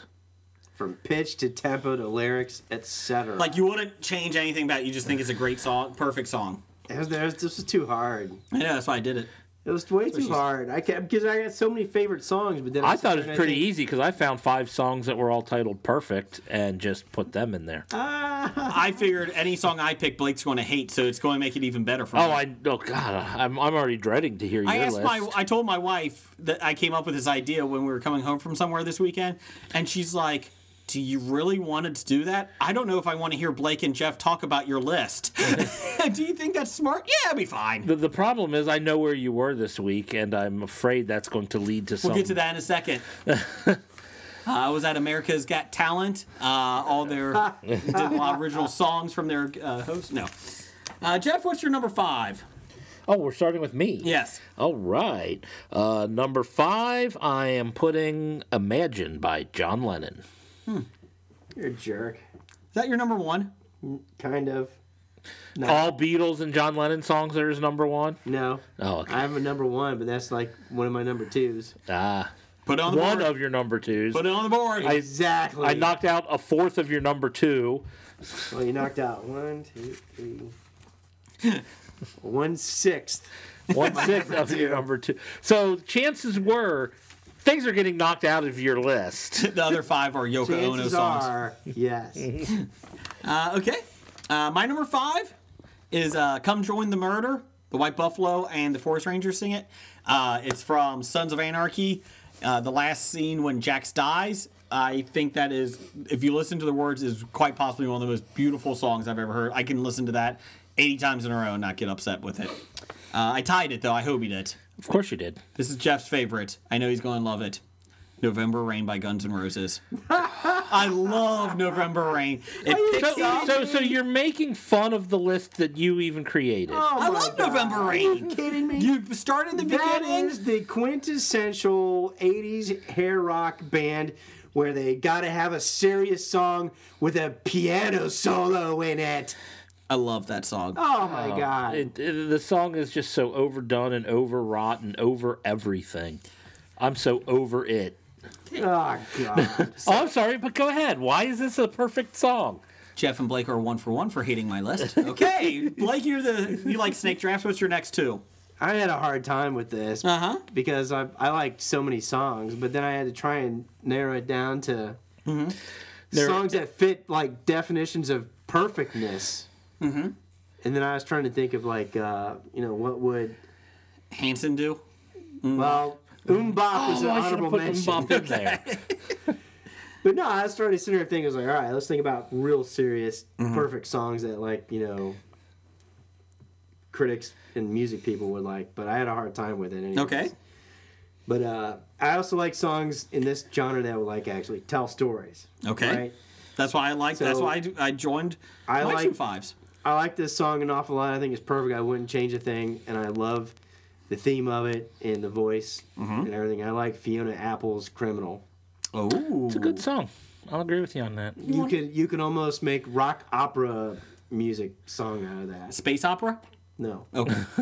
Speaker 6: From pitch to tempo to lyrics, etc.
Speaker 2: Like you wouldn't change anything about it. You just think it's a great song, perfect song.
Speaker 6: it was, it was, this was too hard.
Speaker 2: I know that's why I did it.
Speaker 6: It was way too hard. I kept because I got so many favorite songs, but then
Speaker 3: I
Speaker 6: sit
Speaker 3: thought it
Speaker 6: there and
Speaker 3: was pretty
Speaker 6: think,
Speaker 3: easy because I found five songs that were all titled perfect and just put them in there.
Speaker 2: Oh. I figured any song I pick, Blake's going to hate, so it's going to make it even better for me.
Speaker 3: Oh, I oh god, I'm I'm already dreading to hear your
Speaker 2: I asked
Speaker 3: list.
Speaker 2: my, I told my wife that I came up with this idea when we were coming home from somewhere this weekend, and she's like, "Do you really want to do that? I don't know if I want to hear Blake and Jeff talk about your list. do you think that's smart? Yeah, it'll be fine.
Speaker 3: the, the problem is I know where you were this week, and I'm afraid that's going to lead to some.
Speaker 2: We'll get to that in a second. Uh, I was at America's Got Talent. Uh, all their did a lot of original songs from their uh, host. No, uh, Jeff, what's your number five?
Speaker 3: Oh, we're starting with me.
Speaker 2: Yes.
Speaker 3: All right. Uh, number five, I am putting "Imagine" by John Lennon.
Speaker 6: You're a jerk.
Speaker 2: Is that your number one?
Speaker 6: Kind of.
Speaker 3: All Beatles and John Lennon songs are his number one.
Speaker 6: No.
Speaker 3: Oh, okay.
Speaker 6: I have a number one, but that's like one of my number twos.
Speaker 3: Ah,
Speaker 2: Put it on the
Speaker 3: one
Speaker 2: board.
Speaker 3: of your number twos.
Speaker 2: Put it on the board.
Speaker 6: Exactly.
Speaker 3: I knocked out a fourth of your number two.
Speaker 6: Well, you knocked out one, two, three. one sixth.
Speaker 3: One sixth of your number two. So chances were, things are getting knocked out of your list.
Speaker 2: the other five are Yoko Ono
Speaker 6: Chances
Speaker 2: songs.
Speaker 6: are, yes.
Speaker 2: Uh, okay. Uh, my number five is uh, Come Join the Murder. The White Buffalo and the Forest Rangers sing it. Uh, it's from Sons of Anarchy. Uh, the last scene when Jax dies. I think that is, if you listen to the words, is quite possibly one of the most beautiful songs I've ever heard. I can listen to that 80 times in a row and not get upset with it. Uh, I tied it though. I hope he did.
Speaker 3: Of course you did.
Speaker 2: This is Jeff's favorite. I know he's going to love it. November Rain by Guns N' Roses. I love November Rain. It picks
Speaker 3: So,
Speaker 2: up.
Speaker 3: so, so you're making fun of the list that you even created.
Speaker 2: I love November
Speaker 6: Are
Speaker 2: Rain.
Speaker 6: Oh, you kidding me?
Speaker 2: You start in the
Speaker 6: That
Speaker 2: beginning.
Speaker 6: is the quintessential 80s hair rock band where they gotta have a serious song with a piano solo in it.
Speaker 2: I love that song.
Speaker 6: Oh my god.
Speaker 3: It, it- the song is just so overdone and overwrought and over everything. I'm so over it.
Speaker 6: Oh god.
Speaker 3: Oh, I'm sorry, but go ahead. Why is this a perfect song?
Speaker 2: Jeff and Blake are one for one for hating my list. Okay, Blake, you're the you like snake drafts. What's your next two?
Speaker 6: I had a hard time with this because I, I liked so many songs, but then I had to try and narrow it down to songs that fit like definitions of perfectness. Mm-hmm. And then I was trying to think of like uh, you know what would
Speaker 2: Hanson do.
Speaker 6: well. Umbop was an
Speaker 3: Oh, I should
Speaker 6: honorable
Speaker 3: have put
Speaker 6: mention.
Speaker 3: Mbop in there.
Speaker 6: But no, I started sitting there thinking, I was like, all right, let's think about real serious, perfect songs that, like, you know, critics and music people would like. But I had a hard time with it. Anyways.
Speaker 2: Okay.
Speaker 6: But uh, I also like songs in this genre that would, like, actually tell stories.
Speaker 2: Okay.
Speaker 6: Right?
Speaker 2: That's why I like. that's
Speaker 6: So-
Speaker 2: why I, d- I joined
Speaker 6: I
Speaker 2: my two
Speaker 6: like-
Speaker 2: fives.
Speaker 6: I like this song an awful lot. I think it's perfect. I wouldn't change a thing. And I love the theme of it and the voice
Speaker 2: Mm-hmm.
Speaker 6: and everything. I like Fiona Apple's Criminal.
Speaker 2: Oh,
Speaker 3: It's a good song. I'll agree with you on that.
Speaker 6: You could you can almost make rock opera music song out of that.
Speaker 2: space opera.
Speaker 6: No.
Speaker 2: Okay,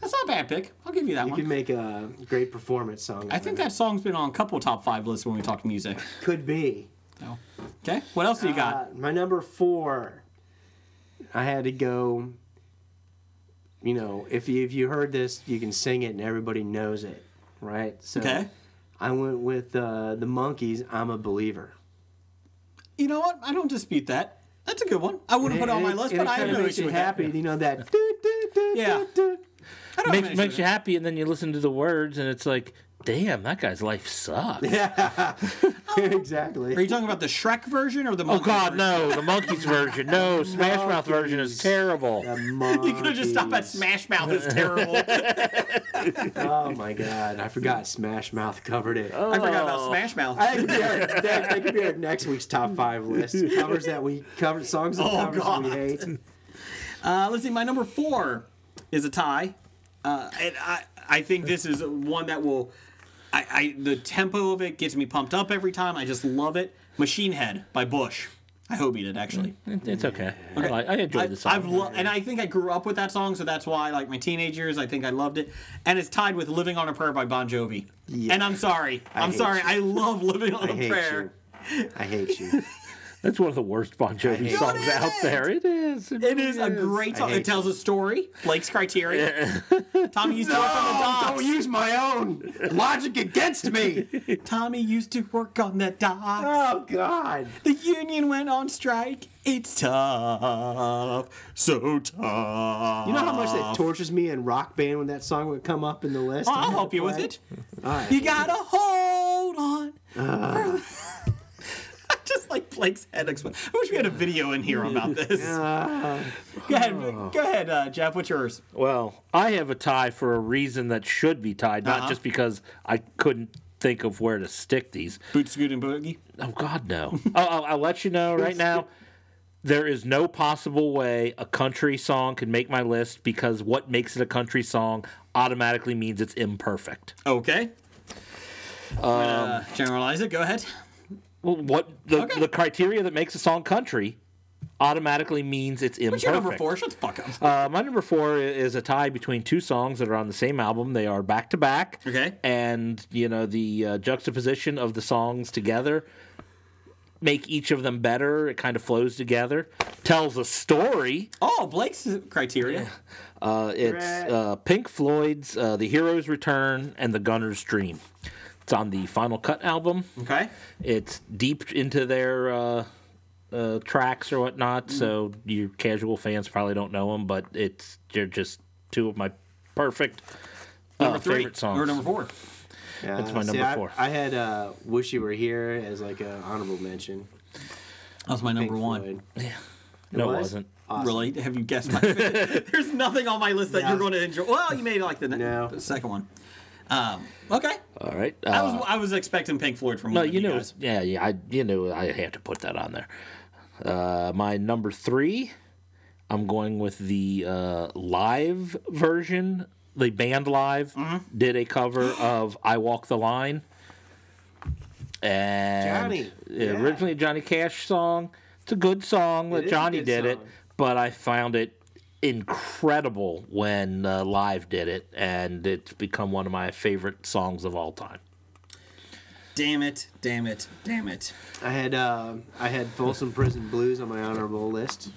Speaker 2: that's not a bad pick. I'll give you that
Speaker 6: You
Speaker 2: one.
Speaker 6: could make a great performance song.
Speaker 2: I think that song's been on a couple top five lists when we talk music.
Speaker 6: could be.
Speaker 2: So, okay, what else do you got?
Speaker 6: Uh, my number four. I had to go. You know, if you, if you heard this, you can sing it and everybody knows it, right? So
Speaker 2: Okay.
Speaker 6: I went with uh, the monkeys. I'm a believer.
Speaker 2: You know what? I don't dispute that. That's a good one. I wouldn't put it on
Speaker 6: And
Speaker 2: my
Speaker 6: it-
Speaker 2: list,
Speaker 6: and
Speaker 2: but
Speaker 6: it
Speaker 2: I have
Speaker 6: kinda
Speaker 2: no
Speaker 6: makes
Speaker 2: issue
Speaker 6: you
Speaker 2: with
Speaker 6: happy.
Speaker 2: that.
Speaker 6: You know that. do, do, do,
Speaker 2: Yeah.
Speaker 6: do, do.
Speaker 2: I don't have an
Speaker 3: Makes
Speaker 2: issue
Speaker 3: makes
Speaker 2: with
Speaker 3: you
Speaker 2: that.
Speaker 3: happy, and then you listen to the words, and it's like. damn, that guy's life sucks.
Speaker 2: Are
Speaker 6: exactly.
Speaker 2: you talking about the Shrek version or the
Speaker 3: Oh
Speaker 2: monkey
Speaker 3: God,
Speaker 2: version?
Speaker 3: no! The monkeys version, no! Smash Mouth version is terrible.
Speaker 2: You could have just stopped at Smash Mouth. It's terrible. I
Speaker 6: Oh my god, I forgot Smash Mouth covered it.
Speaker 2: forgot about Smash Mouth.
Speaker 6: I think that, could be our- that, that could be our next week's top five list. Covers that we covered, songs and
Speaker 2: Oh,
Speaker 6: covers
Speaker 2: God.
Speaker 6: we hate.
Speaker 2: Uh, let's see. My number four is a tie, uh, and I I think this is one that will. I, I the tempo of it gets me pumped up every time. I just love it. Machine Head by Bush. I hope he did actually.
Speaker 3: It- It's okay. I, like- I
Speaker 2: I,
Speaker 3: enjoyed the song.
Speaker 2: have lo- and I think I grew up with that song, so that's why like my teenage years, I think I loved it. And it's tied with "Living on a Prayer" by Bon Jovi.
Speaker 6: Yeah.
Speaker 2: And I'm sorry, I am
Speaker 6: hate
Speaker 2: sorry.
Speaker 6: you.
Speaker 2: I love "Living on
Speaker 6: I
Speaker 2: a
Speaker 6: hate
Speaker 2: Prayer."
Speaker 6: you. I hate you.
Speaker 3: That's one of the worst Bon Jovi songs out there. It is.
Speaker 2: It is a great song.
Speaker 6: hate
Speaker 2: It tells a story. Blake's criteria. Tommy used to work on the docks.
Speaker 6: Don't use my own logic against me.
Speaker 2: Tommy used to work on the docks.
Speaker 6: Oh God.
Speaker 2: The union went on strike. It's tough. So tough.
Speaker 6: You know how much that tortures me in Rock Band when that song would come up in the list.
Speaker 2: Oh. I'll help you with it.
Speaker 6: All right. Ah.
Speaker 2: You gotta hold on. for- I just like Blake's head explode. I wish we had a video in here about this.
Speaker 6: Ah.
Speaker 2: go ahead, go ahead, uh, Jeff. What's yours?
Speaker 3: Well, I have a tie for a reason that should be tied, not
Speaker 2: Uh-huh.
Speaker 3: just because I couldn't think of where to stick these.
Speaker 2: Boot Scoot and Boogie.
Speaker 3: Oh God, no! I'll, I'll, I'll let you know right now. There is no possible way a country song can make my list because what makes it a country song automatically means it's imperfect.
Speaker 2: Okay. Uh, generalize it. Go ahead.
Speaker 3: Well, what the,
Speaker 2: Okay.
Speaker 3: the criteria that makes a song country automatically means it's imperfect.
Speaker 2: What's your number four? Shut the fuck up.
Speaker 3: Uh, my number four i- is a tie between two songs that are on the same album. They are back to back.
Speaker 2: Okay.
Speaker 3: And you know the uh, juxtaposition of the songs together make each of them better. It kind of flows together. Tells a story.
Speaker 2: Oh, Blake's criteria.
Speaker 3: Uh, it's
Speaker 6: Right.
Speaker 3: uh, Pink Floyd's uh, "The Hero's Return" and "The Gunner's Dream." It's on the Final Cut album.
Speaker 2: Okay.
Speaker 3: It's deep into their uh, uh, tracks or whatnot, so
Speaker 2: Mm-hmm.
Speaker 3: your casual fans probably don't know them, but it's they're just two of my perfect
Speaker 2: Number
Speaker 3: uh,
Speaker 2: three.
Speaker 3: favorite songs.
Speaker 2: Or number four.
Speaker 6: That's
Speaker 3: my number four.
Speaker 6: Uh, I, had uh, "Wish You Were Here" as like an honorable mention.
Speaker 2: That was my number
Speaker 6: Pink
Speaker 2: one.
Speaker 6: Floyd.
Speaker 3: no, it
Speaker 6: was?
Speaker 3: wasn't.
Speaker 2: Really? Have you guessed my There's nothing on my list that
Speaker 6: No.
Speaker 2: you're going to enjoy. Well, you may like the, ne-
Speaker 6: No.
Speaker 2: the second one. Um, okay.
Speaker 3: All right.
Speaker 2: I
Speaker 3: Uh,
Speaker 2: was I was expecting Pink Floyd from
Speaker 3: no,
Speaker 2: one of
Speaker 3: you know,
Speaker 2: guys.
Speaker 3: yeah, yeah, I, you know, I had to put that on there. Uh, my number three, I'm going with the uh, live version. The band live
Speaker 6: Mm-hmm.
Speaker 3: did a cover of "I Walk the Line," and
Speaker 6: Johnny,
Speaker 3: yeah,
Speaker 6: yeah.
Speaker 3: originally a Johnny Cash song. It's a good song
Speaker 6: It
Speaker 3: that
Speaker 6: is a
Speaker 3: Johnny
Speaker 6: good
Speaker 3: did it,
Speaker 6: song.
Speaker 3: but I found it incredible when uh, live did it, and it's become one of my favorite songs of all time.
Speaker 2: Damn it! Damn it! Damn it!
Speaker 6: I had uh, I had Folsom Prison Blues on my honorable list,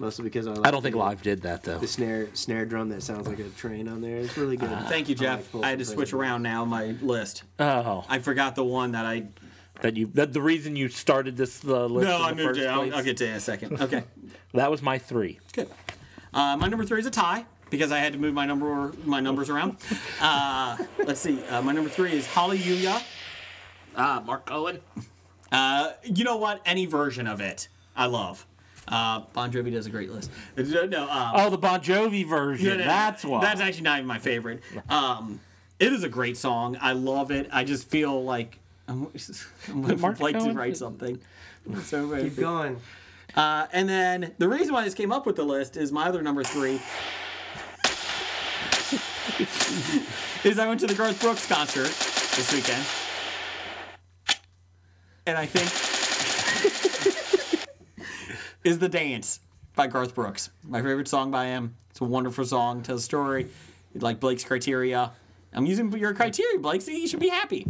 Speaker 6: mostly because I.
Speaker 3: I don't think
Speaker 6: the-
Speaker 3: live did that though.
Speaker 6: The snare snare drum that sounds like a train on there is really good.
Speaker 2: Uh, Thank you,
Speaker 6: I like
Speaker 2: Jeff.
Speaker 6: Folsom
Speaker 2: I had to
Speaker 6: Prison
Speaker 2: switch
Speaker 6: Blues.
Speaker 2: around now my list.
Speaker 3: Oh,
Speaker 2: I forgot the one that I.
Speaker 3: that you that the reason you started this uh, list.
Speaker 2: No,
Speaker 3: in the
Speaker 2: I'm gonna.
Speaker 3: first
Speaker 2: do-
Speaker 3: place.
Speaker 2: I'll, I'll get to it in a second. Okay.
Speaker 3: That was my three.
Speaker 2: Good. Uh, my number three is a tie because I had to move my number my numbers around. Uh, let's see. Uh, my number three is Hallelujah. Uh,
Speaker 3: Ah, Mark Cohen.
Speaker 2: You know what? Any version of it, I love. Uh, bon Jovi does a great list. No, no, um,
Speaker 3: Oh, the Bon Jovi version.
Speaker 2: no, no, no.
Speaker 3: that's why.
Speaker 2: That's actually not even my favorite. Um, it is a great song. I love it. I just feel like I'm, I'm waiting for
Speaker 3: Mark
Speaker 2: Blake to
Speaker 3: Cohen-
Speaker 2: write something. It's so very
Speaker 6: Keep going.
Speaker 2: Uh, and then the reason why I just came up with the list is my other number three is I went to the Garth Brooks concert this weekend, and I think is the dance by Garth Brooks, my favorite song by him. It's a wonderful song, tells a story, like Blake's criteria. I'm using your criteria, Blake. See, you should be happy.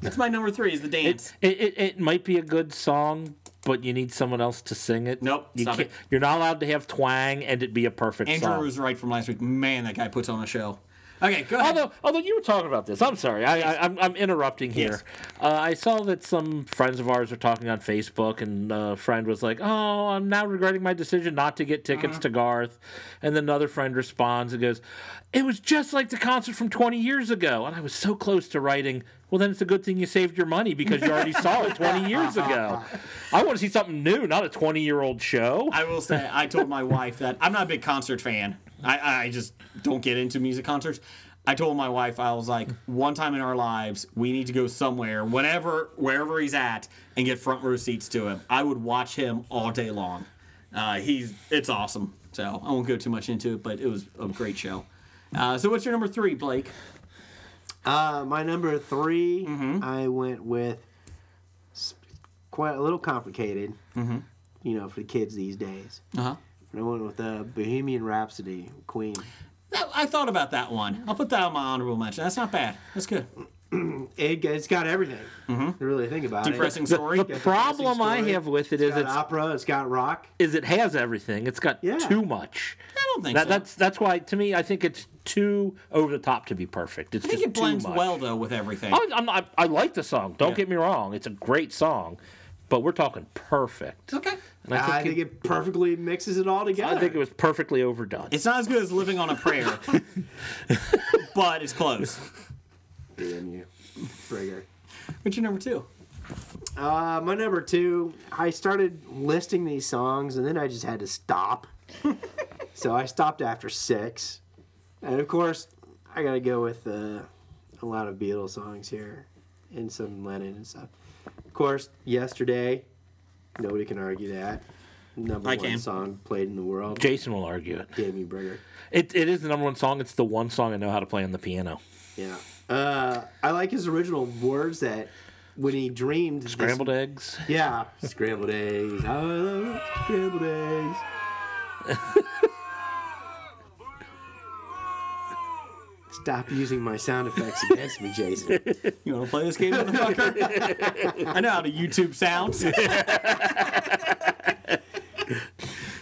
Speaker 2: That's my number three is the dance.
Speaker 3: It, it, it might be a good song, but you need someone else to sing it.
Speaker 2: Nope,
Speaker 3: you
Speaker 2: stop
Speaker 3: can't,
Speaker 2: it.
Speaker 3: you're not allowed to have twang and it be a perfect
Speaker 2: Andrew
Speaker 3: song.
Speaker 2: was right from last week. Man, that guy puts on a show. Okay, go ahead.
Speaker 3: Although, although you were talking about this, I'm sorry, I, I, I'm, I'm interrupting here. Uh, I saw that some friends of ours were talking on Facebook, and a friend was like, "Oh, I'm now regretting my decision not to get
Speaker 6: Uh-huh.
Speaker 3: tickets to Garth," and then another friend responds and goes, "It was just like the concert from 20 years ago," and I was so close to writing. Well, then it's a good thing you saved your money because you already saw it 20 years ago. I want to see something new, not a 20 year old show.
Speaker 2: I will say, I told my wife that I'm not a big concert fan. I, I just don't get into music concerts. I told my wife, I was like, one time in our lives, we need to go somewhere, whenever, wherever he's at, and get front row seats to him. I would watch him all day long. Uh, he's, it's awesome. So I won't go too much into it, but it was a great show. Uh, so what's your number three, Blake?
Speaker 6: Uh, my number 3
Speaker 2: Mm-hmm.
Speaker 6: I went with s- quite a little complicated,
Speaker 2: Mm-hmm.
Speaker 6: you know, for the kids these days.
Speaker 2: Uh
Speaker 3: Uh-huh.
Speaker 2: huh.
Speaker 6: And I went with uh, Bohemian Rhapsody, Queen.
Speaker 2: I thought about that one. I'll put that on my honorable mention. That's not bad. That's good.
Speaker 6: It, g- it's got everything. If you really think about
Speaker 2: Mm-hmm. Depressing
Speaker 6: it.
Speaker 2: story.
Speaker 3: The problem I
Speaker 6: story.
Speaker 3: have with it
Speaker 6: It's
Speaker 3: is
Speaker 6: got
Speaker 3: it's,
Speaker 6: opera, it's got rock.
Speaker 3: is it has everything. It's got
Speaker 6: Yeah.
Speaker 3: too much.
Speaker 2: I don't think
Speaker 3: That,
Speaker 2: so.
Speaker 3: That's that's why to me I think it's too over the top to be perfect. It's
Speaker 2: I think
Speaker 3: just
Speaker 2: it blends
Speaker 3: too much. Oh,
Speaker 2: well though with everything.
Speaker 3: I, I'm not, I like the song. Don't
Speaker 2: Yeah.
Speaker 3: get me wrong; it's a great song, but we're talking perfect.
Speaker 2: okay.
Speaker 3: And
Speaker 6: I think it perfectly mixes it all together.
Speaker 3: I think it was perfectly overdone.
Speaker 2: It's not as good as living on a prayer, but it's close.
Speaker 6: Damn you, Brigger.
Speaker 2: What's your number two?
Speaker 6: Uh, my number two, I started listing these songs and then I just had to stop. so I stopped after six. And of course, I gotta go with uh, a lot of Beatles songs here and some Lennon and stuff. Of course, yesterday, nobody can argue that. Number
Speaker 2: I
Speaker 6: one
Speaker 2: can.
Speaker 6: song played in the world.
Speaker 3: Jason will argue it.
Speaker 6: Damn you, Brigger.
Speaker 3: it. It is the number one song. It's the one song I know how to play on the piano.
Speaker 6: Yeah. Uh, I like his original words that when he dreamed. this-
Speaker 3: Scrambled eggs.
Speaker 6: Yeah. Scrambled eggs. I love scrambled eggs. Stop using my sound effects against me, Jason.
Speaker 2: You want to play this game, motherfucker? I know how to YouTube sounds.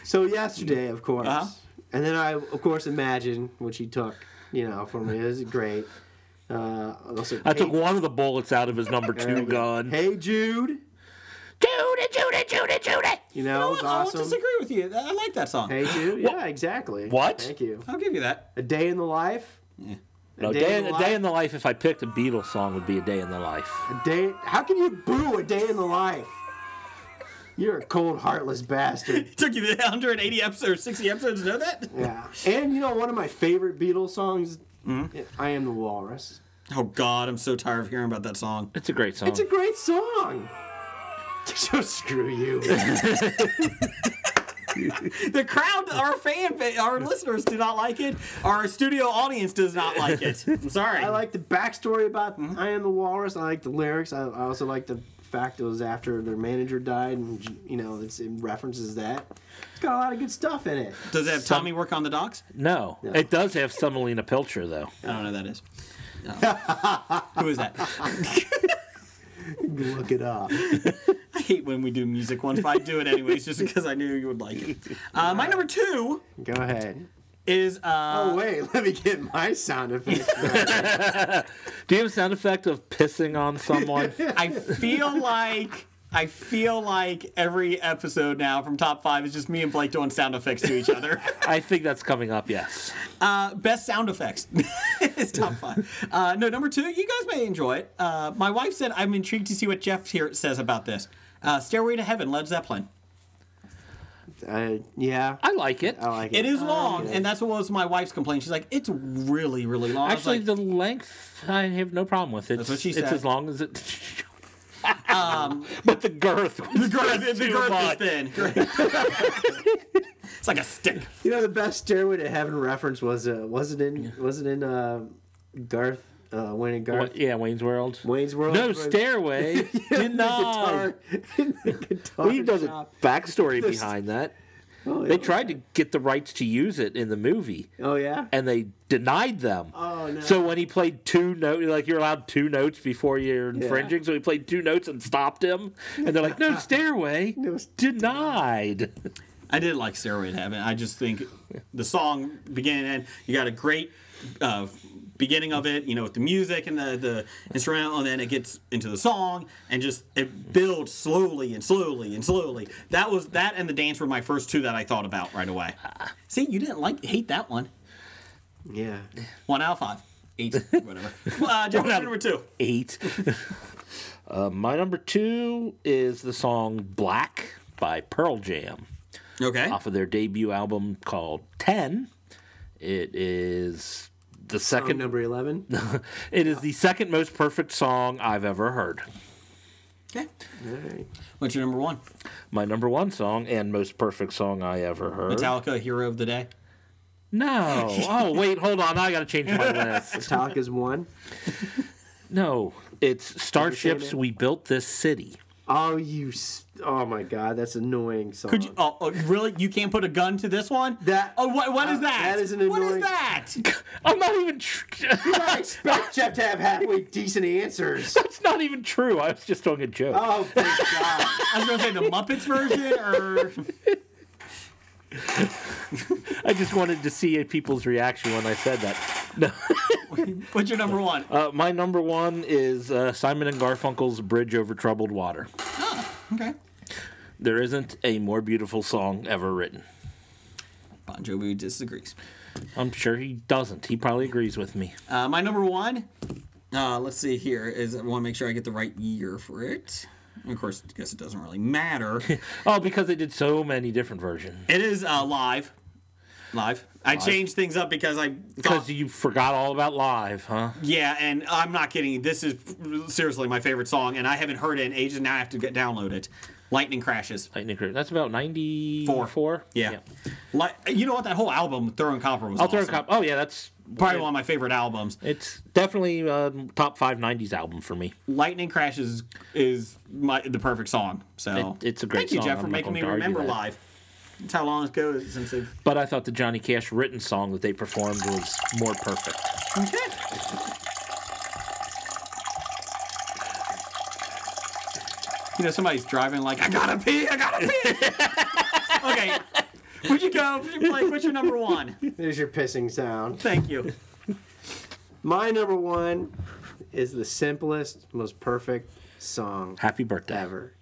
Speaker 6: So yesterday, of course,
Speaker 2: Uh-huh.
Speaker 6: and then I, of course, imagine which he took. You know, for me, it was great. Uh, also,
Speaker 3: I took one of the bullets out of his number two gun.
Speaker 6: Hey Jude.
Speaker 3: Judy, Judy, Judy, Judy.
Speaker 6: You know,
Speaker 2: I won't-
Speaker 6: it's
Speaker 2: I won't
Speaker 6: awesome.
Speaker 2: disagree with you. I like that song.
Speaker 6: Hey Jude. Yeah, exactly.
Speaker 3: What?
Speaker 6: Thank you.
Speaker 2: I'll give you that.
Speaker 6: A day in the life.
Speaker 3: No,
Speaker 6: Day
Speaker 3: day,
Speaker 6: in the
Speaker 3: a day
Speaker 6: Life.
Speaker 3: in the life. If I picked a Beatles song, would be a day in the life.
Speaker 6: A day. How can you boo a day in the life? You're a cold, heartless bastard.
Speaker 2: It took you 180 episodes, 60 episodes to know that?
Speaker 6: Yeah. Hmm? And you know, one of my favorite Beatles songs, "I Am the Walrus."
Speaker 2: Oh, God, I'm so tired of hearing about that song.
Speaker 3: It's a great song.
Speaker 6: It's a great song. Oh. So screw you.
Speaker 2: The crowd, our fan, ba- our listeners do not like it. Our studio audience does not like it. I'm sorry.
Speaker 6: I like the backstory about "I Am the Walrus." I like the lyrics. I, I also like the fact it was after their manager died, and you know, it's, it references that. It's got a lot of good stuff in it.
Speaker 2: Does it have Tommy work on the docks?
Speaker 3: No, it does have some Melina Pilcher though.
Speaker 2: I don't know who that is. No. Who is that?
Speaker 6: Look it up.
Speaker 2: I hate when we do music ones, but I do it anyways just because I knew you would like it. Uh, my number two
Speaker 6: Go ahead.
Speaker 2: is uh,
Speaker 6: Oh wait, let me get my sound effects. back.
Speaker 3: Do you have a sound effect of pissing on someone?
Speaker 2: I feel like I feel like every episode now from top five is just me and Blake doing sound effects to each other.
Speaker 3: I think that's coming up. Yes.
Speaker 2: Uh, best sound effects. it's top five. Uh, no, number two, you guys may enjoy it. Uh, my wife said I'm intrigued to see what Jeff here says about this. Uh, Stairway to Heaven, Led Zeppelin.
Speaker 6: uh, yeah,
Speaker 3: I like it.
Speaker 6: Oh, I like it.
Speaker 2: It is long, and that's what was my wife's complaint. She's like, it's really, really long. I was
Speaker 3: Actually,
Speaker 2: like,
Speaker 3: the length I have no problem with. It's,
Speaker 2: That's what she
Speaker 3: It's
Speaker 2: said.
Speaker 3: as long as it. but the girth.
Speaker 2: The girth, the
Speaker 3: too
Speaker 2: girth is
Speaker 3: much.
Speaker 2: thin. it's like a stick.
Speaker 6: You know, the best Stairway to Heaven reference was uh, was it in was it in uh, Garth uh, Wayne and Garth
Speaker 3: Yeah, Wayne's World.
Speaker 6: Wayne's World.
Speaker 3: No
Speaker 6: Where-
Speaker 3: stairway.
Speaker 6: in the
Speaker 3: Did not.
Speaker 6: guitar. in the guitar
Speaker 3: Well, he does a
Speaker 6: shop.
Speaker 3: backstory
Speaker 6: This-
Speaker 3: behind that.
Speaker 6: Oh,
Speaker 3: They
Speaker 6: yeah.
Speaker 3: tried to get the rights to use it in the movie,
Speaker 6: Oh yeah.
Speaker 3: and they denied them.
Speaker 6: Oh, no.
Speaker 3: So when he played two notes, like you're allowed two notes before you're infringing, so he played two notes and stopped him. And they're like, "No stairway,
Speaker 6: No stairway.
Speaker 3: denied."
Speaker 2: I did like Stairway to Heaven. I just think the song beginning and end, you got a great uh, beginning of it, you know, with the music and the, the instrumental, and then it gets into the song and just it builds slowly and slowly and slowly. That was that and the dance were my first two that I thought about right away. Ah. See, you didn't like hate that one.
Speaker 6: Yeah.
Speaker 2: One out of five. Eight, whatever. Uh, Jeff,
Speaker 3: out of-
Speaker 2: number two.
Speaker 3: Eight. uh, my number two is the song "Black" by Pearl Jam.
Speaker 2: Okay.
Speaker 3: off of their debut album called Ten. It is the
Speaker 6: Song
Speaker 3: second.
Speaker 6: number eleven.
Speaker 3: it is the second most perfect song I've ever heard.
Speaker 2: Okay.
Speaker 6: Alright.
Speaker 2: What's your number one?
Speaker 3: My number one song and most perfect song I ever heard.
Speaker 2: Metallica, Hero of the Day.
Speaker 3: No. Oh wait, hold on. I gotta change my list.
Speaker 6: Talk is one.
Speaker 3: No, it's Starships.
Speaker 6: that?
Speaker 3: We built this city.
Speaker 6: Oh you. s- Oh my God, that's annoying song.
Speaker 2: Could you? Oh, oh, really? You can't put a gun to this one?
Speaker 6: That-
Speaker 2: Oh, what? What is
Speaker 6: uh,
Speaker 2: that?
Speaker 6: that is an
Speaker 2: What is
Speaker 6: annoying-
Speaker 2: that?
Speaker 3: I'm not even. Tr-
Speaker 6: I expect Jeff to have halfway decent answers.
Speaker 3: it's not even true. I was just doing a joke.
Speaker 6: Oh thank God.
Speaker 2: I was gonna say the Muppets version, or
Speaker 3: I just wanted to see people's reaction when I said that.
Speaker 2: what's your number one?
Speaker 3: Uh, my number one is uh, Simon and Garfunkel's "Bridge Over Troubled Water."
Speaker 2: Okay.
Speaker 3: There isn't a more beautiful song ever written.
Speaker 2: Bon Jovi disagrees.
Speaker 3: I'm sure he doesn't. He probably agrees with me.
Speaker 2: Uh, my number one. Uh, let's see here. Is I want to make sure I get the right year for it. And of course, I guess it doesn't really matter.
Speaker 3: Oh, because they did so many different versions.
Speaker 2: it is uh, live. Live. I changed things up because I
Speaker 3: Because
Speaker 2: thought,
Speaker 3: you forgot all about live, huh?
Speaker 2: yeah, and I'm not kidding. This is seriously my favorite song, and I haven't heard it in ages. Now I have to get download it. Lightning crashes.
Speaker 3: Lightning Crew. That's about
Speaker 2: Four.
Speaker 3: ninety-four.
Speaker 2: Yeah. Like you know what? That whole album, Throwing Copper, was
Speaker 3: I'll throw a
Speaker 2: awesome.
Speaker 3: cop. Oh yeah, that's
Speaker 2: Probably one of my favorite albums.
Speaker 3: It's definitely um, top five '90s album for me.
Speaker 2: Lightning Crashes is my the perfect song. So
Speaker 3: It- it's a great
Speaker 2: Thank you,
Speaker 3: song.
Speaker 2: Jeff, for
Speaker 3: I'm not
Speaker 2: making
Speaker 3: going
Speaker 2: me
Speaker 3: to argue
Speaker 2: remember
Speaker 3: that.
Speaker 2: live. It's how long ago is since they've
Speaker 3: But I thought the Johnny Cash written song that they performed was more perfect.
Speaker 2: okay. You know, somebody's driving like, I gotta pee, I gotta pee. okay, would you go? Would you play? What's your number one?
Speaker 6: There's your pissing sound.
Speaker 2: Thank you.
Speaker 6: My number one is the simplest, most perfect song
Speaker 3: Happy birthday!
Speaker 6: ever.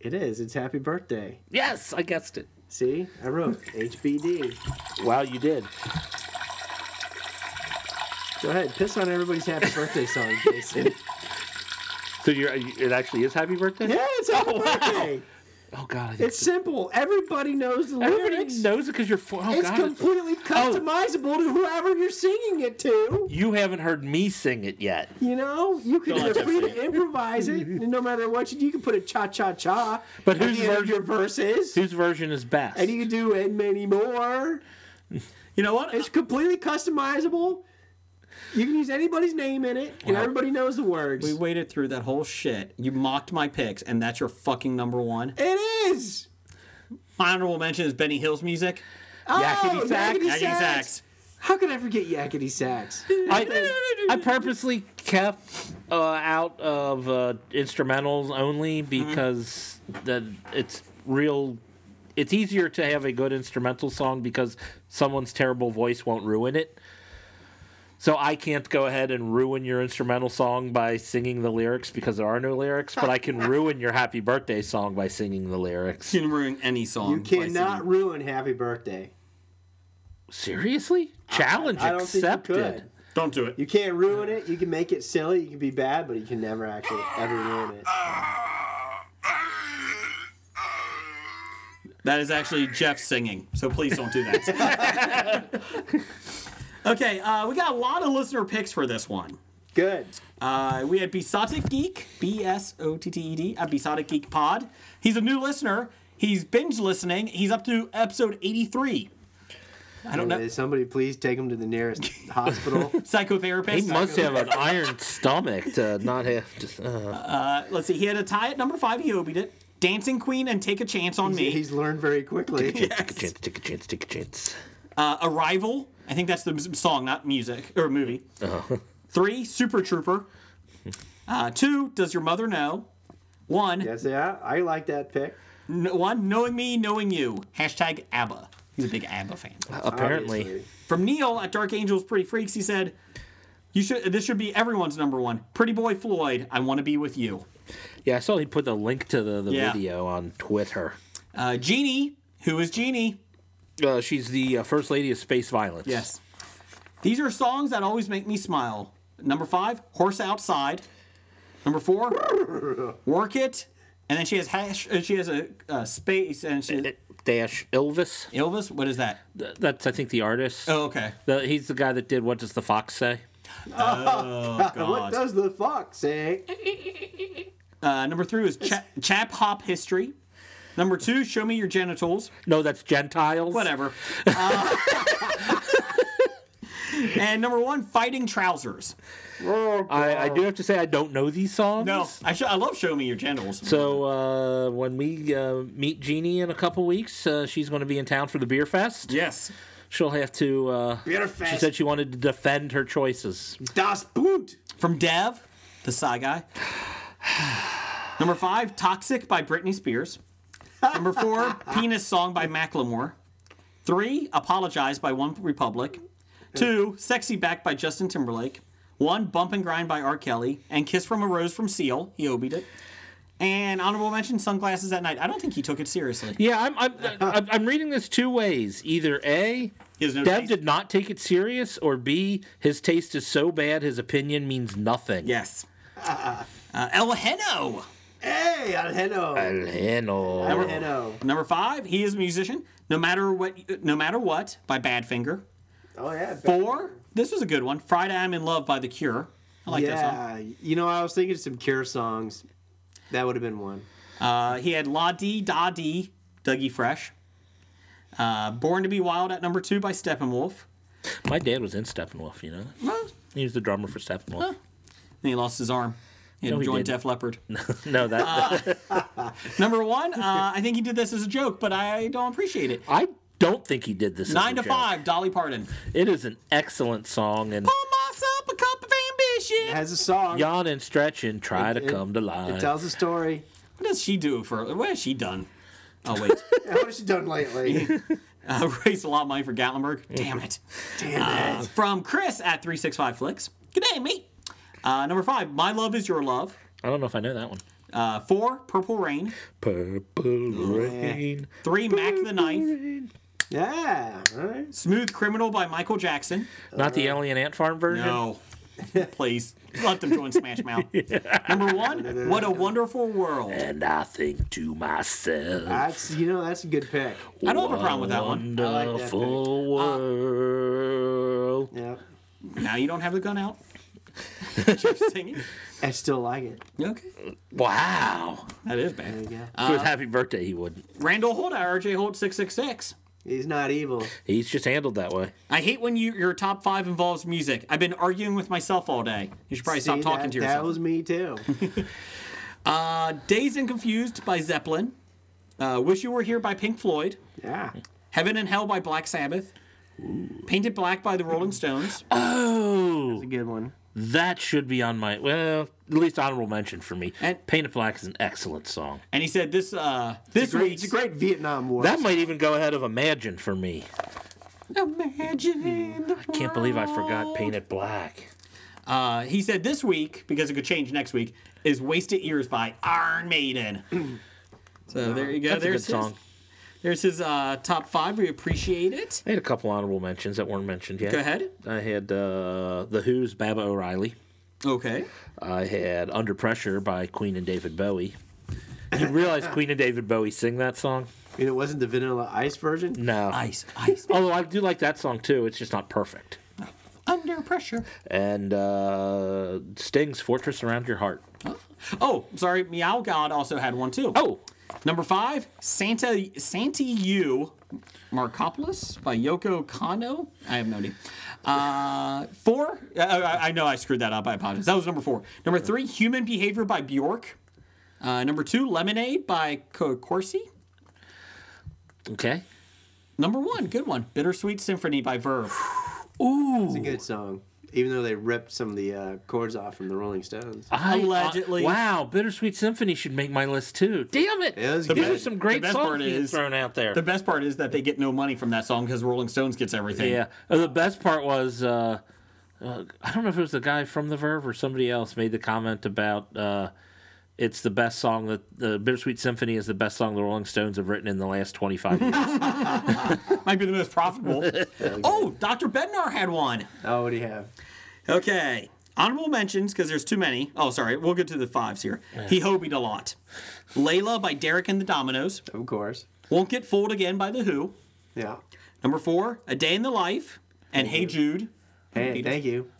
Speaker 6: It is. It's Happy Birthday.
Speaker 3: Yes, I guessed it.
Speaker 6: See, I wrote HBD.
Speaker 3: Wow, you did.
Speaker 6: Go ahead, piss on everybody's happy birthday song, Jason.
Speaker 3: So you're, it actually is Happy Birthday.
Speaker 6: yeah, it's happy birthday.
Speaker 3: Oh God, I think
Speaker 6: It's simple. Everybody knows the
Speaker 3: Everybody
Speaker 6: lyrics.
Speaker 3: knows it because you're. Four, oh
Speaker 6: it's
Speaker 3: God,
Speaker 6: completely customizable to whoever you're singing it to.
Speaker 3: You haven't heard me sing it yet.
Speaker 6: You know, you can
Speaker 2: Don't
Speaker 6: you're
Speaker 2: let Jeff
Speaker 6: free
Speaker 2: sing
Speaker 6: to improvise it. and No matter what, you, you can put a cha cha cha.
Speaker 3: But
Speaker 6: at
Speaker 3: whose
Speaker 6: the end of
Speaker 3: version-
Speaker 6: your verses?
Speaker 3: Whose version is best?
Speaker 6: and you can do and many more.
Speaker 2: You know what?
Speaker 6: It's completely customizable. You can use anybody's name in it, and everybody knows the words.
Speaker 2: We waited through that whole shit. You mocked my picks, and that's your fucking number one.
Speaker 6: it is.
Speaker 2: My honorable mention is Benny Hill's music.
Speaker 3: Yakety
Speaker 6: oh,
Speaker 3: sack,
Speaker 6: Yakety
Speaker 2: Yakety
Speaker 6: sacks.
Speaker 2: Sax.
Speaker 6: How could I forget Yakety Sax?
Speaker 3: I, I purposely kept uh, out of uh, instrumentals only
Speaker 6: Mm-hmm.
Speaker 3: because the, it's real. It's easier to have a good instrumental song because someone's terrible voice won't ruin it. So I can't go ahead and ruin your instrumental song by singing the lyrics because there are no lyrics, but I can ruin your happy birthday song by singing the lyrics.
Speaker 2: You can ruin any song.
Speaker 6: You
Speaker 2: by
Speaker 6: cannot
Speaker 2: singing.
Speaker 6: ruin Happy Birthday.
Speaker 3: Seriously? Challenge
Speaker 6: I don't
Speaker 3: accepted.
Speaker 6: think you could.
Speaker 2: Don't do it.
Speaker 6: You can't ruin it. You can make it silly. You can be bad, but you can never actually ever ruin it.
Speaker 2: That is actually Jeff singing, so please don't do that. okay, uh, we got a lot of listener picks for this one.
Speaker 6: Good.
Speaker 2: Uh, we had Besotted Geek, B S O T T E D, at Besotted Geek Pod. He's a new listener. He's binge listening. He's up to episode 83. I don't know.
Speaker 6: Anyway, somebody please take him to the nearest hospital.
Speaker 2: Psychotherapist.
Speaker 3: He must have an iron stomach to not have to. Uh,
Speaker 2: Let's see. He had a tie at number five. He obied it. Dancing Queen and Take a Chance on Me.
Speaker 6: He's learned very quickly.
Speaker 3: Take a chance, take a chance, take a chance.
Speaker 2: Uh, Arrival. I think that's the m- song, not music or movie. Three, Super Trooper. Uh, two, Does Your Mother Know? One,
Speaker 6: Yes, yeah, I like that pick.
Speaker 2: n- one, Knowing Me, Knowing You. Hashtag ABBA. He's a big ABBA fan.
Speaker 3: Uh, Apparently,
Speaker 6: obviously.
Speaker 2: From Neil at Dark Angels Pretty Freaks, he said, "You should. This should be everyone's number one. Pretty Boy Floyd. I want to be with you."
Speaker 3: yeah. I saw he put the link to the, the
Speaker 2: Yeah.
Speaker 3: video on Twitter.
Speaker 2: Uh, Jeannie. Who is Jeannie?
Speaker 3: Uh, she's the uh, first lady of space violence.
Speaker 2: Yes. These are songs that always make me smile. Number five, Horse Outside. Number four, Work It. And then she has hash. uh, She has a, uh space and she.
Speaker 3: Dash Elvis.
Speaker 2: Elvis, what is that?
Speaker 3: Th- That's I think the artist.
Speaker 2: Oh, okay.
Speaker 3: The- he's the guy that did what does the fox say?
Speaker 6: What does the fox say?
Speaker 2: Uh, number three is cha- Chap Hop History. Number two, Show Me Your Genitals.
Speaker 3: No, that's Gentiles.
Speaker 2: Whatever. Uh, and number one, Fighting Trousers. Oh.
Speaker 3: I, I do have to say I don't know these songs.
Speaker 2: No, I sh- I love Show Me Your Genitals.
Speaker 3: So uh, when we uh, meet Jeannie in a couple weeks, uh, she's going to be in town for the beer fest.
Speaker 2: yes.
Speaker 3: She'll have to. Uh,
Speaker 6: Beer
Speaker 3: She
Speaker 6: fest.
Speaker 3: said she wanted to defend her choices.
Speaker 6: Das Boot.
Speaker 2: From Dev, the Psy Guy. Number five, Toxic by Britney Spears. Number four, Penis Song by Macklemore. Three, Apologize by One Republic. Two, Sexy Back by Justin Timberlake. One, Bump and Grind by R. Kelly. And Kiss from a Rose from Seal. He obied it. And honorable mention, Sunglasses at Night. I don't think he took it seriously.
Speaker 3: Yeah, I'm I'm, I'm, I'm reading this two ways. Either a
Speaker 2: He has no
Speaker 3: Dev
Speaker 2: taste.
Speaker 3: did not take it serious, or B, his taste is so bad his opinion means nothing.
Speaker 2: Yes. Uh, El Heno.
Speaker 6: Hey, Al Heno. Al
Speaker 3: Hello.
Speaker 6: Heno.
Speaker 2: Number five, he is a musician. No matter what, no matter what, by Badfinger.
Speaker 6: Oh yeah. back-
Speaker 2: Four, this was a good one. Friday I'm in Love by The Cure. I like that song.
Speaker 6: yeah. You know, I was thinking some Cure songs. That would have been one.
Speaker 2: Uh, he had La Dee Da Dee, Dougie Fresh. Uh, Born to Be Wild at number two by Steppenwolf.
Speaker 3: My dad was in Steppenwolf, you know.
Speaker 2: Well,
Speaker 3: He was the drummer for Steppenwolf.
Speaker 2: then he lost his arm. He had
Speaker 3: No, he
Speaker 2: joined
Speaker 3: didn't.
Speaker 2: Def Leppard.
Speaker 3: no, that,
Speaker 2: number one, uh, I think he did this as a joke, but I don't appreciate it.
Speaker 3: I don't think he did this. as
Speaker 2: Nine
Speaker 3: a
Speaker 2: to
Speaker 3: joke.
Speaker 2: five, Dolly Parton.
Speaker 3: It is an excellent song, and
Speaker 2: Pour myself a cup of
Speaker 6: It
Speaker 2: ambition.
Speaker 6: has a song.
Speaker 3: yawn and stretch and try to
Speaker 6: it-
Speaker 3: come to
Speaker 6: It
Speaker 3: life.
Speaker 6: tells a story.
Speaker 2: What does she do for? What has she done? Oh wait,
Speaker 6: What has she done lately?
Speaker 2: uh, raised a lot of money for Gatlinburg. Damn it.
Speaker 6: Damn it.
Speaker 2: From Chris at 365 Flicks. Good day, mate. Uh, number five, My Love Is Your Love.
Speaker 3: I don't know if I know that one.
Speaker 2: Uh, four, Purple Rain.
Speaker 3: Purple rain.
Speaker 2: Three, Mac the Knife.
Speaker 6: Yeah. All right.
Speaker 2: Smooth Criminal by Michael Jackson.
Speaker 3: Not the Alien Ant Farm version.
Speaker 2: No. Please, let them join Smash Mouth. Number one, What a Wonderful World.
Speaker 3: And I think to myself,
Speaker 6: That's you know that's a good pick.
Speaker 2: I don't have a problem with that one.
Speaker 3: wonderful world.
Speaker 6: Yeah.
Speaker 2: Now you don't have the gun out. Just singing.
Speaker 6: I still like it.
Speaker 2: Okay.
Speaker 3: Wow.
Speaker 2: That is bad.
Speaker 6: Yeah.
Speaker 3: If it was happy birthday, he wouldn't.
Speaker 2: Randall Holt, RJ Holt 666.
Speaker 6: He's not evil.
Speaker 3: He's just handled that way.
Speaker 2: I hate when you, your top five involves music. I've been arguing with myself all day. You should probably stop
Speaker 6: See,
Speaker 2: talking
Speaker 6: that,
Speaker 2: to yourself.
Speaker 6: That was me too.
Speaker 2: Dazed and Confused by Zeppelin. Uh, Wish You Were Here by Pink Floyd.
Speaker 6: Yeah.
Speaker 2: Heaven and Hell by Black Sabbath. Painted Black by the Rolling Stones.
Speaker 3: Oh,
Speaker 6: It's a good one.
Speaker 3: that should be on my well, at least honorable mention for me.
Speaker 2: And-
Speaker 3: Paint It Black is an excellent song.
Speaker 2: And he said this uh, this
Speaker 6: Great,
Speaker 2: week's
Speaker 6: it's a great Vietnam War.
Speaker 3: That might even go ahead of Imagine for me.
Speaker 2: Imagine.
Speaker 3: I can't believe I forgot Paint It Black.
Speaker 2: Uh, he said this week because it could change next week is Wasted Years by Iron Maiden. so there you go.
Speaker 3: That's a good
Speaker 2: there's
Speaker 3: song.
Speaker 2: his, there's his uh, top five. We appreciate it.
Speaker 3: I had a couple honorable mentions that weren't mentioned yet.
Speaker 2: Go ahead.
Speaker 3: I had uh, The Who's Baba O'Reilly.
Speaker 2: Okay.
Speaker 3: I had Under Pressure by Queen and David Bowie. You realize Queen and David Bowie sing that song?
Speaker 6: And it wasn't the Vanilla Ice version.
Speaker 3: No.
Speaker 2: Ice, ice.
Speaker 3: Although I do like that song too. It's just not perfect.
Speaker 2: Under pressure.
Speaker 3: And uh, Sting's Fortress Around Your Heart.
Speaker 2: Oh, sorry. Meow God also had one too.
Speaker 3: Oh,
Speaker 2: Number five, Santa Santi U Markopoulos by Yoko Kano. I have no idea. Uh, four, I, I, I know I screwed that up. I apologize. That was number four. Number three, Human Behavior by Bjork. Uh, number two, Lemonade by Co- Corsi.
Speaker 3: Okay.
Speaker 2: Number one, good one, Bittersweet Symphony by Verve.
Speaker 6: It's a good song, even though they ripped some of the uh, chords off from the Rolling Stones.
Speaker 3: I-
Speaker 2: Allegedly.
Speaker 3: uh, wow, Bittersweet Symphony should make my list too. Damn it!
Speaker 6: Yeah, it was
Speaker 3: These
Speaker 6: good.
Speaker 3: are some great
Speaker 2: The best part
Speaker 3: songs being
Speaker 2: is-
Speaker 3: thrown out there.
Speaker 2: The best part is that they get no money from that song because Rolling Stones gets everything.
Speaker 3: yeah. Oh, the best part was uh, uh, I don't know if it was the guy from The Verve or somebody else made the comment about uh, it's the best song that the Bittersweet Symphony is the best song the Rolling Stones have written in the last twenty five years.
Speaker 2: Might be the most profitable. oh, Dr. Bednar had one.
Speaker 6: Oh, what do you have?
Speaker 2: Okay. Honorable mentions, because there's too many. Oh, sorry. We'll get to the fives here. He hobied a lot. Layla by Derek and the Dominoes.
Speaker 6: Of course.
Speaker 2: Won't Get Fooled Again by The Who.
Speaker 6: Yeah.
Speaker 2: Number four, A Day in the Life. And
Speaker 6: Mm-hmm.
Speaker 2: Hey Jude.
Speaker 6: Hey, thank you.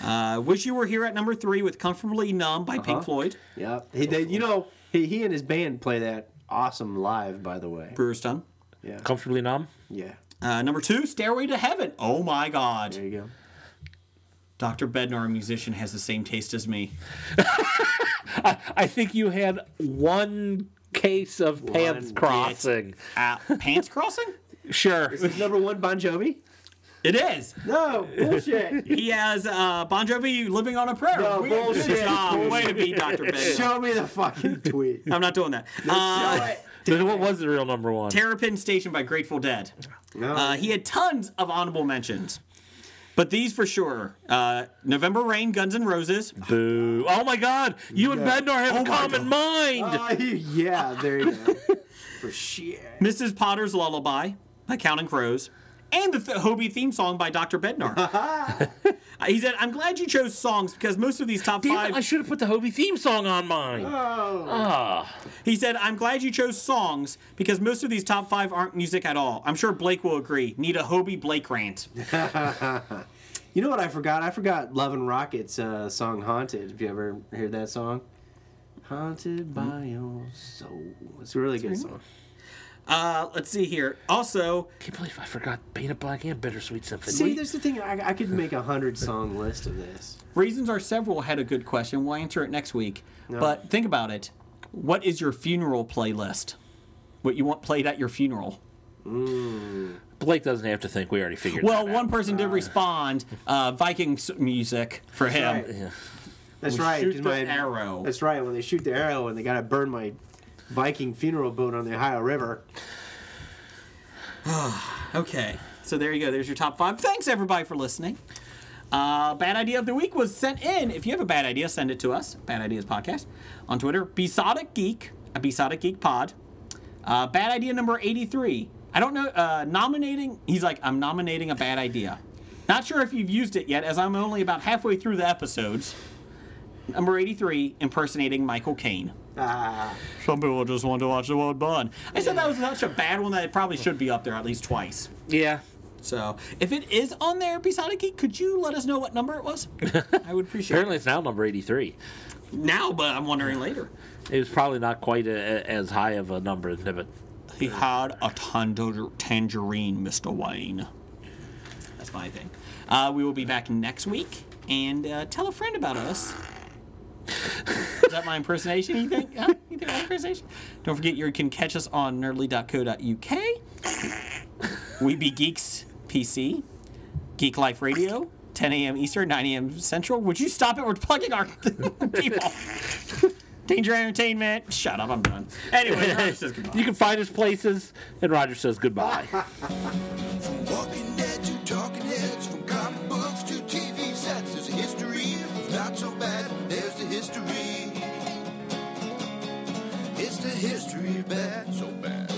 Speaker 2: I Wish You Were Here at number three with Comfortably Numb by
Speaker 6: Uh-huh.
Speaker 2: Pink Floyd.
Speaker 6: Yeah. He, they, you know, he, he and his band play that awesome live, by the way.
Speaker 2: Brewer's Tongue.
Speaker 3: Comfortably numb.
Speaker 6: Yeah.
Speaker 2: Uh, number two, Stairway to Heaven. Oh my God.
Speaker 6: There you go.
Speaker 2: Dr. Bednar, a musician, has the same taste as me.
Speaker 3: I think you had one case of pants
Speaker 6: bit.
Speaker 3: crossing.
Speaker 2: Uh, Pants Crossing?
Speaker 3: Sure.
Speaker 6: Is number one Bon Jovi?
Speaker 2: It is.
Speaker 6: No, bullshit.
Speaker 2: He has uh, Bon Jovi living on a prayer.
Speaker 6: No,
Speaker 2: Weird
Speaker 6: bullshit.
Speaker 2: job. Way to be, Dr. Bednar.
Speaker 6: Show me the fucking tweet.
Speaker 2: I'm not doing that. Uh,
Speaker 3: But what was the real number one?
Speaker 2: Terrapin Station by Grateful Dead.
Speaker 6: No.
Speaker 2: Uh, he had tons of honorable mentions. But these for sure. Uh, November Rain, Guns N' Roses.
Speaker 3: Boo. Oh my God! You and
Speaker 6: Yeah.
Speaker 3: Bednar
Speaker 2: Oh
Speaker 3: have a common mind.
Speaker 6: Uh, yeah, there you go. For shit.
Speaker 2: Mrs. Potter's Lullaby by Counting Crows, and the th- Hobie theme song by Dr. Bednar. Uh, he said, I'm glad you chose songs because most of these top
Speaker 3: Damn it, I
Speaker 2: five. Oh.
Speaker 3: should have put the Hobie theme song on mine. Ah.
Speaker 2: he said, I'm glad you chose songs because most of these top five aren't music at all. I'm sure Blake will agree. Need a Hobie Blake rant.
Speaker 6: You know what I forgot? I forgot Love and Rockets uh, song Haunted. If you ever heard that song?
Speaker 2: Hmm?
Speaker 6: Haunted by your soul. It's a really good song.
Speaker 2: Uh, let's see here. Also,
Speaker 3: can't believe I forgot Painted Black and Bittersweet Symphony.
Speaker 6: See, there's the thing. I, I could make a hundred song list of this.
Speaker 2: Reasons Are Several had a good question. We'll answer it next week. But think about it. What is your funeral playlist? What you want played at your funeral?
Speaker 3: Blake doesn't have to think. We already figured.
Speaker 2: Well,
Speaker 3: that
Speaker 2: one person did respond. Uh, Vikings music for him.
Speaker 6: right. That's right.
Speaker 2: shoot
Speaker 6: 'cause
Speaker 2: the
Speaker 6: my-
Speaker 2: arrow.
Speaker 6: That's right. When they shoot the arrow and they gotta burn my Viking funeral boat on the Ohio River.
Speaker 2: Okay, so there you go. There's your top five. Thanks everybody for listening. Uh, bad idea of the week was sent in. If you have a bad idea, send it to us. Bad Ideas Podcast on Twitter. Besodic Geek, a Besodic Geek Pod. Uh, bad idea number 83. I don't know. Uh, nominating. He's like, I'm nominating a bad idea. Not sure if you've used it yet, as I'm only about halfway through the episodes. Number 83, impersonating Michael Caine.
Speaker 6: Ah,
Speaker 2: Some people just want to watch the world burn. I said that was such a bad one that it probably should be up there at least twice.
Speaker 3: Yeah.
Speaker 2: So if it is on there, Episodic Geek, could you let us know what number it was? I would appreciate
Speaker 3: Apparently, it's now number eighty-three.
Speaker 2: it. Now, but I'm wondering later.
Speaker 3: It was probably not quite a, a- as high of a number, but
Speaker 2: He had a tanger- tangerine, Mr. Wayne. That's my thing. Uh, we will be back next week and uh, tell a friend about us. Is that my impersonation? You think? Huh? You think my impersonation? Don't forget, you can catch us on nerdly.co.uk. We be geeks PC, Geek Life Radio, 10 a.m. Eastern, 9 a.m. Central. Would you stop it? We're plugging our people. Danger Entertainment. Shut up. I'm done. Anyway, Roger says goodbye.
Speaker 3: you can find us places. And Roger says goodbye.
Speaker 4: From walking dead to talking heads, from comic books to TV sets, there's a history. If not so bad, there's the history. It's the history of bad, so bad.